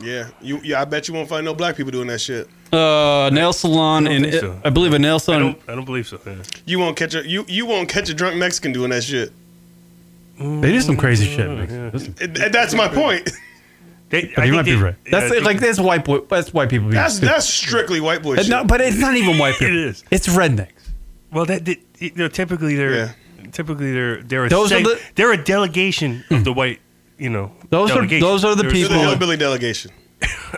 Yeah, you. Yeah, I bet you won't find no black people doing that shit. Uh, nail salon I in don't think so. I believe a nail I salon. don't. I don't believe so. yeah. You won't catch a you you won't catch a drunk Mexican doing that shit. They do some crazy shit. man. And- and that's my point. But you might be right. That's yeah, I like that's white boy. That's white people. being That's stupid. that's strictly white boy Uh, shit. No, but it's not even white people. It is. It's rednecks. Well, that, that you know, typically they're typically they're they're a Those are seg- the- they're a delegation of the white. You know, Those are- delegation. those are the They're a people- The seg- hillbilly delegation.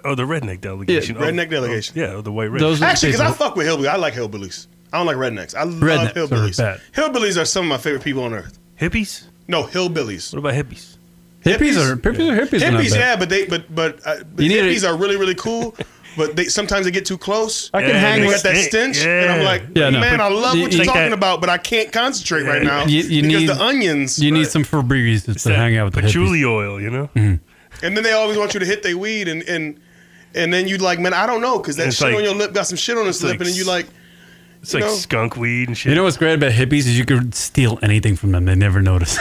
Oh, the redneck delegation. Yeah, Oh, redneck oh, delegation. yeah, oh, the white redneck. Those Actually, because I fuck with hillbillies. I like hillbillies. I don't like rednecks. I love Rednecks are hillbillies. bad. Hillbillies are some of my favorite people on earth. Hippies? No, hillbillies. What about hippies? Hippies are hippies are hippies. are not Hippies, bad. yeah, but they but but, uh, but You need hippies a- are really really cool. But they sometimes they get too close. I can and hang they with- got that stench, and I'm like, Yeah, no. man, I love You- what you think you're talking that- about, but I can't concentrate right now You, you because need the onions. You need some Febreze just to hang out with the patchouli hippies. Mm-hmm. oil, you know. And then they always want you to hit their weed, and and and then you like, man, I don't know, because that It's shit like- on your lip got some shit on its, lip, like and then you like, It's you like know, skunk weed and shit. You know what's great about hippies is you could steal anything from them; they never notice.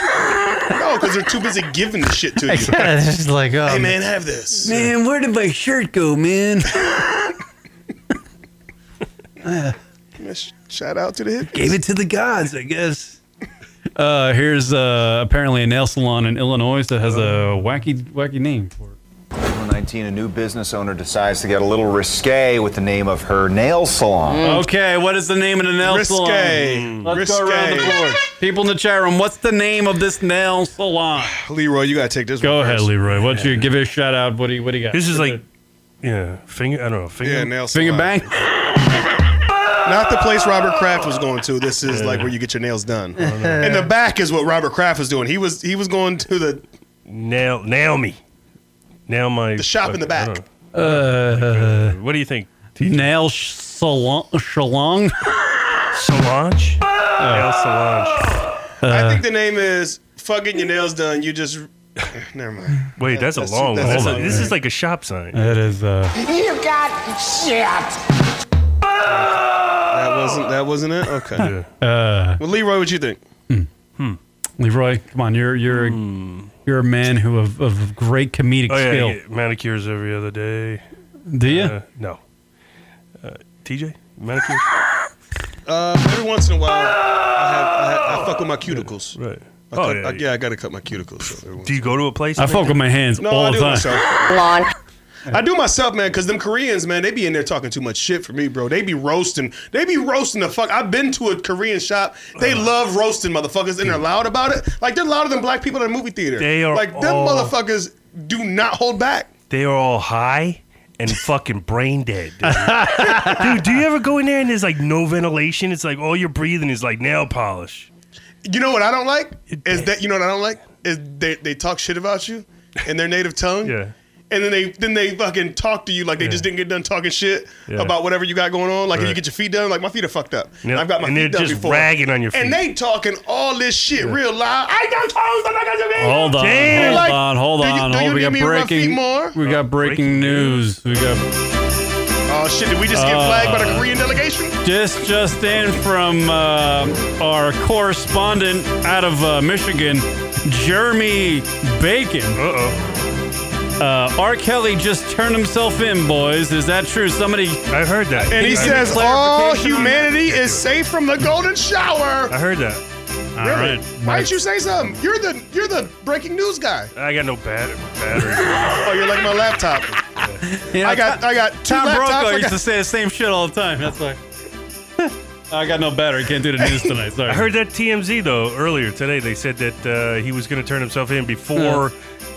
no, because they're too busy giving the shit to you. Yeah, it's just like, oh, hey man, man. have this. Man, where did my shirt go, man? Man, sh- Shout out to the hip. Gave it to the gods, I guess. Uh, here's uh, apparently a nail salon in Illinois that has a wacky, wacky name for it. 2019, a new business owner decides to get a little risque with the name of her nail salon. Mm. Okay, what is the name of the nail Risque. salon? Mm. Let's go around the Risque. board. People in the chat room, what's the name of this nail salon? Leroy, you gotta take this. Go one ahead, first. Leroy. What's your give it a shout out? What do you what do you got? This is like, yeah, finger. I don't know, finger. Yeah, nail finger salon. bang. Not the place Robert Kraft was going to. This is like where you get your nails done. And the back is what Robert Kraft was doing. He was he was going to the nail nail me, nail my the shop in the back. Uh, what do you think? Nail sh- salon, shalong, Solange, nail Solange. Uh, Uh, I think the name is "Fuck getting your nails done. You just never mind. Wait, that's, That's- a long that's- one. Hold on. this is like a shop sign. Oh, That is uh. You got shit. That wasn't that wasn't it. Okay. Uh, Hmm. Well, Leroy, what you think? Leroy, come on, you're you're you're a man who of, of great comedic Oh yeah, skill. I get manicures every other day. Do ya? Uh, no. Uh, TJ, manicures. Uh, every once in a while, I, have, I, have, I fuck with my cuticles. Right. Oh, I cut, yeah, I, yeah, I gotta cut my cuticles. so every once Do you go to a place? I fuck with my hands No, all I the do time. myself. Blonde. I do myself, man, because them Koreans, man, they be in there talking too much shit for me, bro. They be roasting. They be roasting the fuck. I've been to a Korean shop. They Uh. love roasting motherfuckers, and they're loud about it. Like they're louder than black people in a movie theater. They are like them all- motherfuckers do not hold back. They are all high and fucking brain dead. Dude. dude, do you ever go in there and there's like no ventilation? It's like all you're breathing is like nail polish. You know what I don't like is that you know what I don't like is they they talk shit about you in their native tongue. Yeah. And then they then they fucking talk to you like they just didn't get done talking shit Yeah. about whatever you got going on. Like if you Right. get your feet done, like my feet are fucked up. Yeah, I've got my and feet they're done just before. ragging on your And feet. they talking all this shit real loud. I done told the niggas to be- Hold on, Damn. hold Like, on, hold do you- on, do hold. you We need got me to rough you breaking. more? We got breaking news. We got. Oh shit! Did we just get Uh, flagged by the Korean delegation? Just just in from uh, our correspondent out of uh, Michigan, Jeremy Bacon. Uh-oh. Uh, R. Kelly just turned himself in, boys. Is that true? Somebody I heard that, And he says all humanity is safe from the golden shower. I heard that. All right, Why didn't you say something? You're the you're the breaking news guy. I got no bat- battery. Oh, you're like my laptop. You know, I got I got two Tom laptops. Brokaw I used got- to say the same shit all the time. That's why. I got no battery. Can't do the news tonight. Sorry. I heard that TMZ though earlier today. They said that uh, he was going to turn himself in before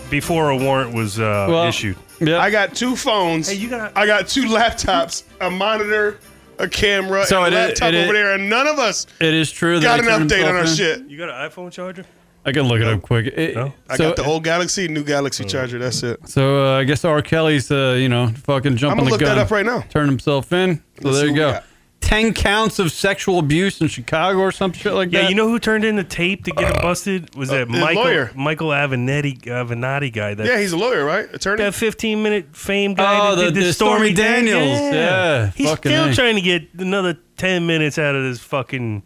before a warrant was uh, issued. I got two phones. I got two laptops, a monitor, a camera, So and a it i- laptop it i- over there, and none of us It is true. got that an he turned update on our himself in. shit. You got an iPhone charger? I can look it up quick. It- Oh. I so- got the old Galaxy, new Galaxy charger. That's it. So uh, I guess R. Kelly's, uh, you know, fucking jumping I'ma the look gun. that up right now. Turn himself in. So Let's see there you what we go. got. Ten counts of sexual abuse in Chicago or some shit like that. Yeah, you know who turned in the tape to get him busted? Was that the Michael lawyer. Michael Avenatti Avenatti guy? That Yeah, he's a lawyer, right? Attorney. That 15 minute fame guy. Oh, that did the- the, the Stormy Daniels. Yeah, he's fucking still A. trying to get another 10 minutes out of this fucking.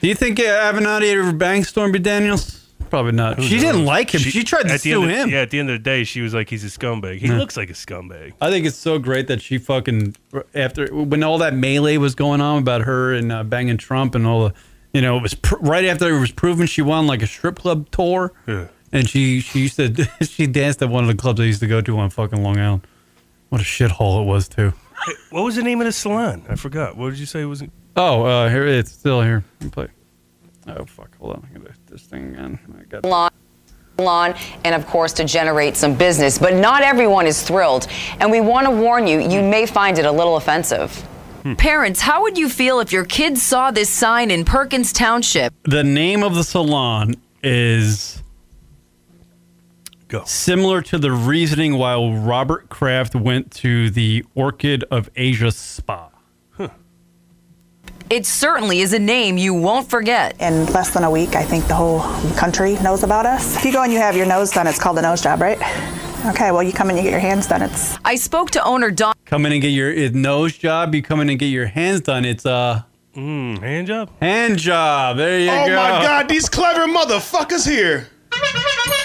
Do you think uh, Avenatti ever banged Stormy Daniels? Probably not. She didn't like him. She, tried to at the end sue of- him. Yeah, at the end of the day, she was like, "He's a scumbag. He Yeah. looks like a scumbag." I think it's so great that she fucking after when all that melee was going on about her and uh, banging Trump and all the, you know, it was pr- right after it was proven she won like a strip club tour. Yeah. And she she used to she danced at one of the clubs I used to go to on fucking Long Island. What a shithole it was too. Hey, What was the name of the salon? I forgot. What did you say it was? Oh, uh, here it's still here. Let me Play. Oh fuck! Hold on, I gotta this thing again. I got. lawn, lawn, and of course to generate some business. But not everyone is thrilled, and we want to warn you: you may find it a little offensive. Hmm. Parents, how would you feel if your kids saw this sign in Perkins Township? The name of the salon is Go. similar to the reasoning why Robert Kraft went to the Orchid of Asia Spa. It certainly is a name you won't forget. In less than a week, I think the whole country knows about us. If you go and you have your nose done, it's called a nose job, right? Okay, well, you come and you get your hands done. It's I spoke to owner Don. Come in and get your it- nose job. You come in and get your hands done. It's a mm, hand job. Hand job. There you oh go. my god, these clever motherfuckers here.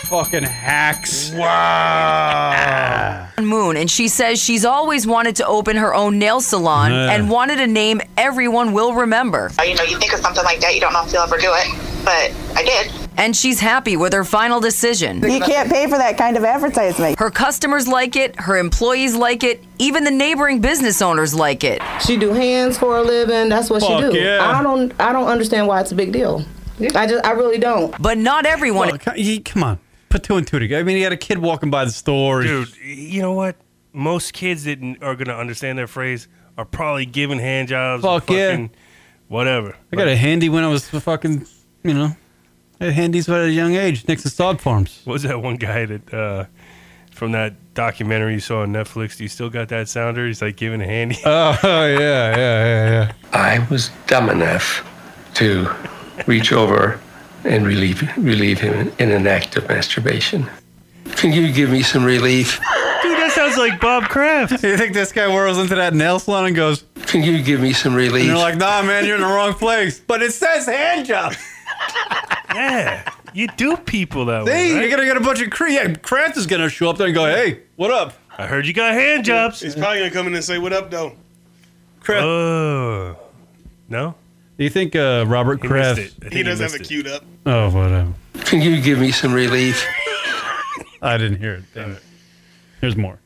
Fucking hacks. Wow. Moon, and she says she's always wanted to open her own nail salon Yeah. and wanted a name everyone will remember. You know, you think of something like that, you don't know if you'll ever do it, but I did. And she's happy with her final decision. You can't pay for that kind of advertisement. Her customers like it, her employees like it, even the neighboring business owners like it. She do hands for a living. That's what Fuck she do. yeah. I don't. I don't understand why it's a big deal. I just. I really don't. But not everyone. Oh, come on, put two and two together. I mean, you had a kid walking by the store. Dude, you know what? Most kids that n- are going to understand that phrase are probably giving hand jobs. and Fuck yeah. fucking Whatever. I got a handy when I was fucking, you know, I had handies at a young age next to sod farms. What was that one guy that uh, from that documentary you saw on Netflix? Do you still got that sounder? He's like giving a handy. Oh yeah, yeah, yeah, yeah. I was dumb enough to reach over and relieve relieve him in an act of masturbation. Can you give me some relief? Dude, that sounds like Bob Kraft. you think this guy whirls into that nail salon and goes, Can you give me some relief? and you're like, nah, man, you're in the wrong place. But it says hand job. yeah, you do people that way. Hey, you're right? gonna get a bunch of cre- yeah, Kraft is gonna show up there and go, hey, what up? I heard you got hand jobs. He's probably gonna come in and say, "What up, though?" Kraft. Oh, no. Do you think uh, Robert Kraft? He doesn't have it queued up. Oh, whatever. Can you give me some relief? I didn't hear it. Damn it. Here's more.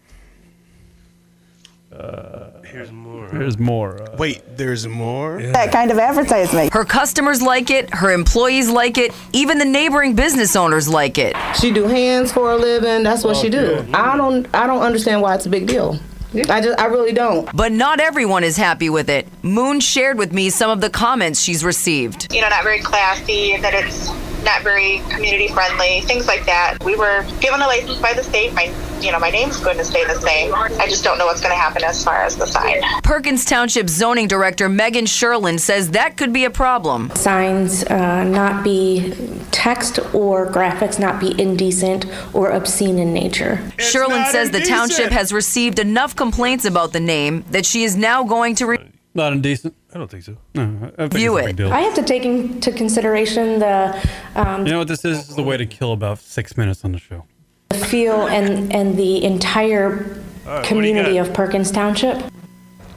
Uh, Uh, Here's more. There's more. Uh, Wait, there's more. That kind of advertisement. Her customers like it, her employees like it, even the neighboring business owners like it. She do hands for a living. That's what she Oh, do. I don't. I don't understand why it's a big deal. I just. I really don't. But not everyone is happy with it. Moon shared with me some of the comments she's received. You know, not very classy, that it's not very community friendly, things like that. We were given a license by the state. My, you know, my name's going to stay the same. I just don't know what's going to happen as far as the sign. Perkins Township zoning director Megan Sherlin says that could be a problem. signs uh, not be text or graphics not be indecent or obscene in nature. Sherlin says the township has received enough complaints about the name that she is now going to re- Not indecent. I don't think so. No, I think View it's a it. big deal. I have to take into consideration the um, You know what this is? This is the way to kill about six minutes on the show. the feel and and the entire All right, what do you community of Perkins Township.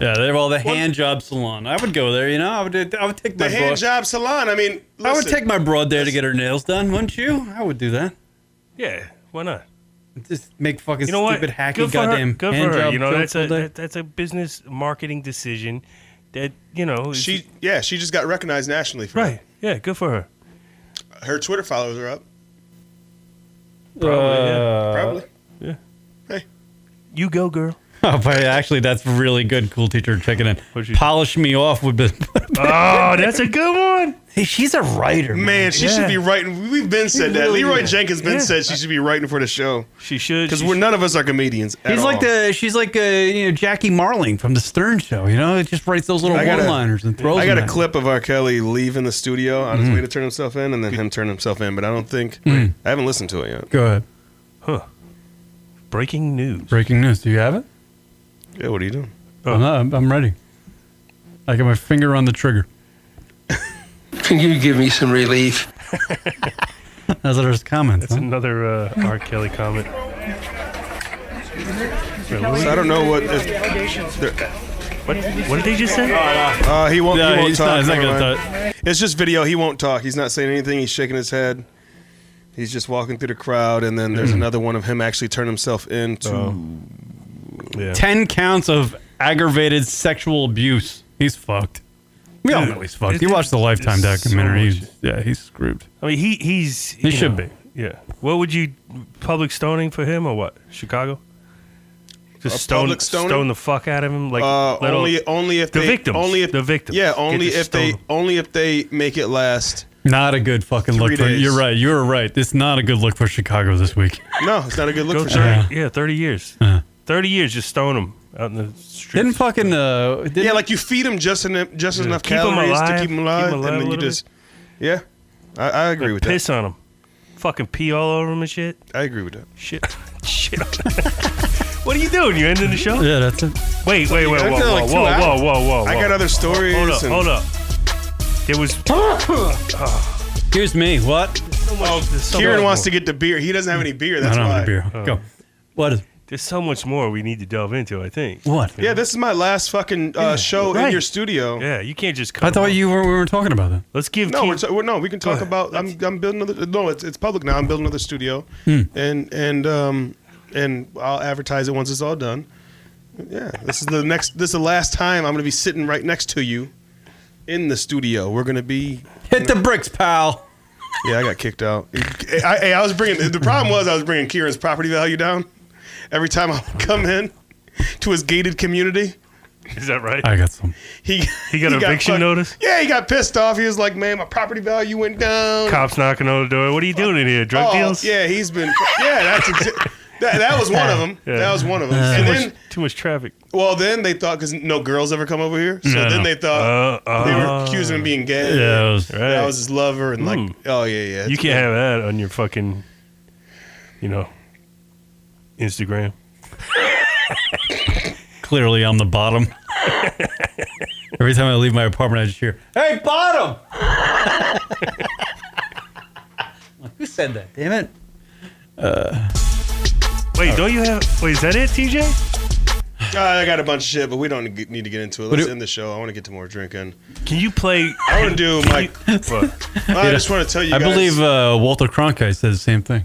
Yeah, they have all the hand job salon. I would go there. You know, I would. I would take my The hand broad- job salon. I mean, I would listen. take my broad there to get her nails done, wouldn't you? I would do that. Yeah, why not? Just make fucking you know what? stupid hacky Good for her- goddamn Good for hand her. job You know joke that's a all day. that, that's a business marketing decision. That you know is- She yeah, she just got recognized nationally for right. Yeah, good for her. Her Twitter followers are up. Uh, Probably. yeah. Probably. Yeah. Hey. You go, girl. Oh, but actually, that's really good. Cool teacher checking in. Polish me off would be. Oh, that's a good one. Hey, she's a writer. Man, Man, she should be writing. We've been said that. really Leroy is. Jenkins been Yeah. said she should be writing for the show. She should. Because we're none of us are comedians. at He's like all. the she's like uh you know Jackie Marling from the Stern Show. You know, it just writes those little I got a- one-liners and throws. I got them a at clip of R. Kelly leaving the studio on his Mhm. way to turn himself in, and then him turn himself in. But I don't think Mm. I haven't listened to it yet. him. Go ahead. Huh. Breaking news. Breaking news. Do you have it? Yeah. What are you doing? I'm, not- I'm- I'm ready. I got my finger on the trigger. Can you give me some relief? Those are his comments. That's another uh, R. Kelly comment. So I don't know what. If what, what did they just say? Uh, he won't. No, he won't he's talk. not- he's not never gonna mind. It's just video. He won't talk. He's not saying anything. He's shaking his head. He's just walking through the crowd, and then Mm. there's another one of him actually turn himself into. Oh. Ten counts of aggravated sexual abuse. He's fucked. We all Dude, know he's fucked. it- You watch the Lifetime it's so documentary. much- he's, yeah, he's screwed. I mean, he he's He you should know, be. Yeah. What would you public stoning for him or what? Chicago. Just A stone Uh, public stoning? stone the fuck out of him like Uh, let all- only, only if the they, victims. only if the victims. Yeah, Get only to if they, stone only if they make it last. Not a good fucking Three look. For, days. you're right. You're right. It's not a good look for Chicago this week. No, it's not a good look Go for 30, Chicago. Yeah, thirty years. Thirty years, just stone him out in the street. Uh-huh. Didn't fucking uh, didn't, yeah, like you feed them just enough, just Yeah. enough Keep 'em calories alive, to keep them keep 'em alive alive, a and then you little just, yeah, I, I agree with piss that. on him. Fucking pee all over him and shit. I agree with that. Shit. shit. what are you doing? You ending the show? Yeah, that's it. Wait, wait, wait, I whoa, feel whoa, like two whoa, whoa, hours. whoa, whoa, I got whoa. other stories Hold up, and- hold up. There was. Excuse me. What? Oh, there's so Kieran much wants more. to get the beer. He doesn't have any beer. That's I don't why. Oh. have any beer. Go. What is? Oh. There's so much more we need to delve into. I think. What? Yeah, this is my last fucking uh, show in right. your studio. Yeah, you can't just. Cut I thought you were we were talking about that. Let's give. No, Kieran- we're, ta- we're, no, we can talk about. I'm, I'm building another. No, it's, it's public now. I'm building another studio, Hmm. and and um, and I'll advertise it once it's all done. Yeah, this is the next. This is the last time I'm going to be sitting right next to you, in the studio. We're going to be hit the bricks, pal. Yeah, I got kicked out. I, I, I was bringing the problem was I was bringing Kieran's property value down every time I would come in to his gated community. Is that right? I got some. He He got eviction fuck- notice? Yeah, he got pissed off. He was like, "Man, my property value went down." Cops knocking on the door. What are you doing in here? Drug Oh, deals? Yeah, he's been. Yeah, that's exa- that, that was one of them. Yeah. That was one of them. Too and much- then, too much traffic. well, then they thought because no girls ever come over here, so No, then no. they thought Uh, they were uh. accusing him of being gay. Yeah, that was- that Right. was his lover, and like, Ooh. oh yeah, yeah. you can't it's good. have that on your fucking, you know, Instagram. Clearly, I'm the bottom. Every time I leave my apartment, I just hear, "Hey, bottom!" Who said that? Damn it. Uh, Oh. Wait, don't you have? Wait, is that it, TJ? Uh, I got a bunch of shit, but we don't get- need to get into it. What Let's do- end the show. I want to get to more drinking. Can you play? I want to do my. I just want to tell you. I guys- believe uh, Walter Cronkite said the same thing.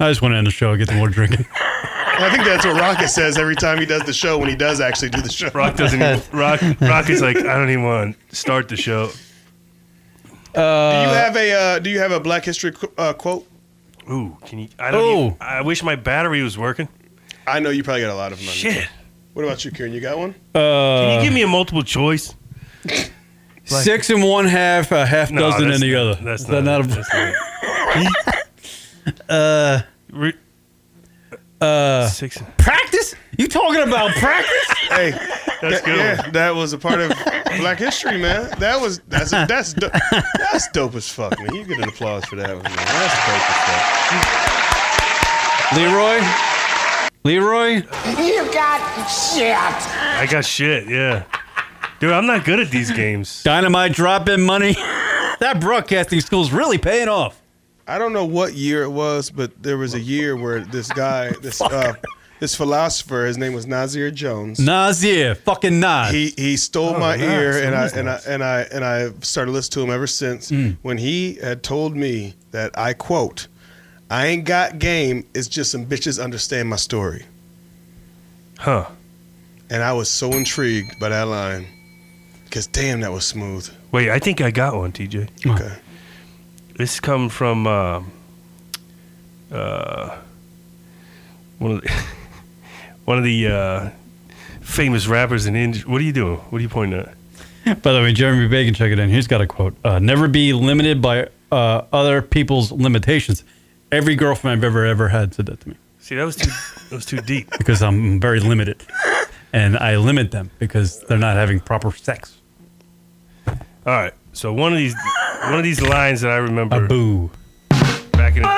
I just want to end the show. Get some more drinking. I think that's what Rocket says every time he does the show. When he does actually do the show, Rock doesn't. Even, Rock. Rock is like, I don't even want to start the show. do you have a uh, Do you have a Black History qu- uh, quote? Ooh, can you? I don't. Even, I wish my battery was working. I know you probably got a lot of them. Shit. What about you, Kieran? You got one? Uh, Can you give me a multiple choice? Six and one half, a half No, dozen that's and the not- other. that's Is that not- not a- that's not- uh, uh, six. Practice? You talking about practice? hey, That's that- good. Yeah, that was a part of Black History, man. That was that's that's do- that's dope as fuck, man. You get an applause for that one, man. That's dope as fuck. Leroy? Leroy? You got shit. I got shit. Yeah, dude, I'm not good at these games. Dynamite drop in money. that broadcasting school's really paying off. I don't know what year it was, but there was a year where this guy, this uh, this philosopher, his name was Nazir Jones. Nazir, fucking Nas. He he stole Oh, my nice. ear, and That I is and I and I and I started listening to him ever since. Mm. When he had told me that I quote, "I ain't got game. It's just some bitches understand my story." Huh. And I was so intrigued by that line, because damn, that was smooth. Wait, I think I got one, TJ. Okay. This come from um uh, one of the, one of the uh, famous rappers in India. What are you doing? What are you pointing at? By the way, Jeremy Bacon, check it in. He's got a quote uh, Never be limited by uh, other people's limitations. Every girlfriend I've ever, ever had said that to me See, that was too that was too deep. because I'm very limited. And I limit them because they're not having proper sex. All right. So one of these one of these lines that I remember boo back in the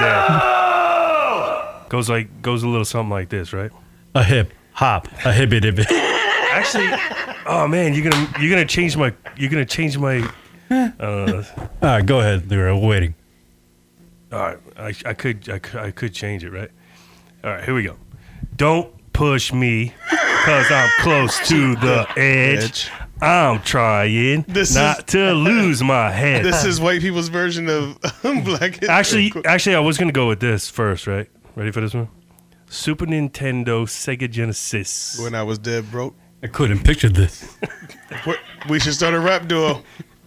day goes like goes a little something like this, right? A hip hop, a hibbit hibbit. Actually, oh man, you're gonna you're gonna change my you're gonna change my. Uh, All right, go ahead, Leroy. We're waiting. all right, I, I could I could I could change it, right? All right, here we go. Don't push me, cause I'm close to the edge. I'm trying This is- not to lose my head. This is white people's version of um, Black History. Actually, actually, I was gonna go with this first, right? Ready for this one? Super Nintendo, Sega Genesis. When I was dead broke. I couldn't picture this. What- We should start a rap duo,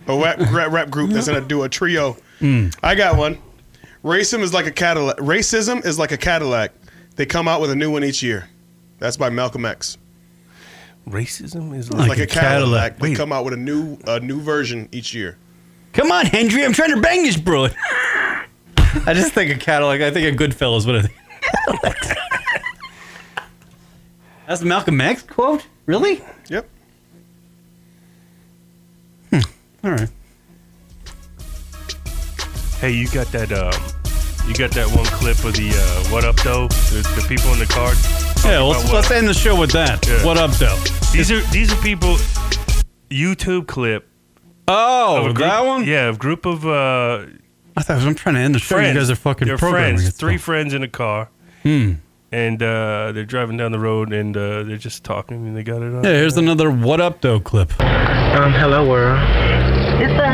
a rap rap, rap group that's gonna do a trio. Mm. I got one. Racism is like a Cadillac. Racism is like a Cadillac. They come out with a new one each year. That's by Malcolm X. Racism is Like, like, a, Cadillac. They Wait, come out with a new a new version each year. Come on, Hendry. I'm trying to bang this bro. I just think a Cadillac. I think a Goodfellas. What I think. That's Malcolm X quote. Really? Yep. All right. hey, you got that? Um, you got that one clip of the uh, what up though? The, the people in the car. talking Yeah, about let's, what let's up. end the show with that. Yeah. What up, though? These are these are people. YouTube clip. Oh, that one. Yeah, a group of uh, I thought I'm trying to end the show. friends. You guys are fucking They're programming. friends. us. Three friends in a car. Hmm. And uh, they're driving down the road, and uh, they're just talking, and they got it on. Yeah, here's another what up, though clip. Um, hello world. It's a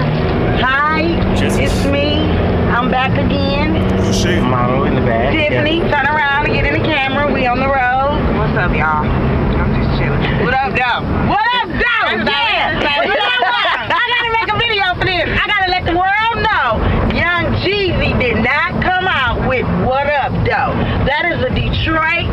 hi. It's me. I'm back again. Model in the back. Tiffany, turn around and get in the camera. We on the road. What's up, y'all? I'm just chilling. What up, though? What up, though? Yeah. What up, though? I gotta make a video for this. I gotta let the world know. Young Jeezy did not come out with what up, though. That is a Detroit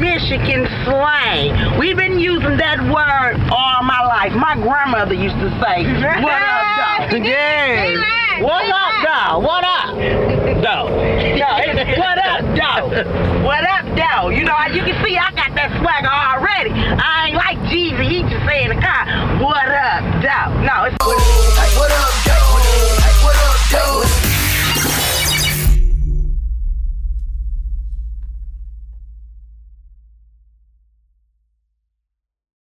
Michigan slang. We've been using that word all my life. My grandmother used to say, What up, dog? Yeah. What up, dog? What up? Dog. No, it's what up, dog? What up, dog? You know, you can see I got that swagger already. I ain't like Jeezy. He just say in the car, What up, dog? No, it's what